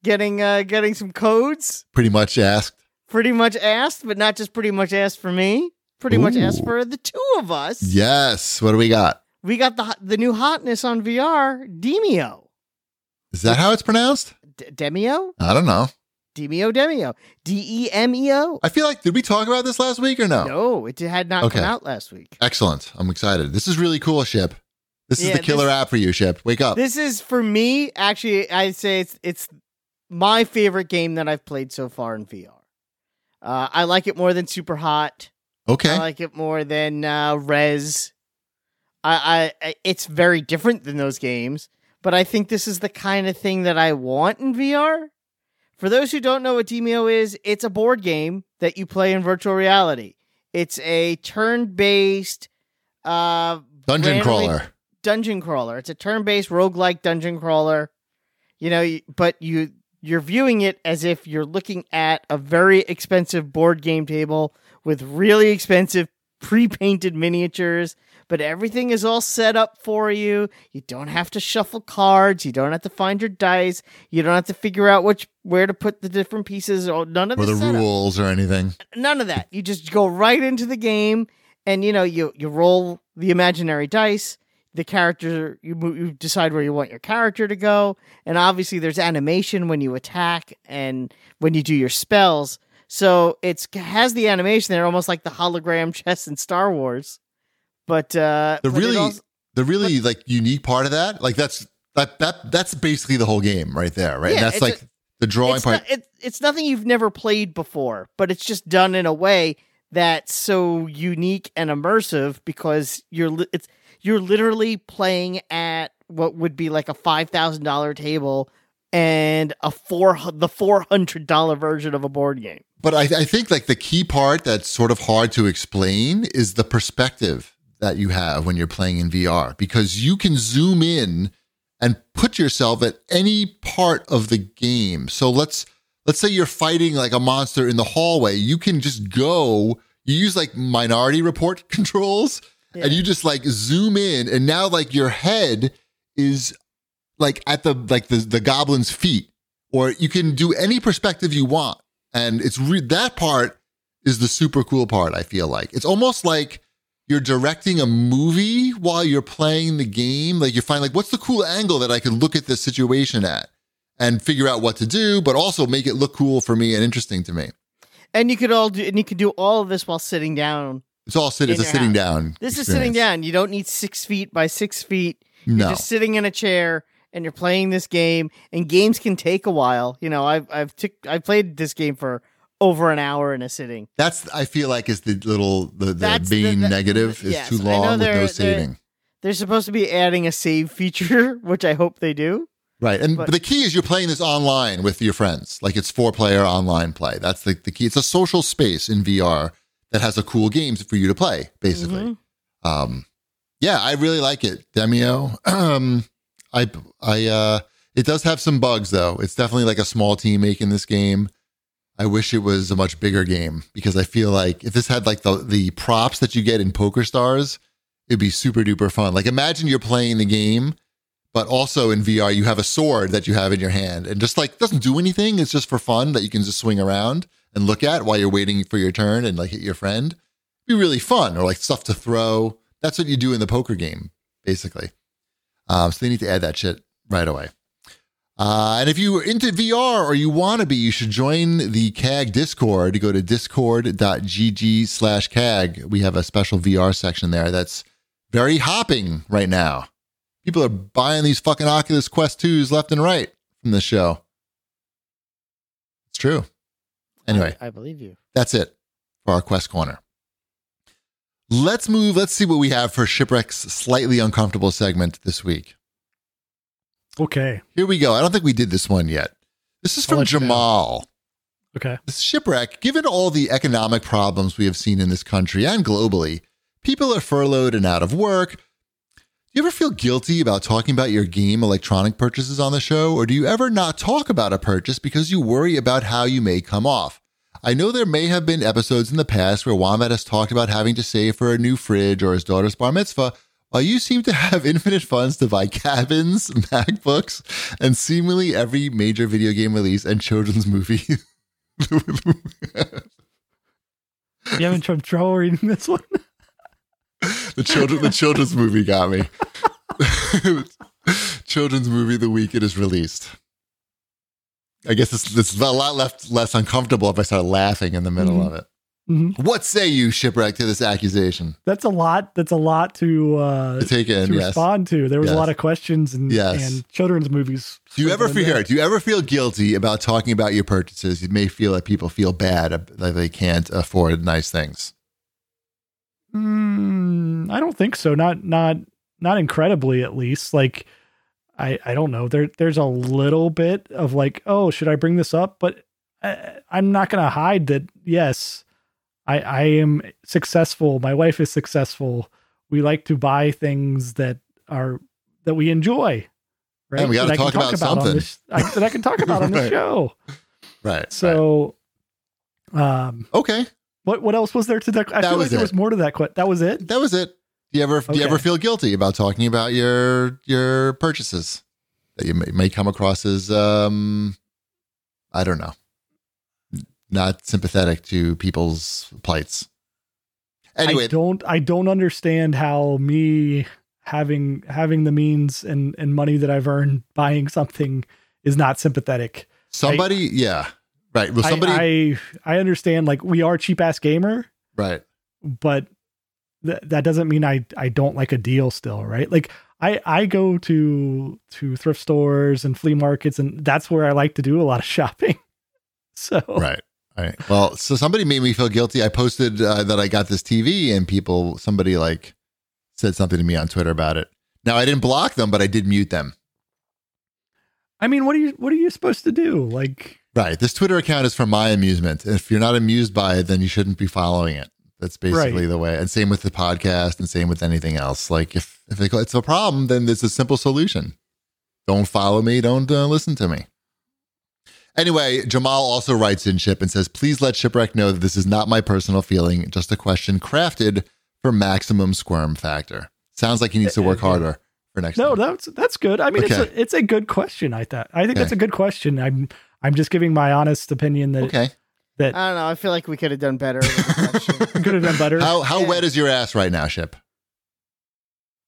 Speaker 1: getting uh, getting some codes.
Speaker 3: Pretty much asked.
Speaker 1: Pretty much asked, but not just pretty much asked for me. Pretty much asked
Speaker 3: Ooh.
Speaker 1: for the two of us.
Speaker 3: Yes. What do we got?
Speaker 1: We got the the new hotness on VR, Demio,
Speaker 3: Is that how it's pronounced?
Speaker 1: D- Demio,
Speaker 3: I don't know.
Speaker 1: Demio, Demio, D E M E O.
Speaker 3: I feel like did we talk about this last week or no?
Speaker 1: No, it had not
Speaker 3: Okay.
Speaker 1: come out last week.
Speaker 3: Excellent. I'm excited. This is really cool, Ship. This is
Speaker 1: Yeah,
Speaker 3: the killer
Speaker 1: this-
Speaker 3: app for you, Ship. Wake up.
Speaker 1: This is for me. Actually, I'd say it's it's my favorite game that I've played so far in VR. Uh, I like it more than Super Hot. I
Speaker 3: okay.
Speaker 1: like it more than uh, Res. I, I, I it's very different than those games, but I think this is the kind of thing that I want in VR. For those who don't know what Demio is, it's a board game that you play in virtual reality. It's a turn-based uh,
Speaker 3: Dungeon
Speaker 1: randomly-
Speaker 3: crawler.
Speaker 1: dungeon crawler. It's a turn-based roguelike dungeon crawler. You know, you- but you you're viewing it as if you're looking at a very expensive board game table with really expensive pre-painted miniatures, but everything is all set up for you. You don't have to shuffle cards, you don't have to find your dice, you don't have to figure out which where to put the different pieces or none of
Speaker 3: Or the
Speaker 1: the setup
Speaker 3: rules or anything.
Speaker 1: none of that. You just go right into the game, and you know you you roll the imaginary dice. The character you mo- you decide where you want your character to go, and obviously there's animation when you attack and when you do your spells. So it's has the animation there, almost like the hologram (laughs) chess in Star Wars. But uh,
Speaker 3: The
Speaker 1: but it
Speaker 3: really-
Speaker 1: also-
Speaker 3: the really like unique part of that like that's that that that's basically the whole game right there right
Speaker 1: Yeah,
Speaker 3: that's
Speaker 1: it's a-
Speaker 3: like the drawing
Speaker 1: it's
Speaker 3: part
Speaker 1: not- it, it's nothing you've never played before, but it's just done in a way that's so unique and immersive because you're li- it's you're literally playing at what would be like a five thousand dollar table and a four hu- the four hundred dollar version of a board game.
Speaker 3: but I, I think like the key part that's sort of hard to explain is the perspective that you have when you're playing in vr because you can zoom in and put yourself at any part of the game so let's let's say you're fighting like a monster in the hallway you can just go you use like minority report (laughs) controls and you just like zoom in and now like your head is like at the like the, the goblin's feet or you can do any perspective you want and it's re- that part is the super cool part i feel like it's almost like you're directing a movie while you're playing the game like you're finding like what's the cool angle that i could look at this situation at and figure out what to do but also make it look cool for me and interesting to me
Speaker 1: And you could all do and you could do all of this while sitting down.
Speaker 3: it's all sit-
Speaker 1: In
Speaker 3: it's a
Speaker 1: your
Speaker 3: sitting
Speaker 1: house.
Speaker 3: down
Speaker 1: This is
Speaker 3: experience.
Speaker 1: sitting down. You don't need six feet by six feet.
Speaker 3: no
Speaker 1: You're just sitting in a chair and you're playing this game, and games can take a while. You know, I've I've took I played this game for over an hour in a sitting.
Speaker 3: That's I feel like is the little the, the
Speaker 1: That's the-
Speaker 3: being
Speaker 1: the-
Speaker 3: negative is
Speaker 1: yes,
Speaker 3: too
Speaker 1: I know
Speaker 3: long with
Speaker 1: they're-
Speaker 3: no
Speaker 1: they're-
Speaker 3: saving.
Speaker 1: They're supposed to be adding a save feature, (laughs) which I hope they do.
Speaker 3: Right. And
Speaker 1: but-
Speaker 3: but, the key is you're playing this online with your friends. Like it's four player online play. That's the, the key. It's a social space in VR that has a cool games for you to play, basically. Um, yeah, I really like it, Demio. (clears throat) Um, I, I, uh, it does have some bugs though. It's definitely like a small team making this game. I wish it was a much bigger game because I feel like if this had like the the props that you get in Poker Stars, it'd be super duper fun. Like imagine you're playing the game, but also in VR you have a sword that you have in your hand and just like doesn't do anything. It's just for fun that you can just swing around and look at while you're waiting for your turn and like hit your friend be really fun or like stuff to throw. That's what you do in the poker game, basically. Um, so they need to add that shit right away. Uh, and if you are into VR or you want to be, you should join the CAG Discord. Go to discord.gg slash CAG. We have a special VR section there that's very hopping right now. People are buying these fucking Oculus Quest 2s left and right from this show. It's true. Anyway
Speaker 1: I, I believe you.
Speaker 3: that's it for our quest corner. Let's move. Let's see what we have for Shipwreck's slightly uncomfortable segment this week.
Speaker 4: Okay.
Speaker 3: Here we go. I don't think we did this one yet. This is
Speaker 4: I'll
Speaker 3: from
Speaker 4: let you know.
Speaker 3: Jamal.
Speaker 4: Okay.
Speaker 3: This shipwreck, given all the economic problems we have seen in this country and globally, people are furloughed and out of work. Do you ever feel guilty about talking about your game electronic purchases on the show, or do you ever not talk about a purchase because you worry about how you may come off? I know there may have been episodes in the past where Wombat has talked about having to save for a new fridge or his daughter's bar mitzvah, while you seem to have (laughs) infinite funds to buy cabins, (laughs) MacBooks, and seemingly every major video game release and children's (laughs) movie (laughs)
Speaker 4: You having some trouble reading this one? (laughs)
Speaker 3: the children the children's movie got me (laughs) children's movie the week it is released i guess this, this is a lot left less uncomfortable if i start laughing in the middle of it
Speaker 4: Mhm.
Speaker 3: what say you shipwreck to this accusation
Speaker 4: That's a lot. That's a lot to uh,
Speaker 3: to take in
Speaker 4: to
Speaker 3: yes
Speaker 4: respond to. There was
Speaker 3: Yes.
Speaker 4: a lot of questions and,
Speaker 3: Yes.
Speaker 4: and children's movies.
Speaker 3: do you ever
Speaker 4: sprinkled in
Speaker 3: feel
Speaker 4: there.
Speaker 3: do you ever feel guilty about talking about your purchases you may feel that people feel bad uh, that they can't afford nice things
Speaker 4: Mm, I don't think so. Not not not incredibly at least. Like I I don't know. There there's a little bit of like, oh, should I bring this up? But I, I'm not going to hide that yes, I I am successful. My wife is successful. We like to buy things that are that we enjoy. Right?
Speaker 3: And we gotta
Speaker 4: That I can
Speaker 3: talk about
Speaker 4: on
Speaker 3: something.
Speaker 4: this- I- that I can talk about on the
Speaker 3: (laughs) Right.
Speaker 4: show.
Speaker 3: right right.
Speaker 4: So um
Speaker 3: okay
Speaker 4: what what else was there to that? I
Speaker 3: That
Speaker 4: feel
Speaker 3: was
Speaker 4: like there
Speaker 3: it.
Speaker 4: was more to that question. That was it.
Speaker 3: that was it. Do you ever do you ever
Speaker 4: Okay.
Speaker 3: feel guilty about talking about your your purchases that you may, may come across as um I don't know not sympathetic to people's plights. Anyway,
Speaker 4: I don't I don't understand how me having having the means and and money that I've earned buying something is not sympathetic.
Speaker 3: somebody, yeah, right. Well, somebody,
Speaker 4: I, I I understand like we are cheap ass gamer,
Speaker 3: right,
Speaker 4: but th- that doesn't mean I I don't like a deal still, right? Like I I go to to thrift stores and flea markets and that's where I like to do a lot of (laughs) shopping. So
Speaker 3: right, right. Well, so somebody made me feel guilty. I posted uh, that I got this TV, and people, somebody like said something to me on Twitter about it. Now I didn't block them, but I did mute them.
Speaker 4: I mean, what are you what are you supposed to do? Like
Speaker 3: Right. This Twitter account is for my amusement. If you're not amused by it, then you shouldn't be following it. That's basically
Speaker 4: Right.
Speaker 3: the way. And same with the podcast and same with anything else. Like if, if it- it's a problem, then there's a simple solution. Don't follow me. Don't uh, listen to me. Anyway, Jamal also writes in Ship and says, please let Shipwreck know that this is not my personal feeling, just a question crafted for maximum squirm factor. Sounds like he needs to work harder for next
Speaker 4: No,
Speaker 3: time.
Speaker 4: that's that's good. I mean, it's
Speaker 3: Okay.
Speaker 4: a, it's a good question. I thought I think that's a
Speaker 3: Okay.
Speaker 4: good question. I'm I'm just giving my honest opinion that
Speaker 3: Okay. Uh,
Speaker 4: that
Speaker 1: I don't know. I feel like we could have done better. with
Speaker 3: (laughs)
Speaker 1: the question.
Speaker 4: could have done better.
Speaker 3: How, how
Speaker 1: Yeah.
Speaker 3: wet is your ass right now, Ship?
Speaker 4: (laughs)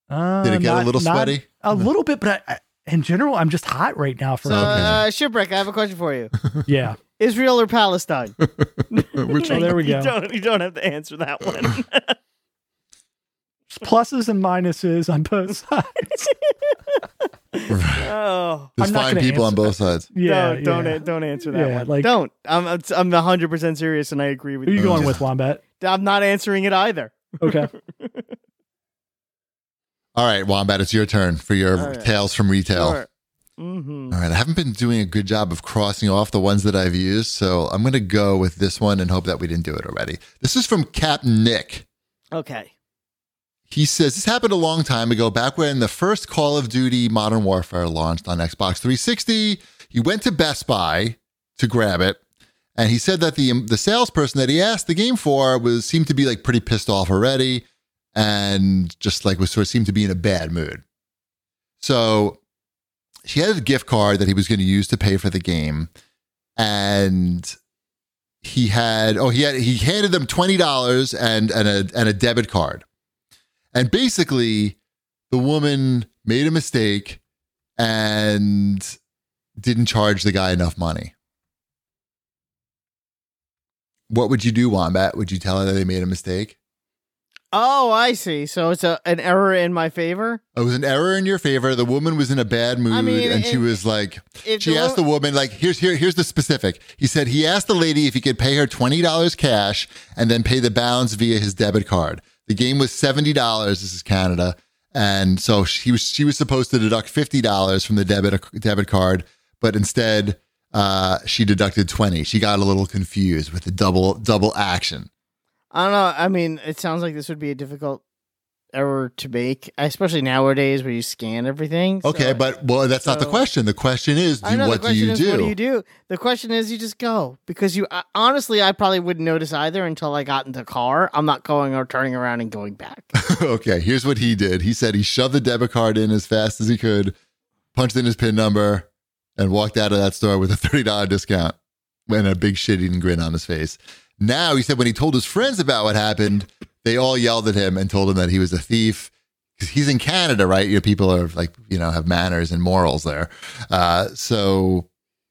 Speaker 4: Uh,
Speaker 3: Did it get a
Speaker 4: not-
Speaker 3: little
Speaker 4: not
Speaker 3: sweaty?
Speaker 4: A little bit, but I, I, in general, I'm just hot right now. For
Speaker 1: so, uh, shipwreck, I have a question for you:
Speaker 3: uh,
Speaker 4: yeah,
Speaker 1: Israel or (laughs) Palestine?
Speaker 3: Which
Speaker 4: Oh, there we go.
Speaker 1: You don't, you don't have to answer that (laughs) one. (laughs)
Speaker 4: pluses and minuses on both sides.
Speaker 1: Oh.
Speaker 3: There's
Speaker 4: I'm not
Speaker 3: fine
Speaker 4: gonna
Speaker 3: people on
Speaker 4: answer
Speaker 3: both sides.
Speaker 4: Yeah,
Speaker 1: no, don't
Speaker 4: yeah.
Speaker 1: an- don't answer that
Speaker 4: Yeah,
Speaker 1: one.
Speaker 4: like-
Speaker 1: don't. I'm I'm- I'm 100 percent serious, and I agree with
Speaker 4: Who you
Speaker 1: you.
Speaker 4: going with, Wombat?
Speaker 1: I'm not answering it either. (laughs)
Speaker 4: Okay.
Speaker 3: All right, Wombat, it's your turn for your
Speaker 1: All right.
Speaker 3: tales from retail.
Speaker 1: Mm-hmm.
Speaker 3: All right, I haven't been doing a good job of crossing off the ones that I've used, so I'm going to go with this one and hope that we didn't do it already. This is from Cap Nick.
Speaker 1: Okay.
Speaker 3: He says this happened a long time ago, back when the first Call of Duty Modern Warfare launched on Xbox 360. He went to Best Buy to grab it, and he said that the the salesperson that he asked the game for was seemed to be like pretty pissed off already, and just like was sort of seemed to be in a bad mood. So he had a gift card that he was going to use to pay for the game, and he had oh he had he handed them twenty dollars and and a and a debit card. And basically, the woman made a mistake and didn't charge the guy enough money. What would you do, Wombat? Would you tell her that they made a mistake?
Speaker 1: Oh, I see. So it's a, an error in my favor.
Speaker 3: It was an error in your favor. The woman was in a bad mood,
Speaker 1: mean,
Speaker 3: and she
Speaker 1: it-
Speaker 3: was like,
Speaker 1: If
Speaker 3: she asked the woman, like, here's here, here's the specific. He said he asked the lady if he could pay her twenty dollars cash and then pay the balance via his debit card. The game was seventy dollars. This is Canada, and so she was she was supposed to deduct fifty dollars from the debit debit card, but instead uh, she deducted twenty. She got a little confused with the double double action.
Speaker 1: I don't know. I mean, it sounds like this would be a difficult error to make, especially nowadays where you scan everything. so-
Speaker 3: Okay, but well, that's not the
Speaker 1: so-
Speaker 3: question. The question is,
Speaker 1: I
Speaker 3: do,
Speaker 1: know
Speaker 3: what
Speaker 1: the
Speaker 3: do
Speaker 1: question
Speaker 3: you
Speaker 1: is,
Speaker 3: do?
Speaker 1: what do you do? The question is, you just go because you I, honestly, I probably wouldn't notice either until I got in the car. I'm not going or turning around and going back.
Speaker 3: (laughs) okay, here's what he did. He said he shoved the debit card in as fast as he could, punched in his PIN number, and walked out of that store with a $30 discount and a big shit eating grin on his face. Now, he said when he told his friends about what happened, they all yelled at him and told him that he was a thief. 'Cause He's in Canada, right? You know, people are like, you know, have manners and morals there. Uh, so,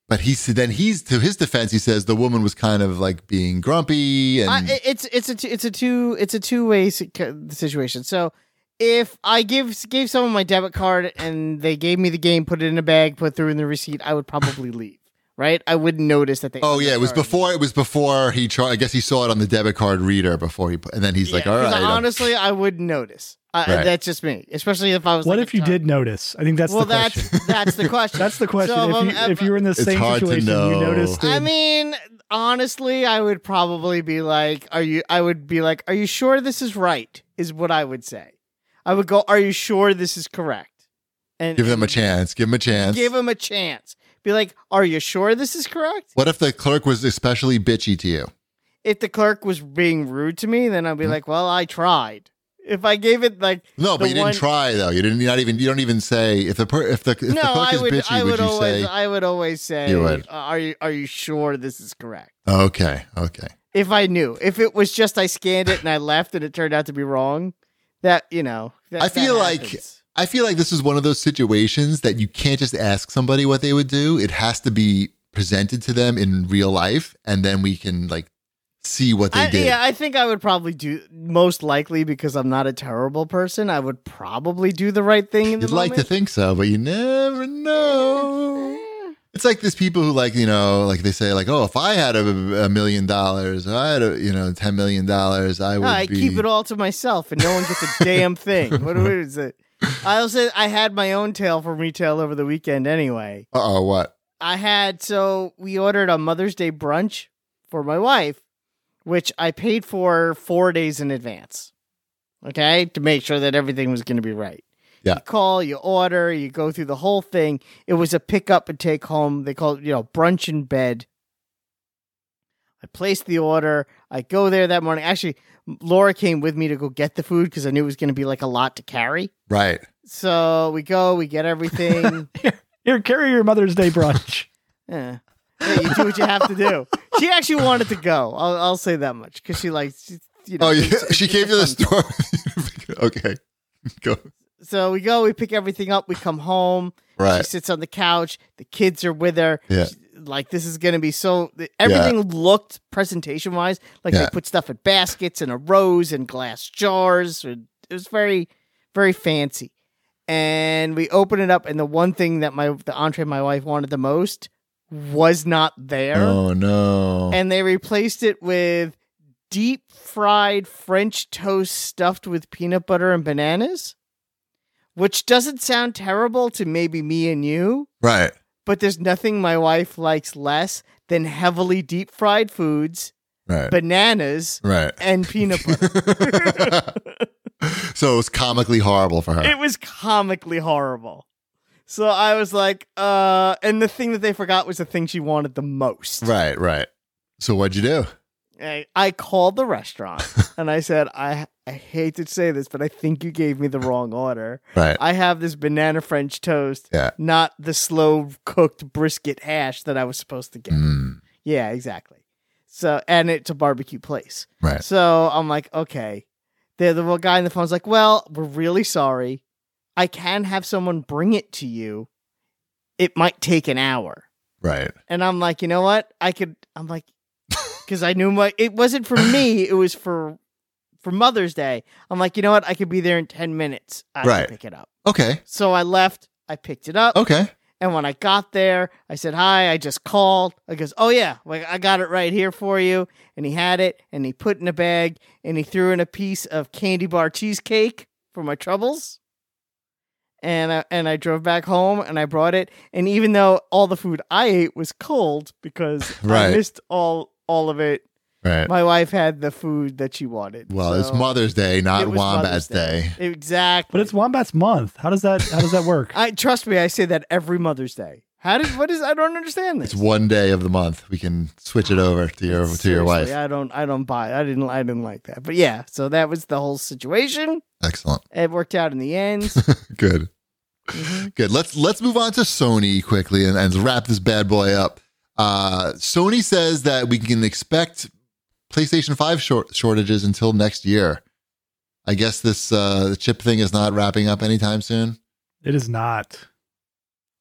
Speaker 3: but he said, then he's to his defense, he says the woman was kind of like being grumpy and
Speaker 1: I, it- it's it's a two- it's a two it's a two way situation. So if I give gave someone my debit card and they gave me the game, put it in a bag, put through in the receipt, I would
Speaker 3: (laughs)
Speaker 1: probably leave. Right? I wouldn't notice that they.
Speaker 3: Oh yeah, it was
Speaker 1: Sorry.
Speaker 3: before. It was before he tried. I guess he saw it on the debit card reader before he, and then he's like,
Speaker 1: Yeah,
Speaker 3: "All
Speaker 1: 'cause
Speaker 3: right,
Speaker 1: I-
Speaker 3: I'm-
Speaker 1: honestly, I wouldn't notice. I
Speaker 3: Right.
Speaker 1: That's just me, especially if I was.
Speaker 4: What
Speaker 1: like,
Speaker 4: if
Speaker 1: a
Speaker 4: you
Speaker 1: child.
Speaker 4: did notice? I think that's
Speaker 1: well,
Speaker 4: the question.
Speaker 1: that's that's the question.
Speaker 4: That's the question.
Speaker 1: So,
Speaker 4: if,
Speaker 1: um,
Speaker 4: you, if you were in the
Speaker 3: It's
Speaker 4: same
Speaker 3: hard to
Speaker 4: situation, you
Speaker 3: know.
Speaker 4: noticed. it.
Speaker 1: I mean, honestly, I would probably be like, "Are you?" I would be like, "Are you sure this is right?" Is what I would say. I would go, "Are you sure this is correct?" And
Speaker 3: give them a chance. Give them a chance."
Speaker 1: Give him a chance. Be like, "Are you sure this is correct?"
Speaker 3: what if the clerk was especially bitchy to you?
Speaker 1: If the clerk was being rude to me, then I'd be like, "Well, I tried." If I gave it like
Speaker 3: Mm-hmm. No,
Speaker 1: the
Speaker 3: but you
Speaker 1: one-
Speaker 3: didn't try though. You didn't. You're not even. You don't even say if the per, if the if the
Speaker 1: no,
Speaker 3: clerk
Speaker 1: I
Speaker 3: is
Speaker 1: would,
Speaker 3: bitchy.
Speaker 1: I would,
Speaker 3: you
Speaker 1: always,
Speaker 3: say
Speaker 1: I would always say,
Speaker 3: You would.
Speaker 1: "Uh, "Are you are you sure this is correct?"
Speaker 3: okay, okay?
Speaker 1: if I knew, if it was just I scanned it and I left and it turned out to be wrong, that you know, that,
Speaker 3: I feel
Speaker 1: that
Speaker 3: like-
Speaker 1: happens.
Speaker 3: I feel like this is one of those situations that you can't just ask somebody what they would do. It has to be presented to them in real life, and then we can like see what they
Speaker 1: I,
Speaker 3: did.
Speaker 1: yeah, I think I would probably do most likely because I'm not a terrible person. I would probably do the right thing. In
Speaker 3: You'd
Speaker 1: the
Speaker 3: like to
Speaker 1: moment.
Speaker 3: think so, but you
Speaker 1: (laughs)
Speaker 3: never know. It's like these people who like, you know, like they say, like, oh, if I had a, a million dollars, or I had a, you know, ten million dollars, I would.
Speaker 1: No, I
Speaker 3: be,
Speaker 1: keep it all to myself, and no one gets a damn thing. What is
Speaker 3: (laughs)
Speaker 1: it? I also I had my own tale from retail over the weekend. Anyway,
Speaker 3: Uh oh, what?
Speaker 1: I had so we ordered a Mother's Day brunch for my wife, which I paid for four days in advance. Okay, to make sure that everything was going to be right.
Speaker 3: Yeah.
Speaker 1: You call, you order, you go through the whole thing. It was a pick up and take home. They call it, you know, brunch in bed. I placed the order. I go there that morning. Actually, Laura came with me to go get the food because I knew it was going to be like a lot to carry.
Speaker 3: Right.
Speaker 1: So we go, we get everything.
Speaker 4: Here, carry your Mother's Day brunch.
Speaker 1: Yeah. Yeah, you do what you have to do. She actually wanted to go. I'll, I'll say that much because she likes. she- You know,
Speaker 3: Oh, (laughs) yeah.
Speaker 1: it's-
Speaker 3: she
Speaker 1: it's a
Speaker 3: came to the
Speaker 1: fun-
Speaker 3: store. okay, (laughs) go.
Speaker 1: So we go, we pick everything up, we come home. She
Speaker 3: Right.
Speaker 1: sits on the couch. The kids are with her.
Speaker 3: Yeah.
Speaker 1: She- like this is gonna be so. th- Everything looked presentation wise like
Speaker 3: Yeah.
Speaker 1: they put stuff in baskets and a rows and glass jars. And it was very, very fancy. and we open it up, and the one thing that my the entree my wife wanted the most was not there,
Speaker 3: Oh no.
Speaker 1: and they replaced it with deep fried French toast stuffed with peanut butter and bananas, which doesn't sound terrible to maybe me and you
Speaker 3: right.
Speaker 1: but there's nothing my wife likes less than heavily deep fried foods,
Speaker 3: Right.
Speaker 1: bananas,
Speaker 3: right.
Speaker 1: and peanut butter. (laughs)
Speaker 3: (laughs) so it was comically horrible for her.
Speaker 1: it was comically horrible. So I was like, uh, and the thing that they forgot was the thing she wanted the most.
Speaker 3: right, right. So what'd you do?
Speaker 1: I, I called the
Speaker 3: (laughs)
Speaker 1: restaurant and I said, I, I hate to say this, but I think you gave me the wrong order.
Speaker 3: Right.
Speaker 1: I have this banana French toast,
Speaker 3: Yeah.
Speaker 1: not the slow cooked brisket hash that I was supposed to get.
Speaker 3: Mm,
Speaker 1: Yeah, exactly. So, and it's a barbecue place.
Speaker 3: right.
Speaker 1: So I'm like, okay. The the little guy on the phone's like, well, we're really sorry. I can have someone bring it to you. It might take an hour.
Speaker 3: Right.
Speaker 1: And I'm like, you know what? I could. I'm like, because I knew my. It wasn't for me. It was for for Mother's Day. I'm like, you know what? I could be there in ten minutes. I can
Speaker 3: Right.
Speaker 1: pick it up.
Speaker 3: Okay.
Speaker 1: So I left. I picked it up.
Speaker 3: Okay.
Speaker 1: And when I got there, I said, Hi, I just called. I goes, Oh, yeah, like, I got it right here for you. And he had it and he put in a bag and he threw in a piece of candy bar cheesecake for my troubles. And I, and I drove back home and I brought it. And even though all the food I ate was cold
Speaker 3: (laughs)
Speaker 1: because I
Speaker 3: Right.
Speaker 1: missed all, all of it,
Speaker 3: Right.
Speaker 1: my wife had the food that she wanted.
Speaker 3: well, it's
Speaker 1: So
Speaker 3: Mother's Day,
Speaker 1: it
Speaker 3: not
Speaker 1: was Mother's
Speaker 3: Wombat's Day.
Speaker 1: Exactly.
Speaker 4: But it's Wombat's month. How does that how does that work?
Speaker 1: I trust me. I say that every Mother's Day. How did what is? I don't understand this.
Speaker 3: It's one day of the month. We can switch it over to your to your
Speaker 1: Seriously,
Speaker 3: wife.
Speaker 1: I don't. I don't buy. I didn't. I didn't like that. But yeah. So that was the whole situation.
Speaker 3: Excellent.
Speaker 1: It worked out in the
Speaker 3: (laughs)
Speaker 1: end.
Speaker 3: Good.
Speaker 1: Mm-hmm.
Speaker 3: Good. Let's let's move on to Sony quickly and, and wrap this bad boy up. Uh, Sony says that we can expect PlayStation Five short- shortages until next year. I guess this uh, the chip thing is not wrapping up anytime soon.
Speaker 4: It is not.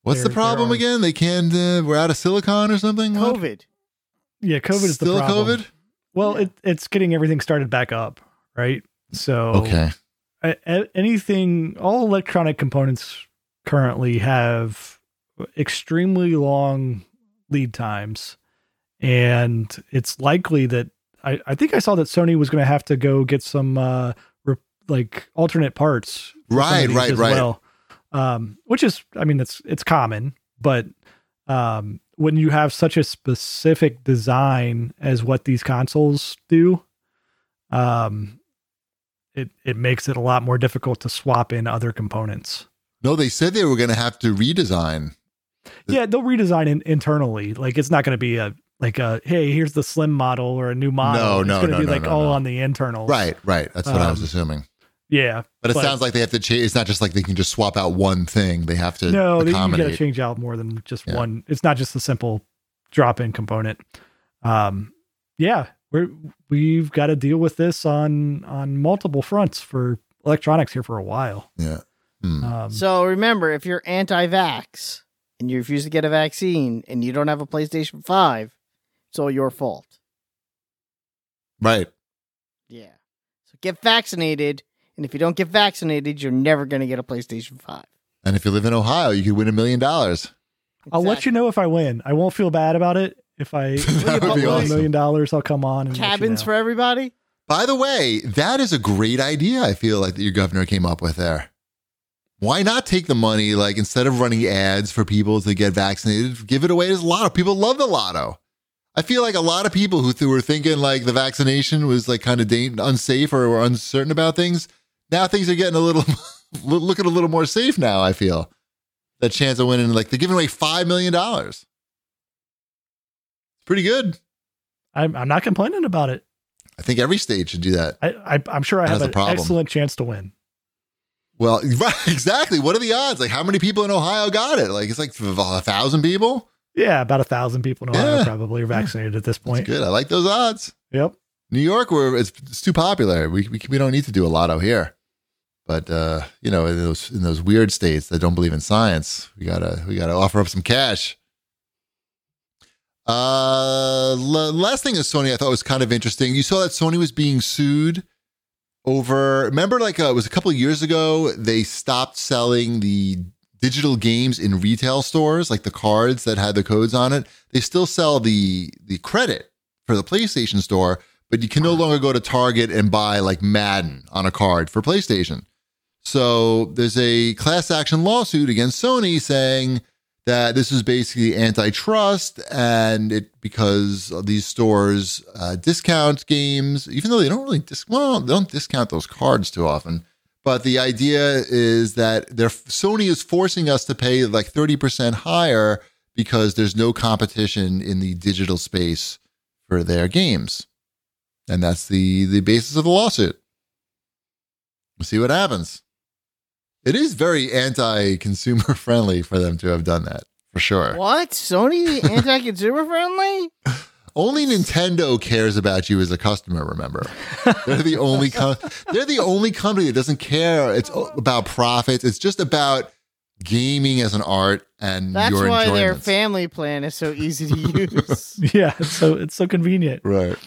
Speaker 3: What's
Speaker 4: There-
Speaker 3: the
Speaker 4: there
Speaker 3: problem
Speaker 4: are-
Speaker 3: again? They can't. Uh, we're out of silicon or something. What?
Speaker 1: COVID.
Speaker 4: Yeah, COVID is
Speaker 3: Still
Speaker 4: the problem.
Speaker 3: COVID.
Speaker 4: Well, it, it's getting everything started back up, right? So
Speaker 3: Okay.
Speaker 4: a- a- anything all electronic components currently have extremely long lead times and it's likely that i, I think i saw that sony was going to have to go get some uh re- like alternate parts for some of
Speaker 3: Right,
Speaker 4: these
Speaker 3: right,
Speaker 4: as
Speaker 3: right.
Speaker 4: well um which is i mean it's it's common but um when you have such a specific design as what these consoles do um it it makes it a lot more difficult to swap in other components.
Speaker 3: No, they said they were going to have to redesign.
Speaker 4: Yeah, they'll redesign in, internally. Like it's not going to be a like a hey, here's the slim model or a new model.
Speaker 3: No,
Speaker 4: it's
Speaker 3: no,
Speaker 4: going to
Speaker 3: no,
Speaker 4: be
Speaker 3: no,
Speaker 4: like
Speaker 3: no,
Speaker 4: all
Speaker 3: no.
Speaker 4: on the internal.
Speaker 3: Right. Right. That's what I was
Speaker 4: Um,
Speaker 3: assuming.
Speaker 4: Yeah.
Speaker 3: But it
Speaker 4: But-
Speaker 3: sounds like they have to change. It's not just like they can just swap out one thing. They have to
Speaker 4: no, they, you got
Speaker 3: accommodate.
Speaker 4: to change out more than just
Speaker 3: Yeah.
Speaker 4: one. It's not just a simple drop in component. Um, yeah, we're we've got to deal with this on on multiple fronts for electronics here for a while.
Speaker 3: yeah. Hmm.
Speaker 4: Um,
Speaker 1: So remember, if you're anti-vax and you refuse to get a vaccine and you don't have a PlayStation Five, it's all your fault.
Speaker 3: right.
Speaker 1: Yeah. So get vaccinated, and if you don't get vaccinated, you're never going to get a PlayStation Five.
Speaker 3: And if you live in Ohio, you could win a million dollars.
Speaker 4: I'll let you know if I win. I won't feel bad about it.
Speaker 3: (laughs)
Speaker 4: If I
Speaker 3: That
Speaker 1: would be
Speaker 4: win
Speaker 1: awesome.
Speaker 4: a million dollars, I'll come on and let you
Speaker 1: Cabins
Speaker 4: know.
Speaker 1: for everybody.
Speaker 3: By the way, that is a great idea. I feel like that your governor came up with there. Why not take the money? Like instead of running ads for people to get vaccinated, give it away as lotto. People love the lotto. I feel like a lot of people who, who were thinking like the vaccination was like kind of da- unsafe or were uncertain about things. Now things are getting a little (laughs) lo- looking a little more safe. Now I feel that chance of winning like they're giving away five million dollars. Pretty good.
Speaker 4: I'm, I'm not complaining about it.
Speaker 3: I think every state should do that.
Speaker 4: I, I I'm sure I
Speaker 3: That's
Speaker 4: have
Speaker 3: the
Speaker 4: an
Speaker 3: problem.
Speaker 4: excellent chance to win.
Speaker 3: Well, (laughs) right, exactly. What are the odds? Like, how many people in Ohio got it? Like, it's like a thousand people.
Speaker 4: Yeah, about a thousand people in Ohio
Speaker 3: Yeah.
Speaker 4: probably are vaccinated at this
Speaker 3: That's
Speaker 4: point.
Speaker 3: good. I like those odds.
Speaker 4: Yep. (laughs)
Speaker 3: New York, where it's, it's too popular. We, we we don't need to do a lotto here. But uh, you know, in those in those weird states that don't believe in science, we gotta we gotta offer up some cash. Uh, l- last thing is Sony. I thought was kind of interesting. You saw that Sony was being sued over. Remember, like uh, it was a couple of years ago, they stopped selling the digital games in retail stores, like the cards that had the codes on it. They still sell the the credit for the PlayStation Store, but you can no longer go to Target and buy like Madden on a card for PlayStation. So there's a class action lawsuit against Sony saying that this is basically antitrust and it because these stores uh, discount games even though they don't really dis- well they don't discount those cards too often but the idea is that they're Sony is forcing us to pay like 30% higher because there's no competition in the digital space for their games and that's the the basis of the lawsuit we'll see what happens it is very anti-consumer (laughs) friendly for them to have done that, for sure.
Speaker 1: What?
Speaker 3: (laughs)
Speaker 1: Sony anti-consumer friendly?
Speaker 3: Only Nintendo cares about you as a customer. Remember, they're the only com- they're the only company that doesn't care. It's o- about profits. It's just about gaming as an art and
Speaker 1: That's
Speaker 3: your
Speaker 1: why their
Speaker 3: enjoyment.
Speaker 1: family plan is so easy to
Speaker 3: (laughs)
Speaker 1: use.
Speaker 4: Yeah, it's so it's so convenient.
Speaker 3: right,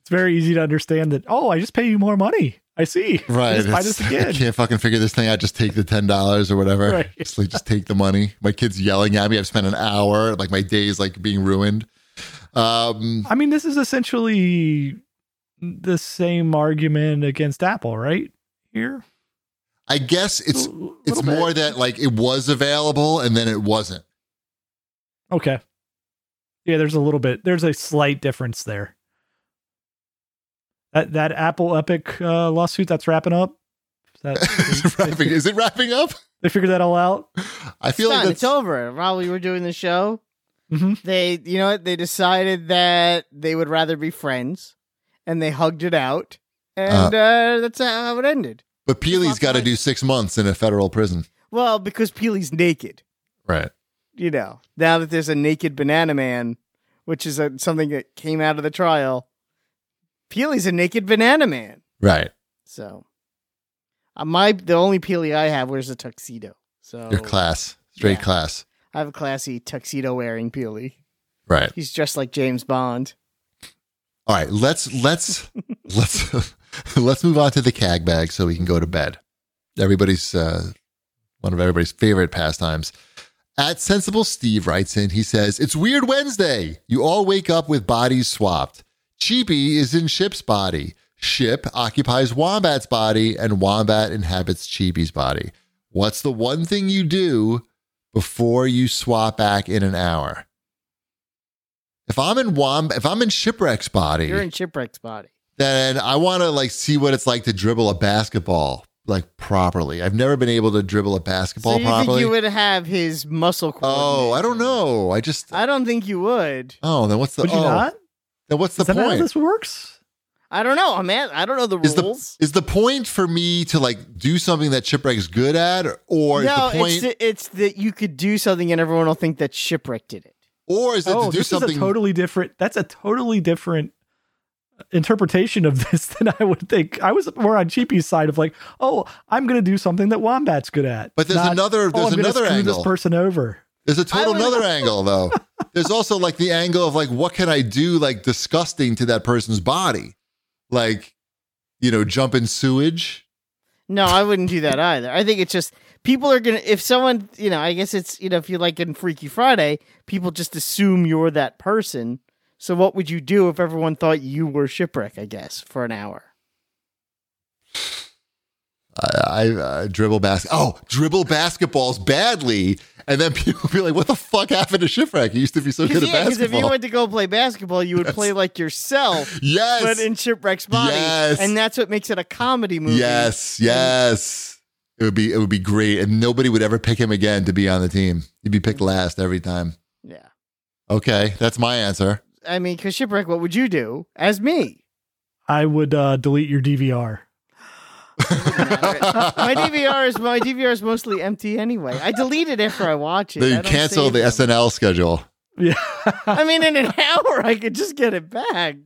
Speaker 4: It's very easy to understand that. Oh, I just pay you more money. I see.
Speaker 3: right.
Speaker 4: Just
Speaker 3: (laughs)
Speaker 4: buy
Speaker 3: It's-
Speaker 4: this
Speaker 3: I
Speaker 4: again.
Speaker 3: can't fucking figure this thing out. Just take the ten dollars or whatever.
Speaker 4: Right.
Speaker 3: Just like just take the money. My kid's yelling at me. I've spent an hour. Like my day is like being ruined. Um,
Speaker 4: I mean, this is essentially the same argument against Apple, right? Here,
Speaker 3: I guess it's
Speaker 4: L-
Speaker 3: it's
Speaker 4: little bit.
Speaker 3: more that like it was available and then it wasn't. (laughs)
Speaker 4: Okay. Yeah, there's a little bit. There's a slight difference there. That that Apple Epic uh, lawsuit that's wrapping up.
Speaker 3: (laughs)
Speaker 4: That,
Speaker 3: is, it
Speaker 4: they,
Speaker 3: wrapping, is it wrapping up?
Speaker 4: they figured that all out.
Speaker 3: I
Speaker 1: it's
Speaker 3: feel like
Speaker 1: done.
Speaker 3: that's
Speaker 1: It's over. While we were doing the show,
Speaker 4: hmm
Speaker 1: they, you know what? They decided that they would rather be friends, and they hugged it out, and uh, that's how it ended.
Speaker 3: but Peely's
Speaker 1: It's
Speaker 3: got to
Speaker 1: not-
Speaker 3: do six months in a federal prison.
Speaker 1: Well, because Peely's naked,
Speaker 3: Right.
Speaker 1: you know. Now that there's a naked banana man, which is a, something that came out of the trial, Peely's a naked banana man.
Speaker 3: Right.
Speaker 1: So, uh, my the only Peely I have wears a tuxedo. So
Speaker 3: Your class, straight
Speaker 1: Oh. Yeah.
Speaker 3: class.
Speaker 1: I have a classy tuxedo wearing Peely.
Speaker 3: Right.
Speaker 1: He's dressed like James Bond.
Speaker 3: All right. Let's let's let's (laughs) let's move on to the cag bag so we can go to bed. Everybody's uh, one of everybody's favorite pastimes. At Sensible Steve writes in, he says, It's Weird Wednesday. You all wake up with bodies swapped. Cheapy is in Ship's body. Ship occupies Wombat's body, and Wombat inhabits Cheapy's body. What's the one thing you do before you swap back in an hour? If I'm in Wombat, if I'm in Shipwreck's body,
Speaker 1: You're in Shipwreck's body.
Speaker 3: then I want to like see what it's like to dribble a basketball like properly. I've never been able to dribble a basketball
Speaker 1: so you
Speaker 3: properly.
Speaker 1: think you would have his muscle coordination?
Speaker 3: Oh, I don't know. I just
Speaker 1: I don't think you would.
Speaker 3: oh, then what's the
Speaker 4: Would you
Speaker 3: oh,
Speaker 4: not?
Speaker 3: then what's the
Speaker 4: Is that how
Speaker 3: point?
Speaker 4: this works?
Speaker 1: I don't know. I'm at, I don't know the
Speaker 3: is the
Speaker 1: rules.
Speaker 3: is the point for me to like do something that Shipwreck is good at, or
Speaker 1: no,
Speaker 3: is the point,
Speaker 1: it's the- it's that you could do something and everyone will think that Shipwreck did it.
Speaker 3: or is it
Speaker 4: Oh,
Speaker 3: to do
Speaker 4: this
Speaker 3: something?
Speaker 4: is a totally different. That's a totally different uh, interpretation of this (laughs) than I would think. I was more on Cheapy's side of like, oh, I'm going to do something that Wombat's good at.
Speaker 3: But there's
Speaker 4: not,
Speaker 3: another-
Speaker 4: oh,
Speaker 3: there's
Speaker 4: I'm gonna
Speaker 3: another
Speaker 4: screw
Speaker 3: angle.
Speaker 4: This person over.
Speaker 3: There's a total
Speaker 1: would-
Speaker 3: another angle though.
Speaker 4: (laughs)
Speaker 3: There's also like the angle of like what can I do like disgusting to that person's body, like you know jump in sewage.
Speaker 1: No, I wouldn't do that either. I think it's just people are gonna if someone you know, I guess it's you know, if you like in Freaky Friday, people just assume you're that person. So what would you do if everyone thought you were shipwreck, I guess, for an hour?
Speaker 3: I, I uh, dribble bas. Oh, dribble basketballs badly, and then (laughs) people be like, "What the fuck happened to Shipwreck? He used to be so good
Speaker 1: Because
Speaker 3: at
Speaker 1: yeah, 'cause if
Speaker 3: basketball."
Speaker 1: you went to go play basketball, you would play like yourself,
Speaker 3: yes,
Speaker 1: but in Shipwreck's body.
Speaker 3: Yes.
Speaker 1: And that's what makes it a comedy movie.
Speaker 3: Yes, yes. It would be it would be great, and nobody would ever pick him again to be on the team. He'd be picked last every time.
Speaker 1: Yeah.
Speaker 3: Okay, that's my answer.
Speaker 1: I mean, because Shipwreck, what would you do as
Speaker 3: (laughs)
Speaker 1: me?
Speaker 4: I would uh, delete your DVR.
Speaker 1: My DVR is my DVR is mostly empty anyway. I delete it after I watch it. I
Speaker 3: They
Speaker 1: don't
Speaker 3: cancel
Speaker 1: save
Speaker 3: the
Speaker 1: them.
Speaker 3: SNL schedule.
Speaker 4: (laughs) Yeah.
Speaker 1: I mean, in an hour, I could just get it back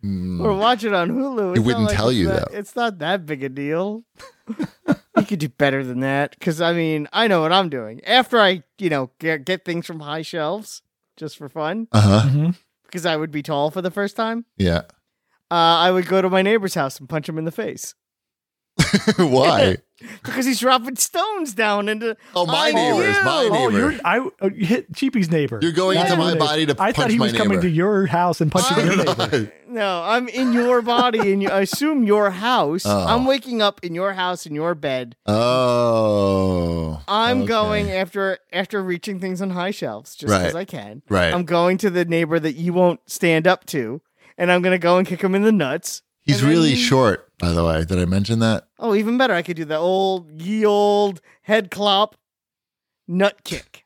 Speaker 3: Hmm.
Speaker 1: or watch it on Hulu. It's not
Speaker 3: wouldn't
Speaker 1: like
Speaker 3: tell
Speaker 1: it's
Speaker 3: you,
Speaker 1: that,
Speaker 3: though.
Speaker 1: It's not that big a deal. you could do better than that because I mean, I know what I'm doing. After I, you know, get, get things from high shelves just for fun
Speaker 3: Uh huh.
Speaker 4: Mhm.
Speaker 1: because I would be tall for the first time.
Speaker 3: Yeah. (laughs)
Speaker 1: Uh, I would go to my neighbor's house and punch him in the face. (laughs)
Speaker 3: Why?
Speaker 1: because he's dropping stones down into.
Speaker 3: Oh, my
Speaker 1: I
Speaker 3: neighbors,
Speaker 1: knew.
Speaker 3: my
Speaker 4: Oh,
Speaker 3: neighbor.
Speaker 4: you're I oh, you hit Cheapy's neighbor.
Speaker 3: You're going
Speaker 4: That's
Speaker 3: into my
Speaker 4: what it is.
Speaker 3: body to
Speaker 4: I thought
Speaker 3: punch
Speaker 4: he
Speaker 3: my
Speaker 4: was coming
Speaker 3: neighbor.
Speaker 4: to your house and punching your neighbor.
Speaker 1: No, I'm in your body, and you, I assume your house.
Speaker 3: Oh.
Speaker 1: I'm waking up in your house in your bed.
Speaker 3: (laughs) oh.
Speaker 1: I'm
Speaker 3: okay.
Speaker 1: going after after reaching things on high shelves just because
Speaker 3: Right.
Speaker 1: I can.
Speaker 3: Right.
Speaker 1: I'm going to the neighbor that you won't stand up to, and I'm gonna go and kick him in the nuts.
Speaker 3: He's
Speaker 1: and then
Speaker 3: really
Speaker 1: he-
Speaker 3: short, by the way. Did I mention that?
Speaker 1: Oh, even better, I could do the old ye old head clop, nut kick.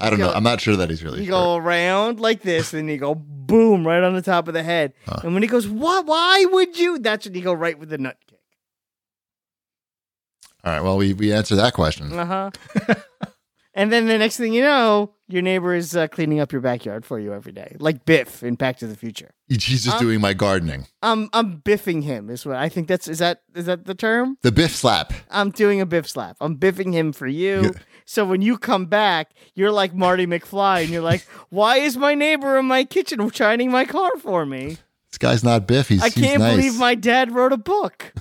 Speaker 3: I don't
Speaker 1: Yo.
Speaker 3: know. I'm not sure that he's really
Speaker 1: You
Speaker 3: short.
Speaker 1: go around like this, and you go boom right on the top of the head.
Speaker 3: Huh.
Speaker 1: And when he goes, "What? Why would you?" That's when you go right with the nut kick.
Speaker 3: All right. Well, we, we answered that question.
Speaker 1: Uh huh. (laughs) and then the next thing you know, your neighbor is uh, cleaning up your backyard for you every day, like Biff in Back to the Future.
Speaker 3: He's just
Speaker 1: Um,
Speaker 3: doing my gardening.
Speaker 1: I'm I'm biffing him is what I think that's is that is that the term?
Speaker 3: The Biff slap.
Speaker 1: I'm doing a biff slap. I'm biffing him for you.
Speaker 3: Yeah.
Speaker 1: So when you come back, you're like Marty McFly and you're like, "Why is my neighbor in my kitchen shining my car for me?
Speaker 3: This guy's not Biff. He's,
Speaker 1: I
Speaker 3: he's
Speaker 1: can't
Speaker 3: nice.
Speaker 1: believe my dad wrote a book."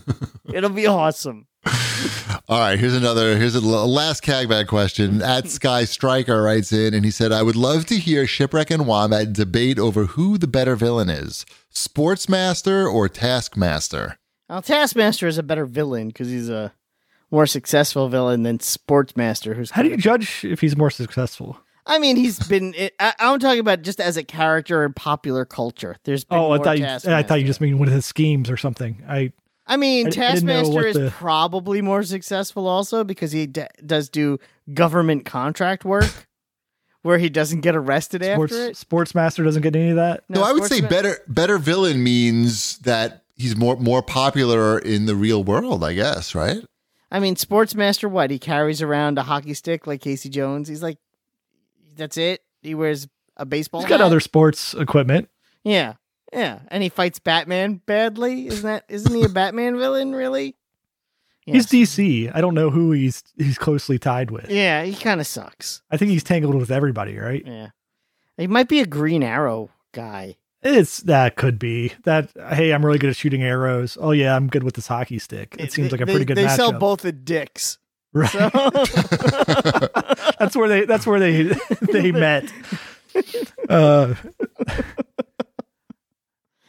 Speaker 1: It'll be awesome.
Speaker 3: All right, here's another. Here's a l- last cagbag
Speaker 1: (laughs)
Speaker 3: question. At Sky Striker writes in and he said, "I would love to hear Shipwreck and Wombat debate over who the better villain is, Sportsmaster or Taskmaster."
Speaker 1: Now, Taskmaster is a better villain because he's a more successful villain than Sportsmaster, who's
Speaker 4: How do you
Speaker 1: kind of-
Speaker 4: judge if he's more successful?
Speaker 1: I mean, he's been. (laughs) I, I'm talking about just as a character in popular culture. There's been
Speaker 4: Oh, I
Speaker 1: more
Speaker 4: thought you,
Speaker 1: Taskmaster.
Speaker 4: I thought you just mean one of his schemes or something. I
Speaker 1: I mean,
Speaker 4: I- I didn't know
Speaker 1: Taskmaster
Speaker 4: what
Speaker 1: is
Speaker 4: the-
Speaker 1: probably more successful also because he d- does do government contract work where he doesn't get arrested
Speaker 4: sports
Speaker 1: after it.
Speaker 4: sportsmaster doesn't get any of that.
Speaker 3: No, I would say
Speaker 1: Sportsman-
Speaker 3: better better villain means that he's more more popular in the real world, I guess, right?
Speaker 1: I mean, Sportsmaster, what? He carries around a hockey stick like Casey Jones. He's like, that's it. He wears a baseball
Speaker 4: He's got
Speaker 1: hat.
Speaker 4: other sports equipment.
Speaker 1: Yeah. Yeah. And he fights Batman badly. Isn't that, isn't he a Batman villain, really? Yes.
Speaker 4: He's DC. I don't know who he's he's closely tied with.
Speaker 1: Yeah, he kind of sucks.
Speaker 4: I think he's tangled with everybody, right?
Speaker 1: Yeah. He might be a Green Arrow guy.
Speaker 4: It's that could be that. Hey, I'm really good at shooting arrows. Oh yeah, I'm good with this hockey stick. It seems
Speaker 1: They-
Speaker 4: like a pretty
Speaker 1: they,
Speaker 4: good
Speaker 1: They
Speaker 4: matchup.
Speaker 1: sell both the dicks.
Speaker 4: Right.
Speaker 1: So
Speaker 4: (laughs) that's where they. That's
Speaker 1: (laughs)
Speaker 4: where they (laughs) they met. Uh,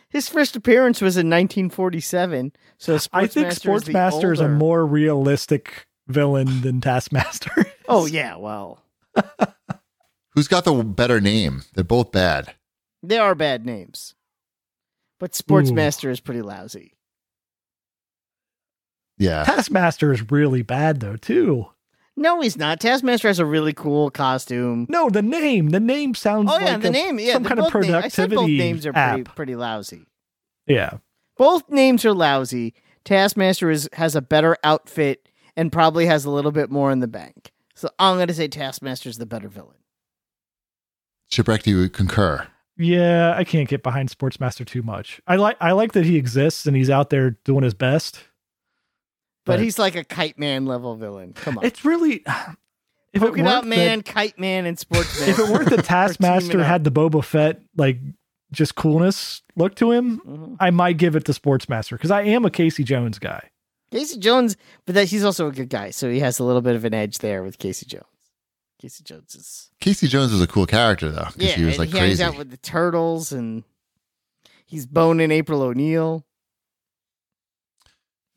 Speaker 1: his first appearance was in 1947. So Sportsmaster
Speaker 4: I think
Speaker 1: is the
Speaker 4: Sportsmaster is a
Speaker 1: older-
Speaker 4: more realistic villain than Taskmaster. (laughs)
Speaker 1: Oh yeah, well
Speaker 3: Who's got the better name? They're both bad.
Speaker 1: they are bad names, but Sportsmaster is pretty lousy.
Speaker 3: Yeah.
Speaker 4: Taskmaster is really bad though too.
Speaker 1: No, he's not. Taskmaster has a really cool costume.
Speaker 4: No, the name. The name sounds.
Speaker 1: Oh yeah,
Speaker 4: like
Speaker 1: the
Speaker 4: a-
Speaker 1: name. Yeah,
Speaker 4: some
Speaker 1: the
Speaker 4: kind of
Speaker 1: both name- I said both
Speaker 4: productivity
Speaker 1: names are pretty,
Speaker 4: app.
Speaker 1: pretty lousy.
Speaker 4: Yeah,
Speaker 1: Both names are lousy. Taskmaster is has a better outfit and probably has a little bit more in the bank. So I'm going to say Taskmaster's the better villain.
Speaker 3: Shipwreck, do you concur?
Speaker 4: yeah. I can't get behind Sportsmaster too much. I like. I like that he exists and he's out there doing his best.
Speaker 1: But
Speaker 4: Right.
Speaker 1: he's like a kite man level villain. Come on.
Speaker 4: It's really. (sighs) If it
Speaker 1: Polka
Speaker 4: weren't
Speaker 1: Dot Man,
Speaker 4: that,
Speaker 1: Kite Man, and Sportsman.
Speaker 4: if it
Speaker 1: (laughs)
Speaker 4: weren't that (laughs) Taskmaster
Speaker 1: up.
Speaker 4: had the Boba Fett like just coolness look to him,
Speaker 1: Mhm.
Speaker 4: I might give it to Sportsmaster because I am a Casey Jones guy.
Speaker 1: Casey Jones, but that he's also a good guy, so he has a little bit of an edge there with Casey Jones. Casey Jones is
Speaker 3: Casey Jones was a cool character though, because
Speaker 1: yeah,
Speaker 3: he was
Speaker 1: and
Speaker 3: like
Speaker 1: he hangs
Speaker 3: crazy.
Speaker 1: out with the turtles, and he's boning April O'Neil.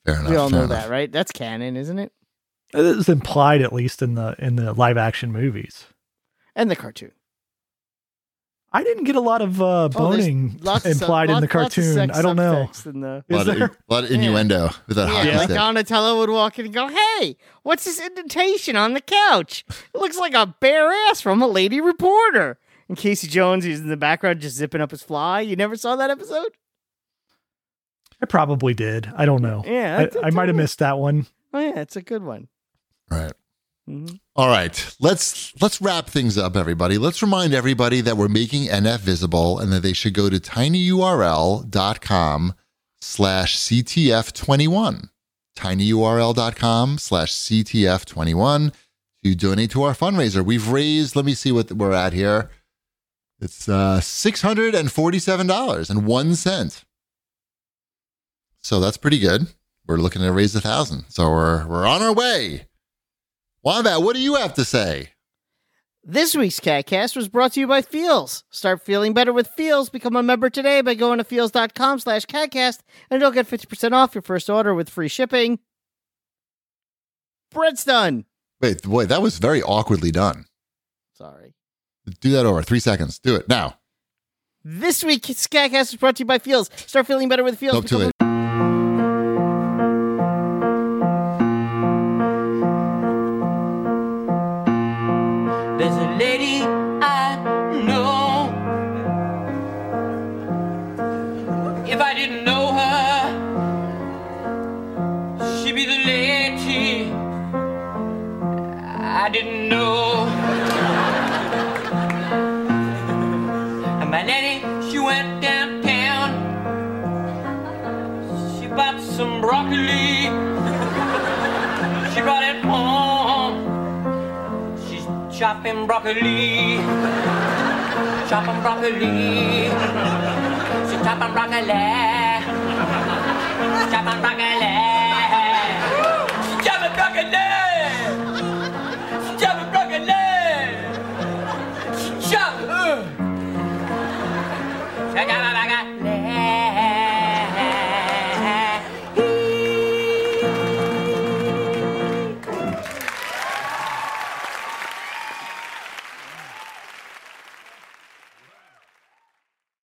Speaker 3: fair enough.
Speaker 1: we all
Speaker 3: fair
Speaker 1: know
Speaker 3: enough.
Speaker 1: that, right? That's canon, isn't it?
Speaker 4: It's implied at least in the in the live action movies.
Speaker 1: And the cartoon.
Speaker 4: I didn't get a lot of uh,
Speaker 1: Oh, there's
Speaker 4: boning
Speaker 1: lots of-
Speaker 4: implied in the
Speaker 1: lots- lots of
Speaker 4: cartoon.
Speaker 1: sex
Speaker 4: I don't know.
Speaker 1: subtext in the-
Speaker 3: A
Speaker 4: Is
Speaker 3: lot, of,
Speaker 4: there?
Speaker 3: a lot of innuendo with that hockey
Speaker 1: yeah, like
Speaker 3: stick.
Speaker 1: Donatello would walk in and go, "Hey, what's this indentation on the couch? It looks like a bare ass from a lady reporter." And Casey Jones, he's in the background just zipping up his fly. You never saw that episode?
Speaker 4: I probably did. I don't know.
Speaker 1: Yeah,
Speaker 4: I,
Speaker 1: that's-
Speaker 4: I might have missed that one.
Speaker 1: Oh yeah, it's a good one.
Speaker 3: right.
Speaker 1: Mhm.
Speaker 3: All right, let's let's wrap things up, everybody. Let's remind everybody that we're making NF visible and that they should go to tinyurl.com slash CTF21. Tinyurl.com slash CTF21 to donate to our fundraiser. We've raised, let me see what we're at here. It's uh, $647.01. So that's pretty good. we're looking to raise a thousand. So we're we're on our way. Wombat, what do you have to say?
Speaker 1: This week's CatCast was brought to you by Feels. Start feeling better with Feels. Become a member today by going to feels.com slash CatCast and you'll get 50% off your first order with free shipping. Bread's done.
Speaker 3: Wait, boy, that was very awkwardly done.
Speaker 1: Sorry.
Speaker 3: Do that over three seconds. Do it now.
Speaker 1: This week's CatCast was brought to you by Feels. Start feeling better with Feels.
Speaker 3: Nope, too
Speaker 1: Become a-
Speaker 3: late.
Speaker 5: There's a lady I know. If I didn't know her, she'd be the lady I didn't know. And my lady, she went downtown. She bought some broccoli. She brought it home. She's chopping broccoli. Chopping broccoli. She's chopping broccoli. Chopping broccoli. uh.